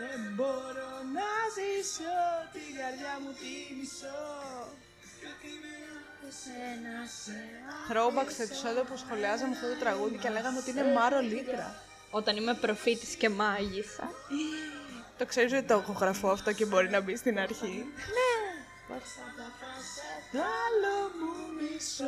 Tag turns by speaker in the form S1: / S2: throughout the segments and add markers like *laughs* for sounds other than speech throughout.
S1: Δεν μπορώ να ζήσω, την καρδιά μου τη μισώ.
S2: Throwback στο επεισόδιο που σχολιάζαμε αυτό το τραγούδι και λέγαμε ότι είναι Μάρο Λίτρα.
S3: Όταν είμαι προφήτης και μάγισσα.
S2: Το ξέρεις ότι το έχω γραφώ αυτό και μπορεί να μπει στην αρχή.
S1: Άλλο μου μισό.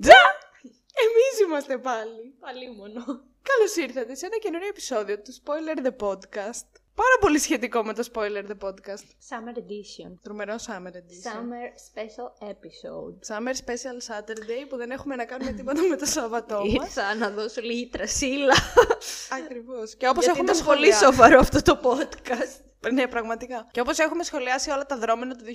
S2: Τζα! Εμείς είμαστε πάλι.
S3: Πάλι μόνο.
S2: Καλώς ήρθατε σε ένα καινούριο επεισόδιο του Spoiler The Podcast. Πάρα πολύ σχετικό με το Spoiler The Podcast.
S3: Summer Edition.
S2: Τρομερό Summer Edition.
S3: Summer Special Episode.
S2: Summer Special Saturday που δεν έχουμε να κάνουμε τίποτα με το
S3: *laughs*
S2: Σαββατό μας.
S3: Ήρθα να δώσω λίγη τρασίλα.
S2: Ακριβώς. Και όπως
S3: Γιατί
S2: έχουμε
S3: είναι πολύ
S2: σχολιάσει...
S3: σοβαρό αυτό το podcast.
S2: Ναι, πραγματικά. Και όπως έχουμε σχολιάσει όλα τα δρόμενα του 2021,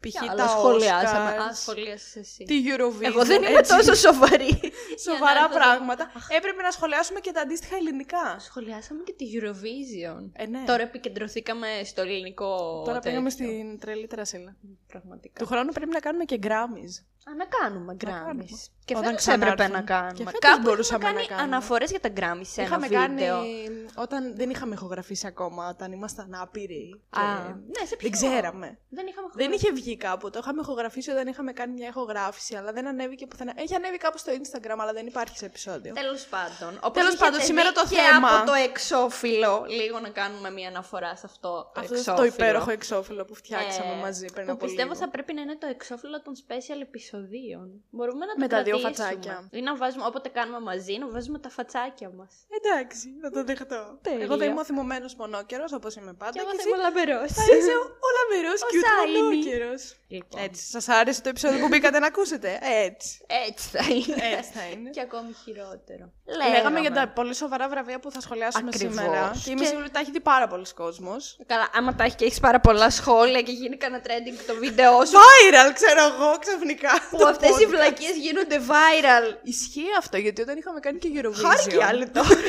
S2: π.χ.
S3: Αλλά
S2: τα
S3: σχολιάσαμε. Α,
S2: Oscars,
S3: σχολίασες εσύ.
S2: τη Eurovision,
S3: Εγώ δεν είμαι
S2: έτσι,
S3: τόσο σοβαρή. *laughs* Για να
S2: σοβαρά
S3: έρθω εδώ.
S2: πράγματα, έπρεπε να σχολιάσουμε και τα αντίστοιχα ελληνικά.
S3: Σχολιάσαμε και τη Eurovision.
S2: Ε, ναι.
S3: Τώρα επικεντρωθήκαμε στο ελληνικό.
S2: Τώρα πήγαμε
S3: τέτοιο.
S2: στην τρελή τρασίλα.
S3: Πραγματικά.
S2: Του χρόνου πρέπει να κάνουμε και Grammys.
S3: Α, να κάνουμε γκράμι.
S2: κάνουμε.
S3: Και
S2: Όταν
S3: φέτος
S2: ξανάρθουν.
S3: έπρεπε να κάνουμε.
S2: Και φέτος
S3: Κάπου
S2: μπορούσαμε
S3: είχαμε
S2: να
S3: κάνει
S2: κάνουμε.
S3: αναφορές για τα γκράμι σε ένα
S2: είχαμε
S3: βίντεο.
S2: κάνει. όταν δεν είχαμε ηχογραφήσει ακόμα, όταν ήμασταν άπειροι. Και...
S3: Α, ναι, σε
S2: δεν
S3: ποιο
S2: ξέραμε.
S3: Δεν είχαμε χρόνο.
S2: Δεν είχε βγει κάπου. Το είχαμε ηχογραφήσει όταν είχαμε κάνει μια ηχογράφηση, αλλά δεν ανέβηκε πουθενά. Έχει ανέβει κάπου στο Instagram, αλλά δεν υπάρχει σε επεισόδιο.
S3: Τέλος πάντων. Όπως
S2: Τέλος
S3: είχετε
S2: πάντων,
S3: δει
S2: σήμερα το
S3: και
S2: θέμα.
S3: από το εξώφυλλο, λίγο να κάνουμε μία αναφορά σε αυτό το
S2: Αυτό
S3: εξώφυλλο.
S2: το υπέροχο εξώφυλλο που φτιάξαμε
S3: Ε,
S2: μαζί πριν
S3: που
S2: από
S3: πιστεύω
S2: λίγο.
S3: θα πρέπει να είναι το εξώφυλλο των special επεισοδίων. Μπορούμε να το
S2: Με τα δύο
S3: κρατήσουμε.
S2: φατσάκια.
S3: Ή να βάζουμε, όποτε κάνουμε μαζί, να βάζουμε τα φατσάκια μας.
S2: Εντάξει, θα το δεχτώ.
S3: Τέλεια.
S2: Εγώ θα είμαι ο θυμωμένος μονόκερος, όπως είμαι πάντα.
S3: Και εγώ θα
S2: εσύ
S3: είμαι λαμπερός.
S2: θα είσαι ο λαμπερός
S3: Ο
S2: και
S3: Σάινι.
S2: ο μονόκερος.
S3: Λοιπόν.
S2: Έτσι, σας άρεσε το επεισόδιο που μπήκατε να ακούσετε. Έτσι.
S3: Έτσι θα είναι.
S2: Έτσι θα είναι.
S3: Και ακόμη χειρότερο.
S2: Λέγαμε για τα πολύ σοβαρά βραβεία που θα σχολιάσουμε
S3: Ακριβώς.
S2: σήμερα. Και είμαι
S3: Και-
S2: σίγουρη ότι τα έχει δει πάρα πολλοί κόσμο.
S3: Καλά, άμα τα έχει και έχεις πάρα πολλά σχόλια και γίνει κανένα trending το βίντεο σου.
S2: Viral, ξέρω εγώ, ξαφνικά.
S3: που
S2: το
S3: αυτές οι
S2: podcast.
S3: βλακίες γίνονται viral.
S2: Ισχύει αυτό, γιατί όταν είχαμε κάνει και Eurovision.
S3: Χάρη και άλλοι τώρα.
S2: *laughs*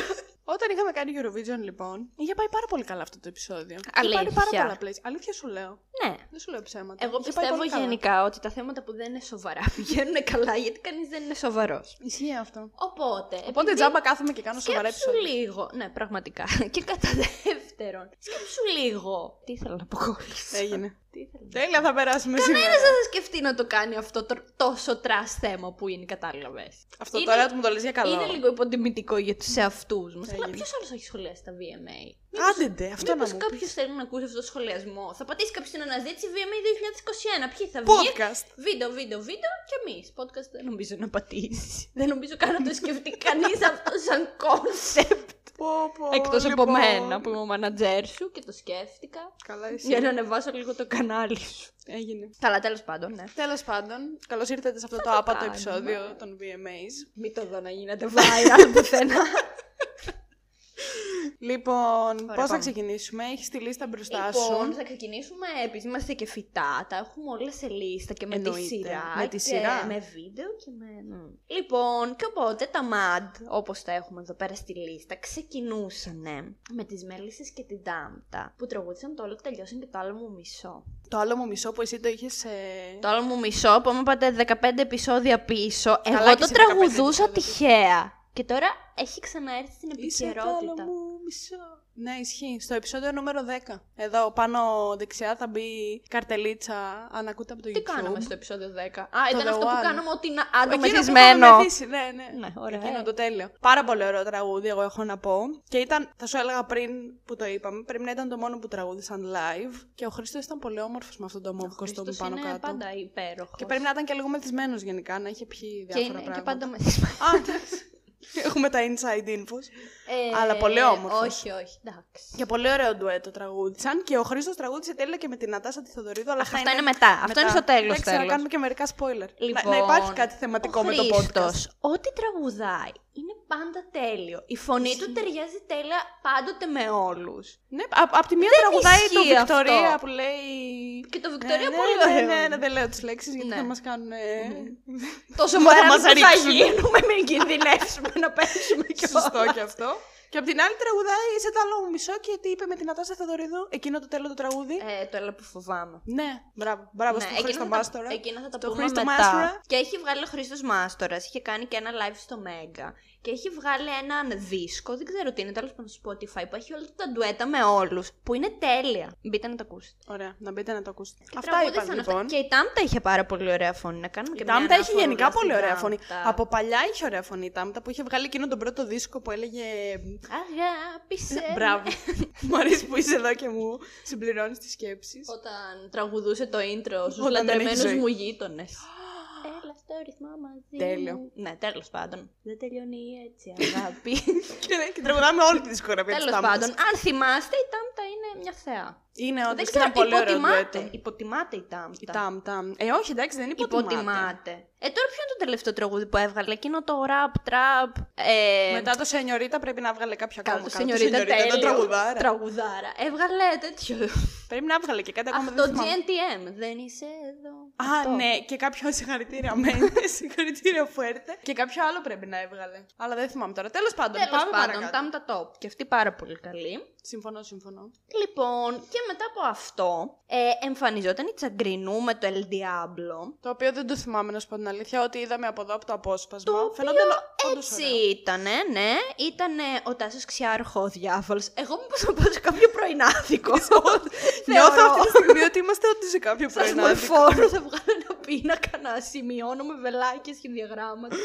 S2: Όταν είχαμε κάνει Eurovision, λοιπόν, είχε πάει πάρα πολύ καλά αυτό το επεισόδιο.
S3: Αλήθεια.
S2: Είχε πάρει πάρα πολλά πλαίσια. Αλήθεια σου λέω.
S3: Ναι.
S2: Δεν σου λέω ψέματα.
S3: Εγώ
S2: Είχε πάει
S3: πιστεύω
S2: πολύ καλά.
S3: γενικά ότι τα θέματα που δεν είναι σοβαρά *laughs* πηγαίνουν καλά γιατί κανείς δεν είναι σοβαρός.
S2: Ισχύει αυτό.
S3: Οπότε.
S2: Οπότε
S3: επειδή-
S2: τζάμπα κάθομαι και κάνω σοβαρά
S3: Σκέψου
S2: επεισόδια.
S3: λίγο. Ναι, πραγματικά. *laughs* Και κατά δεύτερον. Σκέψου λίγο. Τι ήθελα να πω κόλλησα.
S2: Έγινε.
S3: Τι ήθελα να πω.
S2: *laughs* Τέλεια, θα περάσουμε
S3: Κανένας
S2: σήμερα.
S3: δεν θα σκεφτεί να το κάνει αυτό το τόσο τρας θέμα που είναι, κατάλαβες.
S2: Αυτό
S3: Είναι-
S2: τώρα μου το λες για καλό.
S3: Είναι λίγο υποτιμητικό για τους εαυτούς μας. Αλλά
S2: Έγινε.
S3: ποιος άλλος έχει σχολιάσει τα VMA.
S2: Άντε, ντε, αυτό να
S3: Μήπω
S2: μου
S3: κάποιο
S2: πεις.
S3: θέλει να ακούσει αυτό το σχολιασμό. Θα πατήσει κάποιος την αναζήτηση VMA 2021. Ποιοι θα βγει.
S2: Podcast.
S3: Βίντεο, βίντεο, βίντεο και εμείς. Podcast δεν νομίζω να
S2: *laughs*
S3: πατήσεις. δεν νομίζω καν να το σκεφτεί κανείς αυτό σαν κόνσεπτ.
S2: *laughs* Πω, πω,
S3: Εκτός από
S2: λοιπόν.
S3: μένα που είμαι ο μανατζέρ σου και το σκέφτηκα.
S2: Καλά, εσύ.
S3: Για να ανεβάσω λίγο το κανάλι σου.
S2: Έγινε.
S3: Καλά, τέλος πάντων, ναι.
S2: Τέλος πάντων, καλώς ήρθατε σε αυτό το άπατο
S3: κάνουμε.
S2: επεισόδιο των VMAs.
S3: Μην το δω να γίνεται viral πουθενά.
S2: *laughs* Λοιπόν, πώς θα
S3: πάμε.
S2: ξεκινήσουμε, έχεις τη λίστα μπροστά
S3: Λοιπόν,
S2: σου.
S3: θα ξεκινήσουμε επειδή είμαστε και φυτά. Τα έχουμε όλα σε λίστα και με τη
S2: Εννοείται.
S3: σειρά.
S2: Με τη
S3: και
S2: σειρά.
S3: Με βίντεο και με. ναι. Λοιπόν, και οπότε τα MAD, όπως τα έχουμε εδώ πέρα στη λίστα, ξεκινούσαν με τις Μέλισσες και την Τάμπτα. Που τραγούδισαν το όλο που τελειώσαν και το άλλο μου μισό.
S2: Το άλλο μου μισό που εσύ το είχες. Ε...
S3: Το άλλο μου μισό, που μου είπατε 15 επεισόδια πίσω.
S2: Καλά
S3: εγώ
S2: και
S3: το
S2: σε 15
S3: τραγουδούσα
S2: επεισόδια πίσω.
S3: τυχαία. Και τώρα έχει ξαναέρθει στην
S2: Είσαι το άλλο
S3: επικαιρότητα.
S2: μου μισό. Ναι, ισχύει. Στο επεισόδιο νούμερο 10. Εδώ πάνω δεξιά θα μπει καρτελίτσα ανακούτα από το
S3: Τι
S2: YouTube.
S3: κάναμε στο επεισόδιο 10. Α,
S2: Το
S3: ήταν
S2: The
S3: αυτό που
S2: One.
S3: κάναμε ότι είναι
S2: Εκείνο
S3: άντρο
S2: που είχαμε
S3: μεθυσμένο.
S2: μεθύσει, Ναι, ναι.
S3: Ναι, ωραία.
S2: Εκείνο το τέλειο. Πάρα πολύ ωραίο τραγούδι, εγώ έχω να πω. Και ήταν, θα σου έλεγα πριν που το είπαμε, πρέπει να ήταν το μόνο που τραγούδισαν live. Και ο Χρήστος ήταν πολύ όμορφος με αυτό το μοβ κοστούμι
S3: Χριστός
S2: πάνω
S3: είναι
S2: κάτω.
S3: πάντα υπέροχος.
S2: Και πρέπει να ήταν και λίγο μεθυσμένος γενικά, να είχε πιει διάφορα πράγματα.
S3: και πάντα με
S2: *laughs* Α,
S3: *laughs*
S2: εντάξει. Έχουμε τα inside infos.
S3: ε,
S2: Αλλά πολύ όμορφος.
S3: Όχι, όχι, εντάξει.
S2: Και πολύ ωραίο ντουέτο τραγούδισαν. Και ο Χρήστος τραγούδισε τέλεια και με την Νατάσα τη Θοδωρίδου. Αλλά
S3: Αυτά
S2: θα
S3: είναι μετά. Αυτό είναι στο τέλος,
S2: Εντάξει, να
S3: τέλος.
S2: κάνουμε και μερικά spoiler.
S3: Λοιπόν,
S2: να, να υπάρχει κάτι θεματικό
S3: ο
S2: με το podcast.
S3: Χρήστος, Ό,τι τραγουδάει είναι πάντα τέλειο. Η φωνή του ταιριάζει τέλεια πάντοτε με όλους.
S2: Ναι, απ' απ' τη μία
S3: Δεν
S2: τραγουδάει το
S3: ισχύει αυτό.
S2: Βικτωρία που λέει.
S3: Και το Βικτωρία
S2: ναι,
S3: πολύ
S2: ναι,
S3: ωραίο
S2: Ναι, ναι,
S3: είναι.
S2: δεν λέω τις λέξεις γιατί
S3: Ναι.
S2: θα μας κάνουν. ε,
S3: Τόσο
S2: Θα
S3: μαρά
S2: μας
S3: που θα
S2: ρίξουν.
S3: γίνουμε, μην κινδυνεύσουμε να πέσουμε κιόλα.
S2: Σωστό κι αυτό. Και απ' την άλλη τραγουδάει σε το άλλο μου μισό και τι είπε με την Ατάσα Θεοδωρίδου, εκείνο το τέλος το τραγούδι.
S3: Ε, το έλα που φοβάμαι.
S2: Ναι, μπράβο, μπράβο στον Χρήστο
S3: θα, τα-
S2: Μάστορα.
S3: εκείνο θα τα
S2: Στον
S3: πούμε
S2: Χρήστο
S3: μετά.
S2: Μάστορα.
S3: Και έχει βγάλει ο Χρήστος Μάστορας. Είχε κάνει και ένα live στο Μέγκα. Και έχει βγάλει έναν δίσκο, δεν ξέρω τι είναι, τέλος πάντων στο Spotify, που έχει όλα τα ντουέτα με όλους. Που είναι τέλεια. Μπείτε να τα ακούσετε.
S2: Ωραία, να μπείτε να το ακούσετε.
S3: Και
S2: Αυτά
S3: τραγούδισαν
S2: είπαν λοιπόν.
S3: Και η Τάμτα είχε πάρα πολύ ωραία φωνή. Να κάνουμε
S2: Η
S3: και μια
S2: Τάμτα έχει
S3: αναφορά
S2: γενικά
S3: στην
S2: πολύ ωραία φωνή.
S3: Τάμτα.
S2: Από παλιά είχε ωραία φωνή η Τάμτα που είχε βγάλει εκείνο τον πρώτο δίσκο που έλεγε.
S3: Αγάπησε.
S2: Ναι,
S3: *laughs*
S2: Μπράβο. Μου αρέσει που είσαι εδώ και μου συμπληρώνεις τις σκέψεις.
S3: Όταν τραγουδούσε το intro στους
S2: Όταν δεν έχεις
S3: λατρεμένους
S2: ζωή.
S3: μου γείτονες. Έλα στο ρυθμό μαζί.
S2: Τέλειο.
S3: μου. Ναι, τέλος πάντων. Δεν τελειώνει έτσι, αγάπη. *laughs*
S2: Και, και τραγουδάμε όλη τη δισκογραφία της
S3: τέλος
S2: Τάμτα.
S3: πάντων, αν θυμάστε, η Τάμτα είναι μια θεά.
S2: Είναι όντω
S3: δεν ξέρω,
S2: ένα Ναι, πολύ ωραίο
S3: υποτιμάται.
S2: ντουέτο.
S3: Υποτιμάται η Τάμτα.
S2: Η Τάμτα. Ε, όχι, εντάξει, δεν υποτιμάται.
S3: Υποτιμάται. Ε, τώρα ποιο είναι το τελευταίο τραγούδι που έβγαλε, εκείνο το rap, trap. Ε,
S2: Μετά το Σενιωρίτα πρέπει να βγάλε κάποιο ακόμα.
S3: Κάτω,
S2: Κάτω
S3: σενιωρίτα,
S2: Σενιωρίτα,
S3: τέλειο.
S2: το τραγουδάρα.
S3: Τραγουδάρα. Έβγαλε τέτοιο.
S2: Πρέπει να βγάλε και κάτι ακόμα.
S3: Αυτό
S2: δεν θυμάμαι.
S3: GNTM. Δεν είσαι εδώ.
S2: Α,
S3: Αυτό.
S2: ναι, και κάποιο συγχαρητήριο Μέντε, *laughs* συγχαρητήριο Φουέρτε. Και κάποιο άλλο πρέπει να έβγαλε. Αλλά δεν θυμάμαι τώρα. Τέλος πάντων,
S3: Τέλος
S2: πάμε
S3: πάντων,
S2: παρακάτω.
S3: Τάμτα Top. Και αυτή πάρα πολύ καλή.
S2: Συμφωνώ, συμφωνώ.
S3: Λοιπόν, και μετά από αυτό ε, εμφανιζόταν η Τσαγκρινού με το El Diablo.
S2: Το οποίο δεν το θυμάμαι να σου πω την αλήθεια, ότι είδαμε από εδώ από το απόσπασμα.
S3: Το
S2: Φαινόταν
S3: οποίο
S2: όντως
S3: έτσι
S2: ωραίο.
S3: ήταν, ναι. Ήταν ο Τάσος Ξιάρχος, ο διάβολος. Εγώ μήπως θα πάω σε κάποιο πρωινάδικο. *laughs*
S2: Νιώθω αυτή τη
S3: Θεωρώ.
S2: στιγμή ότι είμαστε ότι σε κάποιο
S3: Σας
S2: πρωινάδικο.
S3: μορφώνω, θα βγάλω *laughs* ένα πίνακα να σημειώνω με βελάκια και διαγράμματα.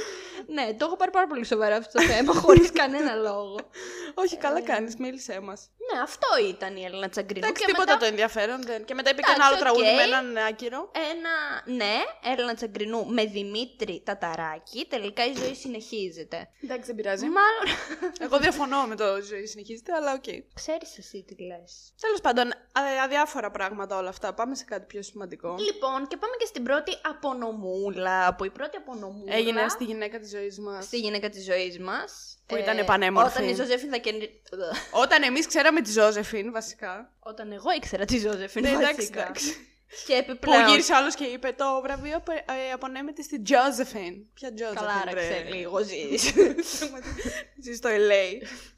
S3: ναι, το έχω πάρει πάρα πολύ σοβαρά αυτό *laughs* το θέμα, χωρίς κανένα λόγο.
S2: Όχι, καλά κάνεις, μίλησέ μας.
S3: ναι, αυτό ήταν η Έλληνα Τσαγκρινού.
S2: Εντάξει,
S3: και
S2: τίποτα
S3: μετά
S2: το ενδιαφέρον. δεν- Και μετά είπε και ένα
S3: Εντάξει,
S2: άλλο τραγούδι
S3: οκ.
S2: με έναν άκυρο.
S3: Ένα, ναι, Έλληνα Τσαγκρινού με Δημήτρη Ταταράκη. Τελικά η ζωή συνεχίζεται.
S2: Εντάξει, δεν πειράζει.
S3: Μάλλον. *laughs*
S2: Εγώ διαφωνώ με το ζωή συνεχίζεται, αλλά οκ.
S3: Ξέρεις εσύ τι λες.
S2: Τέλος πάντων, α- αδιάφορα πράγματα όλα αυτά. Πάμε σε κάτι πιο σημαντικό.
S3: Λοιπόν, και πάμε και στην πρώτη απονομούλα. Που η πρώτη απονομούλα.
S2: Έγινε στη γυναίκα της ζωής μας.
S3: στη γυναίκα της ζωής μας.
S2: Που ήταν πανέμορφη.
S3: Ε, Όταν η Ζωζεφίν θα κερδίσει.
S2: Όταν εμείς ξέραμε τη Ζώζεφιν, βασικά.
S3: Όταν εγώ ήξερα τη Ζωζεφίν.
S2: Ναι, εντάξει,
S3: βασικά.
S2: εντάξει.
S3: Και
S2: Που
S3: επιπλέον.
S2: γύρισε άλλος και είπε το βραβείο που, ε, απονέμεται στη Τζόζεφιν. Ποια
S3: Καλά,
S2: Τζόζεφιν,
S3: άραξε λίγο,
S2: *laughs*
S3: ζεις.
S2: Ζεις στο LA.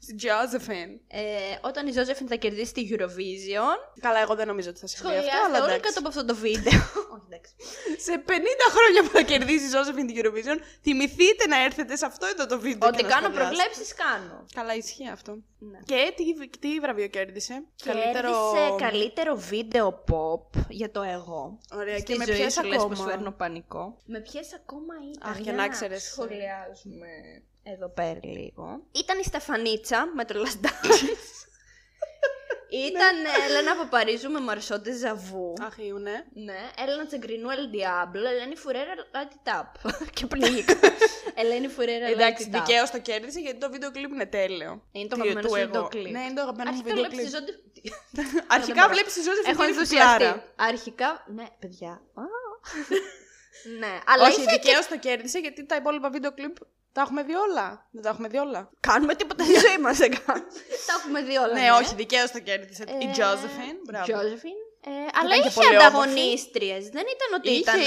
S2: Στη Τζόζεφιν.
S3: Ε, όταν η Ζωζεφίν θα κερδίσει τη Eurovision.
S2: Καλά, εγώ δεν νομίζω ότι θα συμβεί αυτό,
S3: Σχολιάστε
S2: αλλά
S3: όλα
S2: εντάξει.
S3: κάτω από αυτό το βίντεο. *laughs* Όχι, εντάξει.
S2: Σε 50 χρόνια που θα κερδίσει η Ζώζεφιν την Eurovision, θυμηθείτε να έρθετε σε αυτό εδώ το βίντεο.
S3: Ότι
S2: και να
S3: κάνω
S2: σχολιάσετε.
S3: προβλέψεις, κάνω.
S2: Καλά, ισχύει αυτό.
S3: Ναι.
S2: Και τι, τι βραβείο κέρδισε.
S3: Κέρδισε καλύτερο βίντεο pop για το εγώ.
S2: Ωραία,
S3: Στη
S2: και με
S3: ζωή
S2: ποιες
S3: σου λες
S2: ακόμα?
S3: πως φέρνω πανικό. Με ποιες ακόμα ήταν.
S2: Αχ, για
S3: για
S2: να
S3: να
S2: ξέρεις.
S3: Σχολιάζουμε εδώ πέρα λίγο. Ήταν η Στεφανίτσα με το
S2: *laughs*
S3: Last Dance. ήταν
S2: Ναι.
S3: Έλενα Παπαρίζου με Μαρσόντε Ζαβού.
S2: Αχ, Ιούνε.
S3: Ναι, Έλενα Τσεγκρινού, El Diablo, Ελένη Φουρέρα, Light It Up. *laughs* και
S2: *laughs*
S3: πνίγηκα. Ελένη Φουρέρα, Light It
S2: Εντάξει,
S3: Up.
S2: δικαίως το κέρδισε γιατί το βίντεο κλιπ είναι τέλειο.
S3: Είναι το
S2: Τι-
S3: αγαπημένο
S2: του
S3: σου
S2: εγώ.
S3: βίντεο κλιπ.
S2: Ναι, είναι το αγαπημένο μου
S3: Αρχικά
S2: βίντεο
S3: βλέπεις
S2: κλιπ.
S3: τη ζωή-
S2: *laughs* Αρχικά
S3: μπορώ.
S2: βλέπεις τη Ζώζεφιν
S3: Έχω
S2: και τη
S3: ενθουσιαστεί.
S2: Φουκλάρα.
S3: Αρχικά, ναι, παιδιά.
S2: *laughs*
S3: Α. ναι, αλλά
S2: Όχι,
S3: είχε και-
S2: δικαίω το κέρδισε γιατί τα υπόλοιπα βίντεο κλιπ τα έχουμε δει όλα. Δεν τα έχουμε δει όλα.
S3: Κάνουμε τίποτα στη ζωή μας, δεν κάνουμε. Τα έχουμε δει όλα.
S2: Ναι, όχι, δικαίως το κέρδισε. Η
S3: Ε,
S2: Τζόζεφιν. Μπράβο.
S3: Josephine. Ε, αλλά
S2: και
S3: είχε
S2: πολύ
S3: ανταγωνίστριες. Δεν ήταν ότι ήταν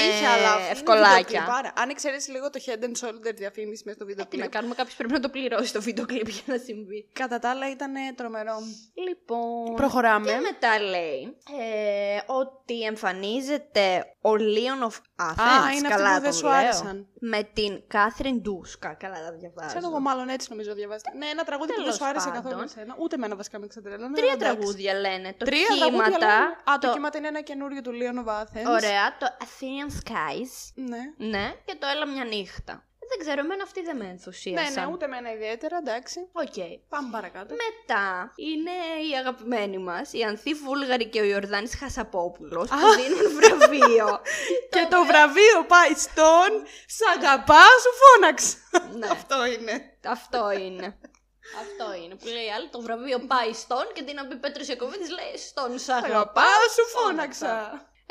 S3: ευκολάκια. Ε,
S2: Άρα, αν εξαιρέσεις λίγο το head and shoulder διαφήμισης μέσα στο βίντεο
S3: Τι να
S2: κλιπ.
S3: κάνουμε, κάποιος πρέπει να το πληρώσει το βίντεο κλιπ για να συμβεί.
S2: Κατά τα άλλα ήταν ε, τρομερό.
S3: Λοιπόν.
S2: Προχωράμε.
S3: Και μετά λέει ε, ότι εμφανίζεται ο Leon of Athens.
S2: είναι αυτοί που
S3: καλά
S2: δεν
S3: τον
S2: σου
S3: λέω,
S2: άρεσαν.
S3: Με την Κάθριν Ντούσκα. Καλά τα διαβάζω.
S2: Ξέρω εγώ, μάλλον έτσι νομίζω διαβάζετε. Ναι, ένα τραγούδι που δεν
S3: Τέλος
S2: σου άρεσε
S3: πάντων.
S2: καθόλου εσένα. Ούτε εμένα βασικά με ξετρέλανε.
S3: Τρία
S2: εντάξει.
S3: τραγούδια λένε. Το
S2: Τρία
S3: κύματα.
S2: τραγούδια. λένε. Α, το κύματα είναι ένα καινούριο του Λίον Βάθεν.
S3: Ωραία. Το Athenian Skies.
S2: Ναι.
S3: Ναι. Και το Έλα μια νύχτα. Ε, Δεν ξέρω, εμένα αυτή δεν με
S2: Ναι,
S3: ενθουσίασαν.
S2: ναι, ούτε εμένα ιδιαίτερα, εντάξει.
S3: Οκ.
S2: Πάμε παρακάτω.
S3: Μετά είναι η αγαπημένη μας, η Ανθή Βούλγαρη και ο Ιορδάνης Χασαπόπουλος, που
S2: Α.
S3: δίνουν
S2: *laughs*
S3: βραβείο.
S2: Και το βραβείο πάει στον Σ' αγαπάς, σου φώναξα.
S3: Ναι.
S2: Αυτό είναι.
S3: Αυτό είναι. Αυτό είναι. Που λέει η άλλη, το βραβείο πάει στον και την να μπει Πέτρο Ιακοβίδη, λέει στον σ'
S2: Σ' αγαπάς,
S3: αγαπάς.
S2: σου φώναξα.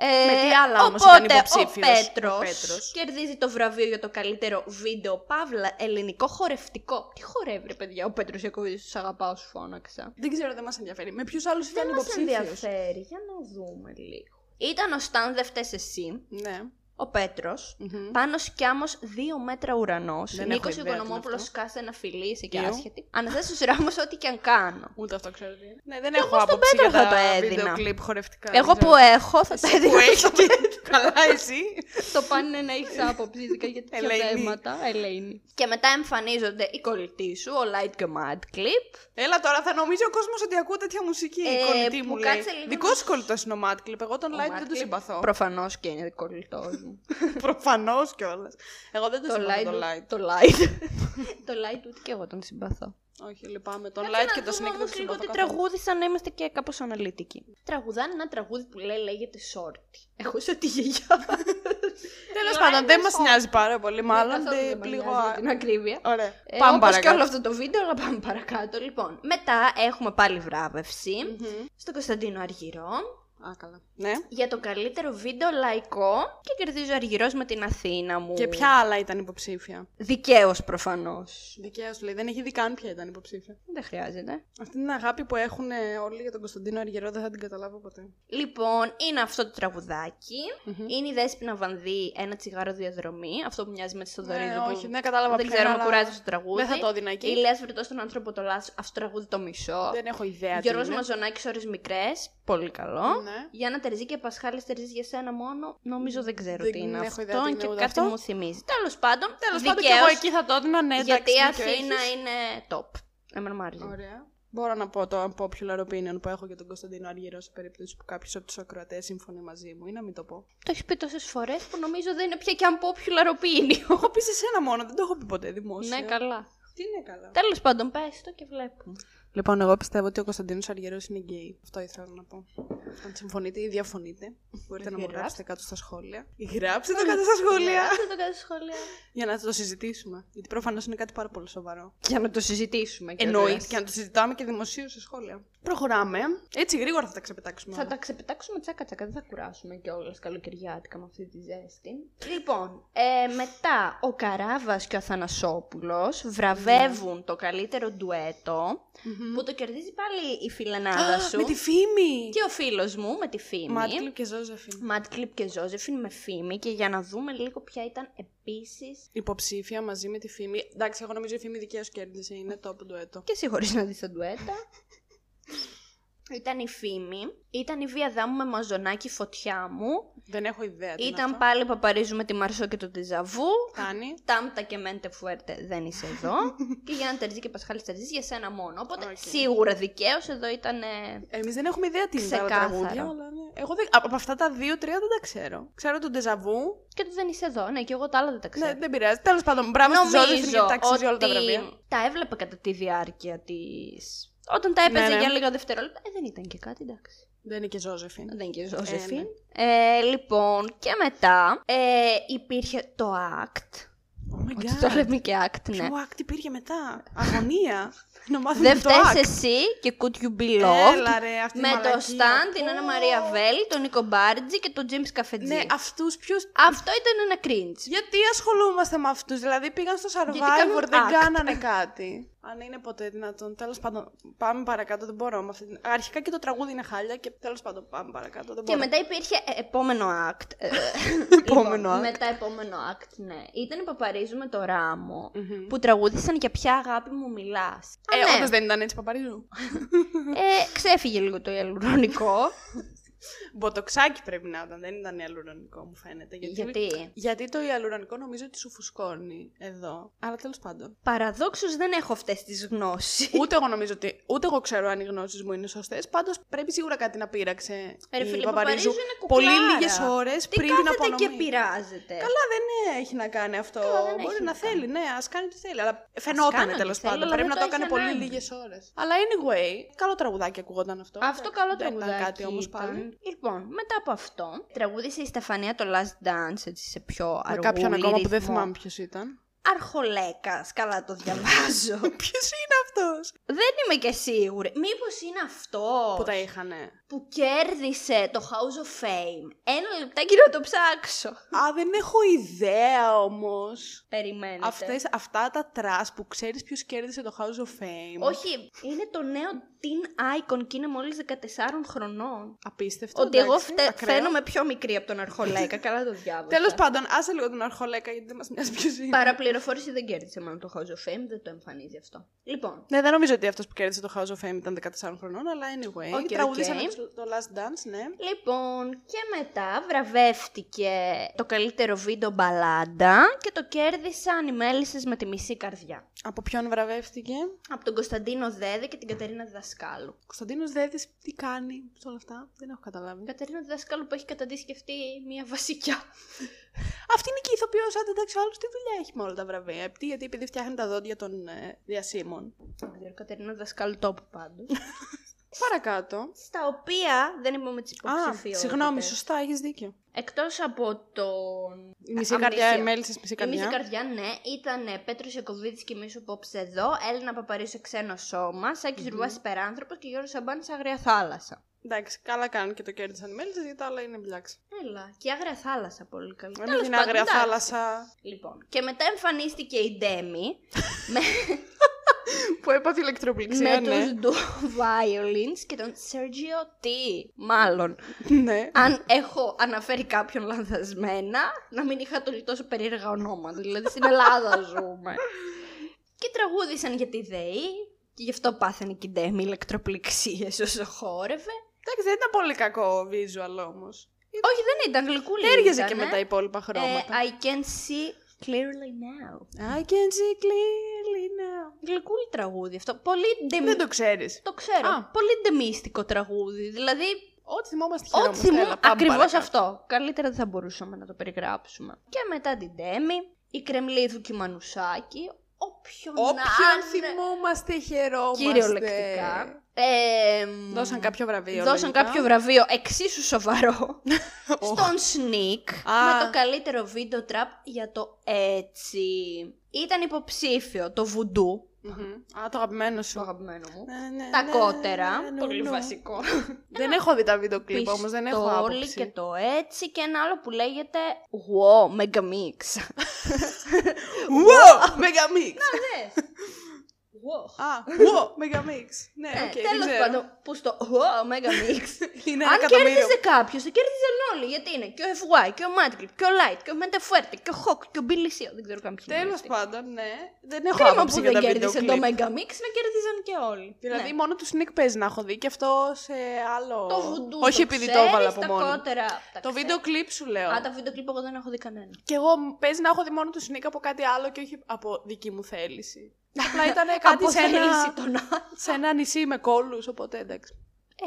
S3: Ε,
S2: Με τι άλλα όμως
S3: οπότε,
S2: ήταν υποψήφιος
S3: ο
S2: ο Πέτρος.
S3: Πέτρος κερδίζει το βραβείο για το καλύτερο βίντεο, παύλα, ελληνικό χορευτικό. Τι χορεύει, ρε παιδιά, ο Πέτρος Ιακοβίδης, τους αγαπάω, σου φώναξα.
S2: Δεν ξέρω, δεν μας ενδιαφέρει. Με ποιους άλλους ήταν
S3: Δεν μας
S2: υποψήφιος.
S3: ενδιαφέρει, για να δούμε λίγο. Ήταν ο Σταν, δεν φταίς εσύ.
S2: Ναι.
S3: ο πετρος Πάνω σκιάμος 2 μέτρα ουρανός.
S2: Δεν έχω
S3: Νίκο
S2: ιδέα τι είναι
S3: Οικονομόπουλο,
S2: αυτό.
S3: κάστε να φιλήσει και
S2: Ιου.
S3: άσχετη. Αναθέσεις ράμος ό,τι και αν κάνω.
S2: Ούτε αυτό ξέρω τι είναι. Ναι, δεν
S3: εγώ
S2: έχω
S3: στον
S2: άποψη
S3: Πέτρο
S2: για
S3: θα
S2: τα
S3: το έδινα.
S2: βίντεο κλιπ χορευτικά.
S3: Εγώ
S2: δεν
S3: που
S2: ξέρω.
S3: έχω, θα τα
S2: Εσύ που
S3: έδινα
S2: έχεις
S3: στο
S2: και- Καλά, εσύ.
S3: Το πάνε να έχεις άποψη ειδικά για τέτοια
S2: Ελένη.
S3: θέματα. Ελένη. Και μετά εμφανίζονται οι κολλητοί σου, ο Light και ο Mad Clip.
S2: Έλα τώρα, θα νομίζει ο κόσμος ότι ακούω τέτοια μουσική.
S3: Ε,
S2: η κολλητή
S3: που
S2: μου λέει.
S3: κάτσε λίγο να
S2: Δικό
S3: τους-
S2: σου κολλητός είναι ο Mad Clip. Εγώ τον
S3: Ο
S2: Light
S3: Mad
S2: δεν τον
S3: Clip
S2: συμπαθώ.
S3: Προφανώς και είναι κολλητός μου.
S2: Προφανώς κιόλας. Εγώ *laughs* δεν τον συμπαθώ τον Light.
S3: Το Light. *laughs* Το Light ούτε και εγώ τον συμπαθώ.
S2: Όχι, λυπάμαι. Τον Light και τον Sneak δεν
S3: όμως
S2: τον
S3: λίγο
S2: συμπαθώ.
S3: τι
S2: καθόλου.
S3: τραγούδισαν να είμαστε και κάπως αναλυτικοί. Τραγουδάνε ένα τραγούδι που λέει λέγεται Shorty. Έχω σε τη *laughs* γιαγιά.
S2: Τέλο
S3: Λορένα
S2: πάντων, δεν μα
S3: Σόρ.
S2: νοιάζει πάρα πολύ.
S3: Ναι,
S2: Μάλλον
S3: καθόλου
S2: δεν
S3: με
S2: πληγώ.
S3: νοιάζει για την ακρίβεια.
S2: Ωραία.
S3: Ε,
S2: Πάμε
S3: όπως και όλο
S2: παρακάτω.
S3: αυτό το βίντεο, αλλά πάμε παρακάτω. Λοιπόν, μετά έχουμε πάλι βράβευση
S2: Μμμ.
S3: στον Κωνσταντίνο Αργυρό
S2: Α, καλά. Ναι.
S3: για το καλύτερο βίντεο λαϊκό και κερδίζει ο Αργυρός με την Αθήνα μου.
S2: Και ποια άλλα ήταν υποψήφια.
S3: Δικαίως προφανώς.
S2: Δικαία σου λέει, δεν έχει δει καν ποια ήταν υποψήφια.
S3: Δεν χρειάζεται.
S2: Αυτή την αγάπη που έχουν ε, όλοι για τον Κωνσταντίνο Αργυρό δεν θα την καταλάβω ποτέ.
S3: Λοιπόν, είναι αυτό το τραγουδακι
S2: Μμμ.
S3: Είναι η Δέσποινα Βανδύ, ένα τσιγάρο διαδρομή. Αυτό που μοιάζει με τη Σοδωρίδου.
S2: Ναι,
S3: που-
S2: όχι, ναι, κατάλαβα
S3: Δεν
S2: ποια,
S3: ξέρω, με
S2: αλλά
S3: κουράζει το τραγούδι.
S2: Δεν θα το έδινα
S3: Η
S2: εκεί.
S3: Λέα Βρετός στον άνθρωπο το λάθο, αυτό το τραγούδι το μισό.
S2: Δεν έχω ιδέα. τι
S3: Γιώργος
S2: είναι.
S3: Μαζονάκης, ώρες μικρές. Πολύ καλό.
S2: Ναι.
S3: Γιάννα Τερζή και Πασχάλης Τερζή για σένα μόνο. Νομίζω δεν ξέρω
S2: Δεν
S3: τι είναι
S2: έχω
S3: αυτό.
S2: ιδέα τι είναι
S3: και
S2: ούτε
S3: κάτι
S2: αυτό.
S3: μου θυμίζει. Τέλος πάντων,
S2: Τέλος πάντων, και
S3: δικαίως,
S2: εγώ εκεί θα το έδινα, ναι,
S3: Γιατί η
S2: εντάξει, δίκιο
S3: Αθήνα
S2: έχεις.
S3: είναι top. Εμένα μου άρεσε.
S2: Ωραία. Μπορώ να πω το unpopular opinion που έχω για τον Κωνσταντίνο Αργυρό σε περίπτωση που κάποιος από τους ακροατές συμφωνεί μαζί μου ή να μην το πω.
S3: Το έχεις πει τόσες φορές που νομίζω δεν είναι πια και unpopular opinion.
S2: Έχω πει σε σένα μόνο, δεν το έχω πει ποτέ δημόσια.
S3: ναι, καλά.
S2: Τι είναι καλά.
S3: Τέλος πάντων, πες το και βλέπουμε.
S2: Λοιπόν, εγώ πιστεύω ότι ο Κωνσταντίνος Αργυρός είναι γκέι. Αυτό ήθελα να πω. Αν συμφωνείτε ή διαφωνείτε, μπορείτε να μου
S3: Γράψτε.
S2: γράψετε κάτω στα σχόλια. Γράψτε το κάτω στα σχόλια!
S3: Δεν το κάνω σχόλια.
S2: Για να το συζητήσουμε. Γιατί προφανώς είναι κάτι πάρα πολύ σοβαρό.
S3: Για να το συζητήσουμε κιόλας.
S2: Εννοείται και να το συζητάμε και δημοσίως σε σχόλια. Προχωράμε. Έτσι γρήγορα θα τα ξεπετάξουμε.
S3: Θα
S2: όλα.
S3: τα ξεπετάξουμε τσάκα τσάκα, δεν θα κουράσουμε κιόλας καλοκαιριάτικα με αυτή τη ζέστη. Λοιπόν, ε, μετά ο Καράβας και ο Αθανασόπουλος βραβεύουν το καλύτερο ντουέτο
S2: Μμμ.
S3: που το κερδίζει πάλι η φιλενάδα σου.
S2: Με τη φήμη!
S3: Και ο φίλος μου με τη φήμη.
S2: Μάτκλιπ και Ζώζεφιν.
S3: Μάτκλιπ και Ζώζεφιν με φήμη και για να δούμε λίγο ποια ήταν επίσης.
S2: Υποψήφια μαζί με τη φήμη. Εντάξει, εγώ νομίζω η φήμη δικιά σου κέρδισε. Είναι top ντουέτο.
S3: Και συγχωρείς να δεις τα ντουέτα. Ήταν η φήμη, ήταν η βία δάμου με μαζονάκι φωτιά μου,
S2: Δεν έχω ιδέα. τι είναι
S3: ήταν
S2: αυτό.
S3: πάλι παπαρίζου με τη Μαρσό και το Τιζαβού,
S2: Φτάνει.
S3: Τάμτα και μέντε φουέρτε δεν είσαι εδώ.
S2: *laughs*
S3: και Γιάννα Τερζή και Πασχάλης Τερζής για σένα μόνο. Οπότε
S2: Οκ.
S3: σίγουρα δικαίως εδώ ήταν.
S2: Εμείς δεν έχουμε ιδέα τι είναι τα άλλα
S3: Ξεκάθαρο.
S2: τραγούδια. Αλλά ναι. Εγώ δεν... από αυτά τα δύο-τρία δεν τα ξέρω. Ξέρω τον Τεζαβού.
S3: Και το δεν είσαι εδώ. Ναι, και εγώ τα άλλα δεν τα ξέρω.
S2: Ναι, δεν πειράζει. Τέλος πάντων, μπράβο στη Ζώζεφιν γιατί τα αξίζει όλα τα βραβεία.
S3: τα έβλεπα κατά τη διάρκεια της. Όταν τα έπαιζε
S2: Ναι, ναι.
S3: για λίγα δευτερόλεπτα. Ε, δεν ήταν και κάτι, εντάξει.
S2: Δεν είναι και Ζώζεφιν.
S3: Δεν είναι και η
S2: Ε,
S3: Ζώζεφιν.
S2: ναι.
S3: Ε, λοιπόν, και μετά ε, υπήρχε το act.
S2: Oh my
S3: Ότι το
S2: god.
S3: λέμε και act, ναι.
S2: Ποιο act υπήρχε μετά. Αγωνία. να μάθουμε
S3: Δεν
S2: το
S3: φταίεις
S2: act.
S3: εσύ και could you be loved.
S2: Έλα ρε, αυτή η
S3: με το
S2: μαλακία.
S3: Σταν, την Άννα
S2: Πω.
S3: Μαρία Βέλη, τον Νίκο Μπάρτζη και τον Τζιμ Καφετζή.
S2: Ναι, αυτούς ποιους.
S3: Αυτό ήταν ένα cringe.
S2: Γιατί ασχολούμαστε με αυτούς, Δηλαδή πήγαν στο survivor,
S3: κάνουν
S2: δεν
S3: act.
S2: κάνανε κάτι. Αν είναι ποτέ δυνατόν. Τέλος πάντων, πάμε παρακάτω, δεν μπορώ. Με αυτή... την- Αρχικά και το τραγούδι είναι χάλια και τέλος πάντων πάμε παρακάτω. Δεν
S3: Και
S2: μπορώ.
S3: μετά υπήρχε ε, επόμενο act.
S2: *laughs*
S3: Ε,
S2: Επόμενο
S3: λοιπόν,
S2: act.
S3: Μετά επόμενο act, ναι. Ήταν η Παπαρίζου με το Ράμο
S2: Μμμ.
S3: που τραγούδησαν για ποια αγάπη μου μιλάς.
S2: Ε, όντως δεν ήταν έτσι παπαρίζου.
S3: ε, ξέφυγε λίγο το ιαλουρονικό.
S2: Μποτοξάκι πρέπει να ήταν, δεν ήταν ιαλουρονικό μου φαίνεται. *laughs* Γιατί,
S3: γιατί.
S2: γιατί το ιαλουρονικό νομίζω ότι σου φουσκώνει εδώ. Αλλά τέλος πάντων.
S3: Παραδόξως δεν έχω αυτές τις γνώσεις.
S2: ούτε εγώ νομίζω ότι. Ούτε εγώ ξέρω αν οι γνώσεις μου είναι σωστές. Πάντως πρέπει σίγουρα κάτι να πείραξε.
S3: Ρε
S2: η
S3: φίλε,
S2: Παπαρίζου
S3: Παπαρίζου είναι κουκλάρα.
S2: πολύ λίγες ώρες
S3: Τι
S2: πριν την
S3: κάθεται
S2: απονομή.
S3: και πειράζεται.
S2: Καλά, δεν ε, έχει να κάνει αυτό.
S3: δεν
S2: Μπορεί
S3: έχει
S2: να
S3: να κάνει.
S2: θέλει, ναι, ας κάνει τι θέλει. Αλλά
S3: κάνει
S2: φαινόταν
S3: ό,τι
S2: τέλος
S3: θέλει,
S2: πάντων.
S3: αλλά
S2: Πρέπει να
S3: δεν το
S2: το
S3: έχει
S2: έκανε πολύ
S3: ανάγκη.
S2: λίγες ώρες. Αλλά anyway, καλό τραγουδάκι ακούγονταν αυτό.
S3: Αυτό καλό
S2: δεν
S3: τραγουδάκι
S2: ήταν κάτι όμως
S3: ήταν.
S2: πάλι.
S3: Λοιπόν, μετά από αυτό, τραγούδησε η Στεφανία το Last Dance, έτσι σε πιο αργό
S2: *laughs* Με κάποιον ακόμα που δεν θυμάμαι ποιος ήταν.
S3: Αρχολέκας. Καλά το διαβάζω.
S2: *laughs* Ποιος είναι αυτός.
S3: Δεν είμαι και σίγουρη. Μήπως είναι αυτός
S2: Που τα είχανε.
S3: που κέρδισε το House of Fame. Ένα λεπτάκι να το ψάξω.
S2: Α, δεν έχω ιδέα όμως.
S3: Περιμένετε.
S2: Αυτές, αυτά τα τρας που ξέρεις ποιος κέρδισε το House of Fame.
S3: Όχι, είναι το νέο teen icon και είναι μόλις 14 χρονών.
S2: Απίστευτο.
S3: Ότι εγώ φτε... φαίνομαι πιο μικρή από τον Αρχολέκα. Καλά το διάβασα.
S2: Τέλος πάντων, άσε λίγο τον αρχολέκα γιατί δεν μας νοιάζει ποιος είναι.
S3: Παραπληροφόρηση δεν κέρδισε μόνο το House of Fame, δεν το εμφανίζει αυτό. Λοιπόν,
S2: Ναι, δεν νομίζω ότι αυτός που κέρδισε το House of Fame ήταν 14 χρονών, αλλά anyway.
S3: Οκ, οκ.
S2: Τραγουδήσαμε το- το Last Dance, ναι.
S3: Λοιπόν, και μετά βραβεύτηκε το καλύτερο βίντεο μπαλάντα και το κέρδισαν οι μέλισσες με τη μισή καρδιά.
S2: Από ποιον βραβεύτηκε.
S3: Από τον Κωνσταντίνο Δέδε και την Κατερίνα Διδασκάλου.
S2: Κωνσταντίνος Δέδης, τι κάνει σε όλα αυτά, δεν έχω καταλάβει.
S3: Η Κατερίνα Διδασκάλου που έχει καταντήσει και αυτή μία βασικιά.
S2: Αυτή είναι και η ηθοποιός, αν εντάξει, ο άλλος τι δουλειά έχει με όλα τα βραβεία. Τι, γιατί επειδή φτιάχνει τα δόντια των ε, διασύμων.
S3: Δεν ξέρω, Κατερίνα Διδασκάλου τόπο
S2: *laughs*
S3: πάντως.
S2: Παρακάτω.
S3: Στα οποία δεν είμαι με τις
S2: Α,
S3: υποψηφιότητες.
S2: συγγνώμη, σωστά, έχεις δίκιο.
S3: Εκτός από τον...
S2: Η μισή
S3: Α,
S2: καρδιά,
S3: αμνησία.
S2: η μέλισσα μισή
S3: Η μισή
S2: καρδιά.
S3: καρδιά, ναι, ήταν Πέτρος Ιακοβίδης και Μίσο Πόψ εδώ, Έλληνα Παπαρίου σε ξένο σώμα, Σάκης mm-hmm. Ρουβάς Υπεράνθρωπος και Γιώργος Σαμπάνης σε Αγρία Θάλασσα.
S2: Εντάξει, καλά κάνουν και το κέρδισαν οι μέλισσες, γιατί τα άλλα είναι μπλάξ.
S3: Έλα, και Άγρια Θάλασσα πολύ καλή.
S2: Εμείς
S3: Τέλος
S2: είναι
S3: πάντων,
S2: άγρια
S3: εντάξει.
S2: θάλασσα.
S3: Λοιπόν, και μετά εμφανίστηκε η *laughs* Ντέμι με,
S2: Που έπαθε ηλεκτροπληξία,
S3: με
S2: ναι.
S3: τους Duo Violins και τον Sergio T. Μάλλον,
S2: Ναι.
S3: αν έχω αναφέρει κάποιον λανθασμένα, να μην είχα το τόσο περίεργα ονόματα. Δηλαδή στην Ελλάδα ζούμε. και τραγούδησαν για τη ΔΕΗ. Και γι' αυτό πάθανε και η Ντέμι ηλεκτροπληξίες όσο χόρευε.
S2: Εντάξει, δεν ήταν πολύ κακό visual όμως.
S3: Όχι, δεν ήταν, γλυκούλη
S2: Έργεζε
S3: ήταν,
S2: και
S3: ε.
S2: με τα υπόλοιπα
S3: Ε,
S2: χρώματα.
S3: I can see clearly now.
S2: I can see clearly now.
S3: Γλυκούλη τραγούδι αυτό. Πολύ ντε-
S2: Δεν το ξέρεις.
S3: Το ξέρω.
S2: Α.
S3: Πολύ ντεμίστικο τραγούδι. Δηλαδή,
S2: Ό,τι θυμόμαστε
S3: ό,τι
S2: χαιρόμαστε.
S3: θυμούν
S2: Έλα, πάμε
S3: ακριβώς
S2: παρακάτω.
S3: αυτό. Καλύτερα δεν θα μπορούσαμε να το περιγράψουμε. Και μετά την Ντέμι, η Κρεμλίδου και η Μανουσάκη. Όποιον,
S2: Όποιον
S3: να είναι,
S2: θυμόμαστε χαιρόμαστε.
S3: Κυριολεκτικά. Ε, μ,
S2: Δώσαν κάποιο βραβείο.
S3: δώσαν
S2: λογικά.
S3: κάποιο βραβείο εξίσου
S2: *laughs*
S3: σοβαρό στον Σνίκ
S2: Α.
S3: με το καλύτερο βίντεο τραπ για το έτσι. Ήταν υποψήφιο το βουντού,
S2: Μμμ. Α, το αγαπημένο
S3: το
S2: σου.
S3: αγαπημένο μου.
S2: Ναι, ναι,
S3: Τα
S2: ναι,
S3: κότερα,
S2: ναι, ναι,
S3: το
S2: ναι.
S3: βασικό.
S2: Δεν έχω δει τα βίντεο κλιπ όμως, δεν έχω
S3: Πιστόλι
S2: άποψη.
S3: και το έτσι και ένα άλλο που λέγεται Wow, Mega Mix.
S2: Wow, Megamix!
S3: wow.
S2: Ναι. Α, wow, Megamix. Ναι,
S3: Ναι,
S2: οκ, δεν
S3: τέλος
S2: ξέρω.
S3: πάντων, που στο Wow, Mega Mix.
S2: Είναι *laughs* ένα
S3: Αν
S2: εκατομμύριο.
S3: κέρδιζε κάποιος, θα κέρδιζαν όλοι. Γιατί είναι και ο FY και ο Madclip και ο Light και ο Μετεfuerte και ο Hawk και ο Billy Seal. Δεν ξέρω κάποιοι.
S2: Τέλος πάντων, ναι. Δεν έχω
S3: Κρίμα
S2: άποψη
S3: που
S2: για
S3: δεν
S2: τα βίντεο
S3: κέρδισε το
S2: κλιπ.
S3: Mega Mix, να κέρδιζαν και όλοι.
S2: Δηλαδή
S3: Ναι.
S2: μόνο του Sneak παίζει να έχω δει και αυτό σε άλλο...
S3: το βουντού.
S2: Όχι
S3: το
S2: επειδή το
S3: ξέρεις,
S2: έβαλα από
S3: τα
S2: μόνο. μου.
S3: Κότερα, τα
S2: Το
S3: ξέρεις.
S2: βίντεο κλιπ σου λέω.
S3: Α, τα βίντεο κλιπ εγώ δεν έχω δει κανένα.
S2: Και εγώ παίζει να έχω δει μόνο του Sneak από κάτι άλλο και όχι από δική μου
S3: *laughs*
S2: θέληση. Απλά ήταν Ε, κάτι σε
S3: θέληση
S2: ένα,
S3: τον άλλον.
S2: σε ένα νησί με κόλλους, οπότε εντάξει.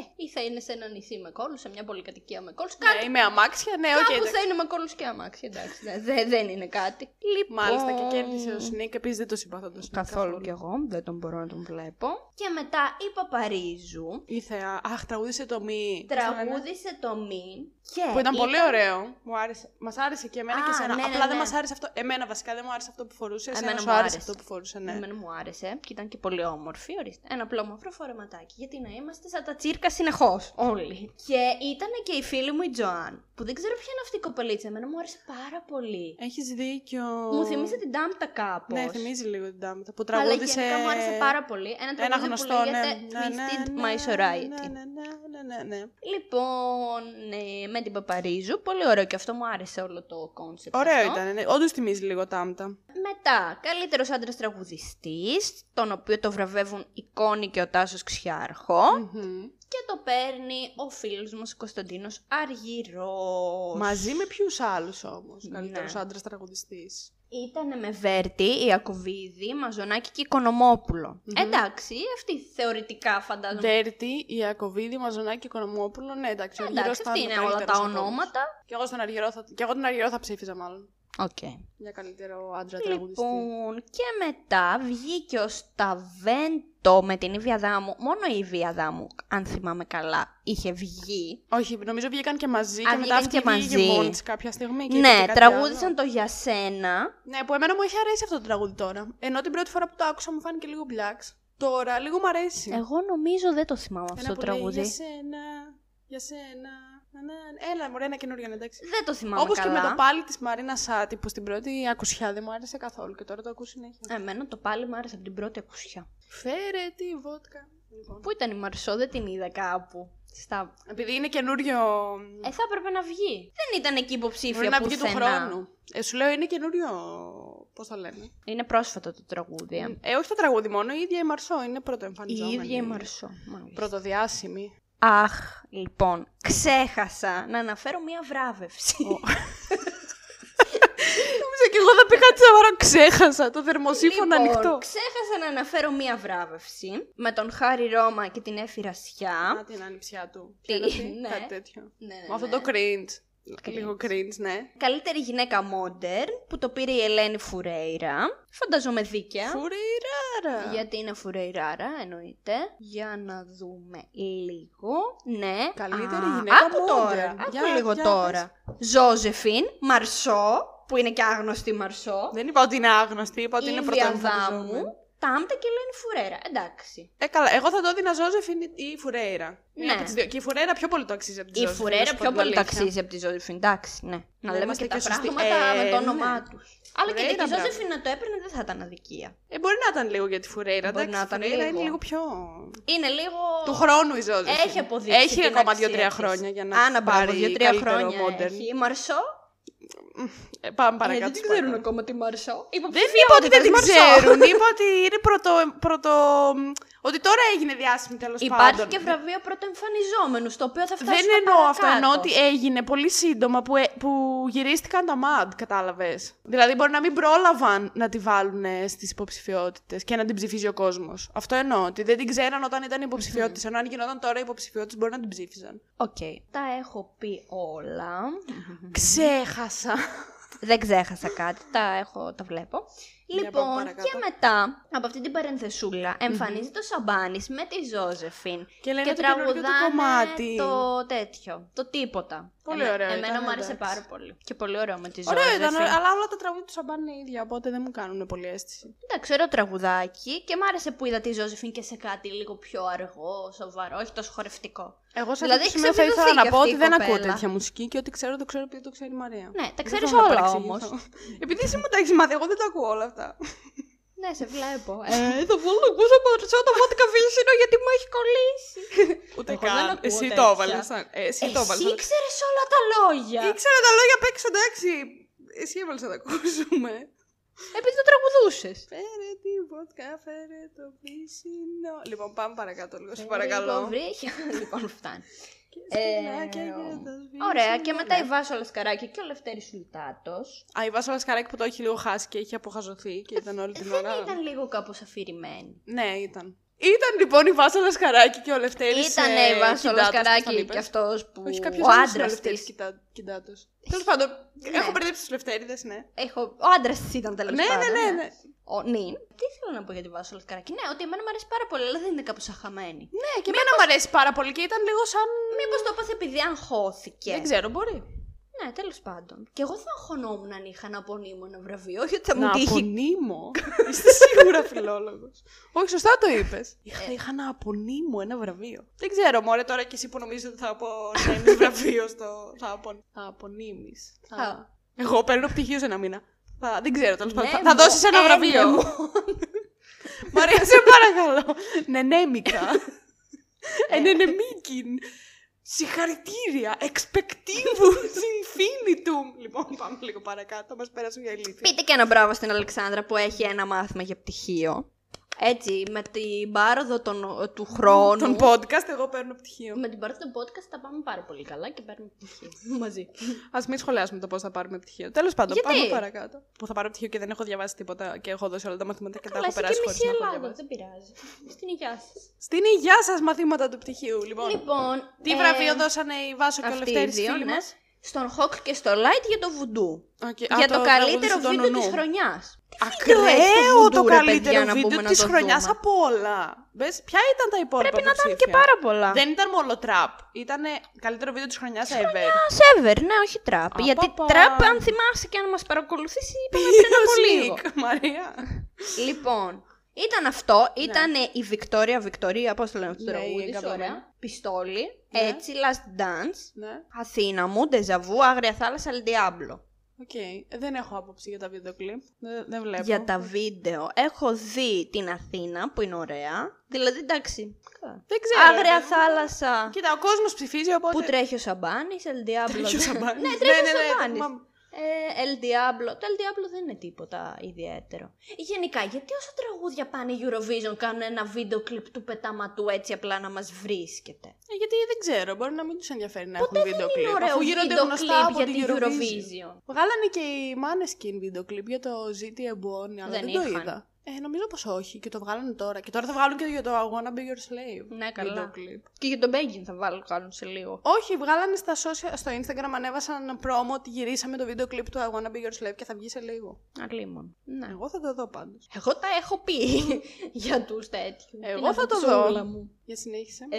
S3: Ε, ή θα είναι σε ένα νησί με κόλου, σε μια πολυκατοικία με κόλου. Κάτι
S2: Ναι, με αμάξια, ναι, οκ.
S3: Κάπου
S2: εντάξει.
S3: θα είναι με κόλλους και αμάξι, εντάξει, ναι, δε- δεν είναι κάτι. Λοιπόν,
S2: Μάλιστα και κέρδισε ο Σνίκ. Επίσης δεν το συμπαθώ τον Σνίκ.
S3: Καθόλου κι εγώ, δεν τον μπορώ να τον βλέπω. Και μετά η Παπαρίζου
S2: Ήρθε. α, Αχ, τραγούδισε το μη.
S3: Ναι,
S2: Πώς το λένε?
S3: τραγούδισε το Μην και...
S2: Που ήταν πολύ ωραίο. Μου άρεσε. Μας άρεσε και εμένα
S3: Α,
S2: και εσένα.
S3: ναι, ναι,
S2: Απλά δεν
S3: ναι.
S2: μας άρεσε αυτό. Εμένα βασικά δεν μου άρεσε αυτό που φορούσε. Εσένα
S3: Εμένα
S2: σου
S3: μου
S2: άρεσε
S3: άρεσε.
S2: αυτό που φορούσε, ναι.
S3: Εμένα μου άρεσε και ήταν και πολύ όμορφη. Ορίστε. Ένα απλό μαύρο φορεματάκι. Γιατί να είμαστε σαν τα τσίρκα συνεχώς. Όλοι. Και ήταν και η φίλη μου η Τζοάν. Που δεν ξέρω ποια είναι αυτή η κοπελίτσα. Εμένα μου άρεσε πάρα πολύ.
S2: Έχεις δίκιο.
S3: Μου θυμίζει την Ντάμπτα κάπως.
S2: Ναι, θυμίζει λίγο την Ντάμτα. Που
S3: Αλλά
S2: τραγούδισε.
S3: γενικά μου άρεσε πάρα πολύ. Ένα τραγούδι
S2: Ένα γνωστό,
S3: που
S2: ναι.
S3: λέγεται
S2: Ναι, ναι,
S3: Twisted
S2: ναι,
S3: My Sorority.
S2: ναι, ναι, ναι, ναι, ναι.
S3: Λοιπόν, ναι, με την Παπαρίζου. Πολύ ωραίο και αυτό μου άρεσε όλο το κόνσεπτ.
S2: Ωραίο ήταν. Όντως θυμίζει λίγο Τάμτα.
S3: Μετά, καλύτερος άντρας τραγουδιστής, τον οποίο το βραβεύουν η Κόνη και ο Τάσος Ξιάρχο.
S2: Μμμ.
S3: Και το παίρνει ο φίλος μας ο Κωνσταντίνος Αργυρός.
S2: Μαζί με ποιους άλλους όμως.
S3: Ναι.
S2: Καλύτερος άντρας τραγουδιστής.
S3: Ήτανε με Βέρτη, Ιακωβίδη, Μαζονάκη και οικονομοπουλο Εντάξει, αυτοί θεωρητικά φαντάζομαι.
S2: Ντέρτι, Ιακοβίδη, Μαζονάκη, Οικονομόπουλο. Ναι, εντάξει, ο Αργυρός
S3: Εντάξει,
S2: θα
S3: αυτοί
S2: ο
S3: είναι όλα τα
S2: καλύτερος από όλους.
S3: ονόματα.
S2: Κι εγώ, στον αργυρό θα... κι εγώ τον Αργυρό θα ψήφιζα, μάλλον.
S3: Οκ.
S2: Για καλύτερο άντρα τραγουδιστή.
S3: Λοιπόν, και μετά βγήκε ο Σταβέντο με την Ήβια Δάμου. Μόνο η Ήβια Δάμου, αν θυμάμαι καλά, είχε βγει.
S2: Όχι, νομίζω βγήκαν και μαζί
S3: Α,
S2: και μετά
S3: βγήκαν
S2: αυτή
S3: και
S2: βγήκε
S3: μαζί.
S2: μόνη της κάποια στιγμή. Και είπε
S3: ναι,
S2: κάτι
S3: τραγούδισαν
S2: άλλο.
S3: το για σένα.
S2: Ναι, που εμένα μου έχει αρέσει αυτό το τραγούδι τώρα. Ενώ την πρώτη φορά που το άκουσα μου φάνηκε λίγο μπλάξ. Τώρα λίγο μου αρέσει.
S3: Εγώ νομίζω δεν το θυμάμαι
S2: Ένα
S3: αυτό το
S2: που λέει,
S3: τραγούδι.
S2: Για σένα, για σένα. Να, να. Έλα, μωρέ, ένα καινούριο, ναι, εντάξει.
S3: Δεν το θυμάμαι
S2: Όπως και
S3: καλά.
S2: με το πάλι της Μαρίνα Σάτι, που στην πρώτη ακουσιά δεν μου άρεσε καθόλου και τώρα το ακούω συνέχεια.
S3: Εμένα το πάλι μου άρεσε από την πρώτη ακουσιά.
S2: Φέρε τη βότκα. Λοιπόν.
S3: Πού ήταν η Μαρσό, δεν την είδα κάπου. Στα...
S2: Επειδή είναι καινούριο.
S3: Ε, θα έπρεπε να βγει. Δεν ήταν εκεί υποψήφια
S2: Μπορεί να βγει του
S3: πουθενά.
S2: χρόνου. Ε, σου λέω είναι καινούριο. Πώς το λένε.
S3: Είναι πρόσφατο το τραγούδι. ε.
S2: Ε, όχι το τραγούδι μόνο, η ίδια η Μαρσό είναι
S3: Η
S2: πρωτοεμφανιζόμενη.
S3: ίδια η Μαρσό. μάλιστα.
S2: Πρωτοδιάσημη. *laughs*
S3: Αχ, λοιπόν, ξέχασα να αναφέρω μία βράβευση.
S2: Νόμιζα και εγώ θα πει κάτι σοβαρό. Ξέχασα το θερμοσύφωνο
S3: Λοιπόν,
S2: ανοιχτό.
S3: Ξέχασα να αναφέρω μία βράβευση με τον Χάρη Ρώμα και την Έφη Ρασιά.
S2: Να την άνοιψιά του. Ποια
S3: Τι,
S2: ήταν αυτή?
S3: ναι.
S2: Κάτι τέτοιο.
S3: Ναι, ναι,
S2: Με αυτό
S3: ναι.
S2: το cringe. Λίγο cringe, ναι.
S3: Καλύτερη γυναίκα modern που το πήρε η Ελένη Φουρέιρα. Φανταζομαι δίκαια.
S2: Φουριράρα.
S3: Γιατί είναι φουρεϊράρα, εννοείται. Για να δούμε λίγο. Ναι.
S2: Καλύτερη
S3: Α,
S2: γυναίκα
S3: Άκου
S2: modern.
S3: τώρα. Άκου
S2: Για-
S3: λίγο
S2: για
S3: τώρα. Ζώζεφιν, Μαρσό, που είναι και άγνωστη Μαρσό.
S2: Δεν είπα ότι είναι άγνωστη, είπα ότι είναι ναι. πρωτοεμφανιζόμενη.
S3: μου. Τάμτα και λένε φουρέρα. Εντάξει.
S2: Ε, καλά. Εγώ θα το έδινα Ζώζεφιν ή- ή Φουρέιρα. Μία
S3: Ναι.
S2: από τις δύο. Και η Φουρέιρα πιο πολύ το αξίζει από τη
S3: Η
S2: Ζώζεφιν. να
S3: φουρέρα
S2: σου πω
S3: πιο
S2: την
S3: πολύ
S2: αλήθεια.
S3: ταξίζει από τη Ζώζεφιν. Εντάξει, ναι. Να λέμε
S2: είμαστε
S3: και τα
S2: και σωστοί.
S3: πράγματα
S2: Ε,
S3: με το
S2: ναι.
S3: όνομά τους. Αλλά και
S2: Φουρέιρα,
S3: τη
S2: μπράβο.
S3: Ζώζεφιν να το έπαιρνε δεν θα ήταν αδικία.
S2: Ε, μπορεί να ήταν λίγο για τη Φουρέιρα.
S3: Μπορεί
S2: εντάξει, η
S3: να ήταν
S2: Φουρέιρα
S3: λίγο.
S2: είναι λίγο πιο.
S3: Είναι λίγο.
S2: Του χρόνου η Ζώζεφιν.
S3: Έχει αποδείξει.
S2: Έχει
S3: την
S2: ακόμα
S3: αξία
S2: δύο-τρία
S3: της.
S2: χρόνια για να
S3: Α, να πάρει
S2: δύο-τρία
S3: δύο-τρία χρόνια. Έχει. Η Μαρσό.
S2: Ε, πάμε
S3: ε,
S2: παρακάτω.
S3: δεν την ξέρουν ακόμα τη Μαρσό.
S2: Δεν είπα ότι δεν την
S3: *laughs*
S2: ξέρουν. Είπα ότι είναι πρωτο. πρωτο- ότι τώρα έγινε διάσημη τέλος πάντων.
S3: Υπάρχει και βραβείο πρωτοεμφανιζόμενου, στο οποίο θα φτάσουμε
S2: Δεν εννοώ αυτό.
S3: παρακάτω.
S2: Εννοώ ότι έγινε πολύ σύντομα που, ε- που γυρίστηκαν τα ΜΑΔ, κατάλαβες. Δηλαδή, μπορεί να μην πρόλαβαν να τη βάλουν στις υποψηφιότητες και να την ψηφίζει ο κόσμος. Αυτό εννοώ. Ότι δεν την ξέραν όταν ήταν υποψηφιότητες. Ενώ αν γινόταν τώρα υποψηφιότητες, μπορεί να την
S3: *laughs*
S2: ψήφιζαν.
S3: Οκ. Τα έχω πει όλα.
S2: Ξέχασα.
S3: Δεν ξέχασα κάτι, τα έχω, τα βλέπω.
S2: Για πάμε
S3: Λοιπόν,
S2: παρακάτω.
S3: και μετά από αυτή την παρενθεσούλα εμφανίζεται ο Σαμπάνης με τη Ζώζεφιν
S2: Και λένε το καινούριο του
S3: τραγουδάνε
S2: κομμάτι.
S3: το τέτοιο, το τίποτα.
S2: Πολύ ωραίο
S3: Εμένα
S2: ήταν,
S3: μου άρεσε
S2: εντάξει.
S3: πάρα πολύ. Και πολύ ωραίο με τη Ζώζεφιν.
S2: Ωραίο ήταν, αλλά όλα τα τραγούδια του Σαμπάν είναι ίδια, οπότε δεν μου κάνουν πολύ αίσθηση.
S3: Εντάξει, ωραίο τραγουδάκι και μ' άρεσε που είδα τη Ζώζεφιν και σε κάτι λίγο πιο αργό, σοβαρό, όχι τόσο χορευτικό.
S2: Εγώ σε
S3: Δηλαδή,
S2: αυτό το σημείο
S3: έχει
S2: θα ήθελα να
S3: ξεπηδωθεί
S2: πω
S3: και
S2: ότι
S3: αυτή η
S2: δεν ακούω
S3: κοπέλα.
S2: τέτοια μουσική και ό,τι ξέρω το ξέρω επειδή το ξέρει η Μαρία.
S3: Ναι, τα
S2: Δεν
S3: ξέρεις
S2: θέλω να
S3: όλα
S2: παρεξηγηθώ.
S3: όμως.
S2: *laughs* Επειδή εσύ μου τα έχεις μάθει, εγώ δεν τα ακούω όλα αυτά.
S3: Ναι, σε βλέπω. ε.
S2: Ε, *laughs* θα βγάλω να ακούσω παρουσιά το βότκα βύσινο γιατί μου έχει κολλήσει. Ούτε
S3: Εγώ δεν
S2: καν.
S3: ακούω
S2: Εσύ
S3: τέτοια.
S2: το έβαλες. ε, Εσύ το
S3: Εσύ
S2: έβαλες.
S3: ήξερες όλα τα λόγια.
S2: Ήξερα τα λόγια απ' έξω, εντάξει. Εσύ έβαλες να τα ακούσουμε.
S3: Επειδή το τραγουδούσες.
S2: Φέρε τη βότκα, φέρε το βύσινο. Λοιπόν, πάμε παρακαλώ λίγο, σε παρακαλώ.
S3: Λοιπόν, βρήκε.
S2: *laughs*
S3: λοιπόν, φτάνει.
S2: Και
S3: Ε,
S2: σκυλάκια για το σβήσιμο.
S3: Ωραία, και μετά η
S2: Ναι.
S3: Βάσο Λασκαράκη και ο Λευτέρης Σουλτάτος.
S2: Α, η Βάσα Λασκαράκη που το έχει λίγο χάσει και έχει αποχαζωθεί και ήταν όλη την
S3: Ε, Δεν
S2: ώρα.
S3: ήταν λίγο κάπως αφηρημένη.
S2: Ναι, ήταν. Ήταν λοιπόν η Βάσα Λασκαράκη και ο Λευτέρης
S3: Ήταν
S2: ε,
S3: η Βάσο
S2: Κιντάτος, πώς τον
S3: Λασκαράκη
S2: είπες.
S3: και αυτός που
S2: Όχι, κάποιο
S3: ο άντρα
S2: Λευτέρης
S3: της. Ναι.
S2: κοιτά, κοιτάτος. Τέλος πάντων, έχω μπερδέψει τους Λευτέριδες, ναι.
S3: Έχω... Ο άντρας της ήταν τέλος
S2: Ναι,
S3: πάντων.
S2: ναι, ναι, ναι.
S3: Ο νυν. Τι θέλω να πω για τη Βάσο Λασκαράκη. Ναι, ότι εμένα μου αρέσει πάρα πολύ, αλλά δεν είναι κάπως αχαμένη.
S2: Ναι, και εμένα μου αρέσει πάρα πολύ και ήταν λίγο σαν...
S3: Μήπως το έπαθε επειδή αγχώθηκε.
S2: Δεν ξέρω, μπορεί.
S3: Ναι, τέλος πάντων. Και εγώ θα αγχωνόμουν αν είχα ένα απονείμο ένα βραβείο, *laughs* γιατί θα μου
S2: Να
S3: τύχει.
S2: απονείμω. *laughs* Είστε σίγουρα φιλόλογος. Όχι, σωστά το είπες. Είχα, είχα να απονείμω ένα βραβείο. Δεν ξέρω, μωρέ, τώρα κι εσύ που νομίζεις ότι θα απονείμεις βραβείο στο... Θα, απον... θα απονείμεις. Θα...
S3: Θα.
S2: Εγώ παίρνω πτυχίο σε ένα μήνα. Θα... Δεν ξέρω, τέλος πάντων.
S3: Ναι,
S2: Θα, θα
S3: μου,
S2: δώσεις ένα
S3: ένε
S2: βραβείο.
S3: μου.
S2: Μαρία, σε παρακαλώ. Ναι, Νενέμικα. Ε, Ενενεμίκιν. ναι, Συγχαρητήρια. Εξπεκτίβου. *laughs* Συμφίνιτουμ. Λοιπόν, πάμε λίγο παρακάτω. Μας πέρασουν για ηλίθεια.
S3: Πείτε και ένα μπράβο στην Αλεξάνδρα που έχει ένα μάθημα για πτυχίο. Έτσι, με την πάροδο των- του χρόνου.
S2: Τον podcast εγώ παίρνω πτυχίο.
S3: Με την πάροδο του podcast τα πάμε πάρα πολύ καλά και παίρνουμε πτυχίο *laughs* μαζί.
S2: Ας μην σχολιάσουμε το πώς θα πάρουμε πτυχίο. Τέλος πάντων,
S3: Γιατί?
S2: πάμε παρακάτω. Που θα πάρω πτυχίο και δεν έχω διαβάσει τίποτα και έχω δώσει όλα τα μαθήματα και τα
S3: Καλά,
S2: έχω
S3: είστε και
S2: περάσει χωρίς
S3: μισή
S2: να έχω
S3: Ελλάδα,
S2: διαβάσει.
S3: δεν πειράζει. *laughs* Στην υγειά σας.
S2: Στην υγειά σας μαθήματα του πτυχίου, λοιπόν.
S3: Λοιπόν,
S2: Τι
S3: ε,
S2: βραβείο δώσανε η Βάσο και ο
S3: αυτοί οι
S2: Λευτέρης
S3: δύο,
S2: φίλοι
S3: ναι.
S2: μας.
S3: στον Χοκ και στο Light για το βουντού.
S2: Οκ, α,
S3: για το, καλύτερο
S2: τραγούδι του
S3: βίντεο
S2: Νονού.
S3: της χρονιάς. βίντεο έχει το
S2: Ακραίο
S3: βουντού,
S2: το
S3: ρε, παιδιά,
S2: καλύτερο
S3: να
S2: βίντεο
S3: πούμε να
S2: της
S3: το
S2: χρονιάς
S3: δούμε.
S2: από όλα. Μπες, ποια ήταν τα υπόλοιπα
S3: Πρέπει να ήταν και
S2: υποψήφια?
S3: πάρα πολλά.
S2: Δεν ήταν μόνο τραπ. Ήταν καλύτερο βίντεο της χρονιάς ever.
S3: Ας ever, ναι, όχι τραπ.
S2: Α,
S3: Γιατί
S2: παπα.
S3: τραπ, αν θυμάσαι και αν μας παρακολουθήσει, είπαμε
S2: Ποιος
S3: πριν από λίγο.
S2: Nick, Μαρία.
S3: Λοιπόν, ήταν αυτό, ήταν η Βικτόρια, Βικτόρια, πώς το λένε αυτό το
S2: Ναι, η
S3: τραγούδι,
S2: εγκαμωμένη.
S3: ωραία. Πιστόλι,
S2: Ναι.
S3: έτσι, Last Dance,
S2: Ναι,
S3: Αθήνα μου, Ντεζαβού, Άγρια Θάλασσα, El Diablo.
S2: οκ. Δεν έχω άποψη για τα βίντεο κλιπ. Δεν, δεν βλέπω.
S3: Για τα βίντεο, έχω δει την Αθήνα που είναι ωραία. Δηλαδή, εντάξει.
S2: Δεν ξέρω. ρε
S3: Άγρια
S2: παιδί μου.
S3: θάλασσα.
S2: Κοίτα, ο κόσμος ψηφίζει οπότε...
S3: Που τρέχει ο Σαμπάνης, El Diablo.
S2: Τρέχει ο
S3: δεν-
S2: Σαμπάνης.
S3: ναι,
S2: Ναι,
S3: τρέχει
S2: ναι, ναι,
S3: ο
S2: το
S3: Σαμπάνη.
S2: θυμάμαι.
S3: Ε, El Diablo. Το El Diablo δεν είναι τίποτα ιδιαίτερο. Γενικά, γιατί όσα τραγούδια πάνε Eurovision κάνουν ένα βίντεο κλιπ του πετάματου έτσι απλά να μας βρίσκεται.
S2: Ε, γιατί δεν ξέρω, μπορεί να μην τους ενδιαφέρει να
S3: Ποτέ
S2: έχουν βίντεο
S3: δεν
S2: κλιπ.
S3: είναι ωραίο
S2: αφού γίνονται
S3: βίντεο
S2: γνωστά
S3: κλιπ
S2: από
S3: για
S2: την
S3: την
S2: Eurovision.
S3: Eurovision.
S2: Βγάλανε και οι Maneskin βίντεο κλιπ για το GT Ebony, αλλά
S3: Δεν
S2: δεν, το
S3: είχαν.
S2: είδα. Ε, νομίζω πως όχι και το βγάλανε τώρα. Και τώρα θα βγάλουν και για το I wanna be your slave.
S3: Ναι, καλά.
S2: βίντεο κλιπ.
S3: Και για τον Μπέγγιν θα βάλω κάνουν σε λίγο.
S2: Όχι, βγάλανε στα social, στο Instagram, ανέβασαν promo ότι γυρίσαμε το βίντεο κλιπ του I wanna be your slave και θα βγει σε λίγο.
S3: Αλίμον. Ναι.
S2: Εγώ θα το δω πάντως.
S3: Εγώ τα έχω
S2: *laughs*
S3: πει για τους τέτοιους.
S2: Εγώ
S3: Την
S2: θα το
S3: απόψούλα
S2: δω.
S3: μου.
S2: Για συνέχισε.
S3: Ε,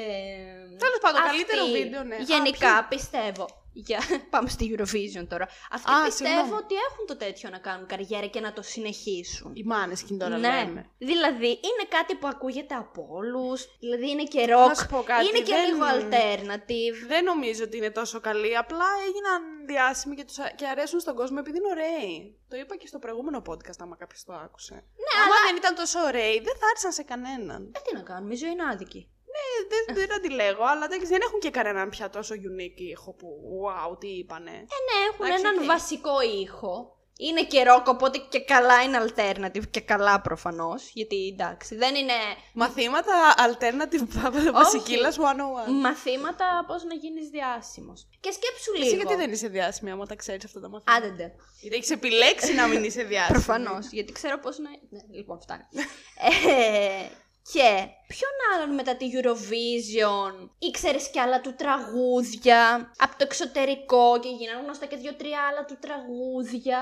S2: Τέλος πάντων,
S3: αυτοί
S2: καλύτερο βίντεο, ναι. Α,
S3: Γενικά πιστεύω. Για... *laughs* Πάμε στη Eurovision τώρα. Αυτοί
S2: Α,
S3: πιστεύω
S2: συγγνώμη.
S3: ότι έχουν το τέτοιο να κάνουν καριέρα και να το συνεχίσουν.
S2: Οι Maneskin τώρα
S3: ναι.
S2: λέμε.
S3: Δηλαδή είναι κάτι που ακούγεται από όλους. Δηλαδή είναι και
S2: Να
S3: rock.
S2: σου πω κάτι,
S3: είναι και
S2: δεν-
S3: λίγο alternative.
S2: Δεν νομίζω ότι είναι τόσο καλή. Απλά έγιναν διάσημοι και, τους, α- και αρέσουν στον κόσμο επειδή είναι ωραίοι. Το είπα και στο προηγούμενο podcast, άμα κάποιος το άκουσε. Ναι, άμα δεν ήταν τόσο ωραίοι, δεν θα άρεσαν σε κανέναν.
S3: Ε, τι να κάνουμε, η ζωή είναι άδικη.
S2: Ε, δεν, δεν αντιλέγω, αλλά εντάξει, δεν έχουν και κανέναν πια τόσο unique ήχο που wow, τι είπανε.
S3: Ναι, έχουν
S2: Εντάξει,
S3: έναν
S2: τι.
S3: βασικό ήχο. Είναι και rock, οπότε και καλά είναι alternative και καλά προφανώς, γιατί εντάξει, δεν είναι
S2: Μαθήματα alternative *laughs* oh βασικίλας 101.
S3: μαθήματα πώς να γίνεις διάσημος. Και σκέψου λίγο.
S2: Εσύ γιατί δεν είσαι διάσημη, άμα τα ξέρεις αυτά τα μαθήματα.
S3: Άντε, ντε.
S2: Γιατί έχεις επιλέξει να μην είσαι διάσημη.
S3: Προφανώς. Γιατί ξέρω πώς να. Ναι,
S2: *laughs*
S3: λοιπόν, φτάνει. ε, και ποιον άλλον μετά τη Eurovision ήξερε κι άλλα του τραγούδια από το εξωτερικό και γίνανε γνωστά και δύο-τρία άλλα του τραγούδια.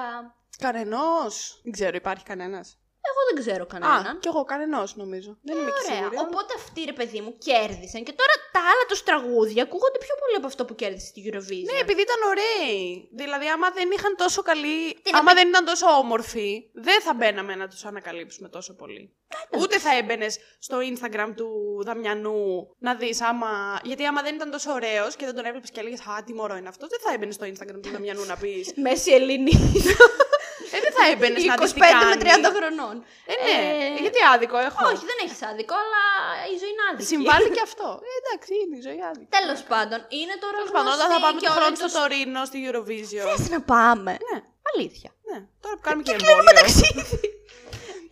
S2: Κανενό. Δεν ξέρω, υπάρχει κανένας.
S3: Εγώ δεν ξέρω
S2: Α,
S3: κανέναν.
S2: κι εγώ κανενός νομίζω. Δεν είμαι και
S3: Ωραία.
S2: σίγουρη. αλλά-
S3: Οπότε αυτοί ρε παιδί μου κέρδισαν και τώρα τα άλλα τους τραγούδια ακούγονται πιο πολύ από αυτό που κέρδισε στη Eurovision.
S2: Ναι, επειδή ήταν ωραίοι. Δηλαδή, άμα δεν είχαν τόσο καλή.
S3: Τι να
S2: άμα δεν ήταν τόσο όμορφοι, δεν θα μπαίναμε να τους ανακαλύψουμε τόσο πολύ. Ούτε θα έμπαινες στο Instagram του Δαμιανού να δεις άμα. Γιατί άμα δεν ήταν τόσο ωραίος και δεν τον έβλεπες και έλεγες Α, τι μωρό είναι αυτό, δεν θα έμπαινες στο Instagram του Δαμιανού να πεις.
S3: Μέση *laughs* Ελληνίδα.
S2: Ε, δεν θα έμπαινες να δεις.
S3: 25 με 30 χρονών.
S2: Ε, ναι,
S3: Ε,
S2: γιατί άδικο έχω.
S3: Όχι, δεν έχεις άδικο, αλλά η ζωή είναι άδικη.
S2: Συμβάλλει και αυτό. Ε, εντάξει, είναι η ζωή άδικη.
S3: Τέλος πάντων, είναι τώρα
S2: Τέλος πάντων, όταν
S3: γνωστή
S2: θα πάμε
S3: και
S2: το
S3: όλοι
S2: χρόνο στο
S3: τους-
S2: Τωρίνο, στη Eurovision.
S3: Θες να πάμε.
S2: Ναι,
S3: Αλήθεια.
S2: ναι. Τώρα που κάνουμε και
S3: Κλείνουμε
S2: εμβόλιο.
S3: ταξίδι.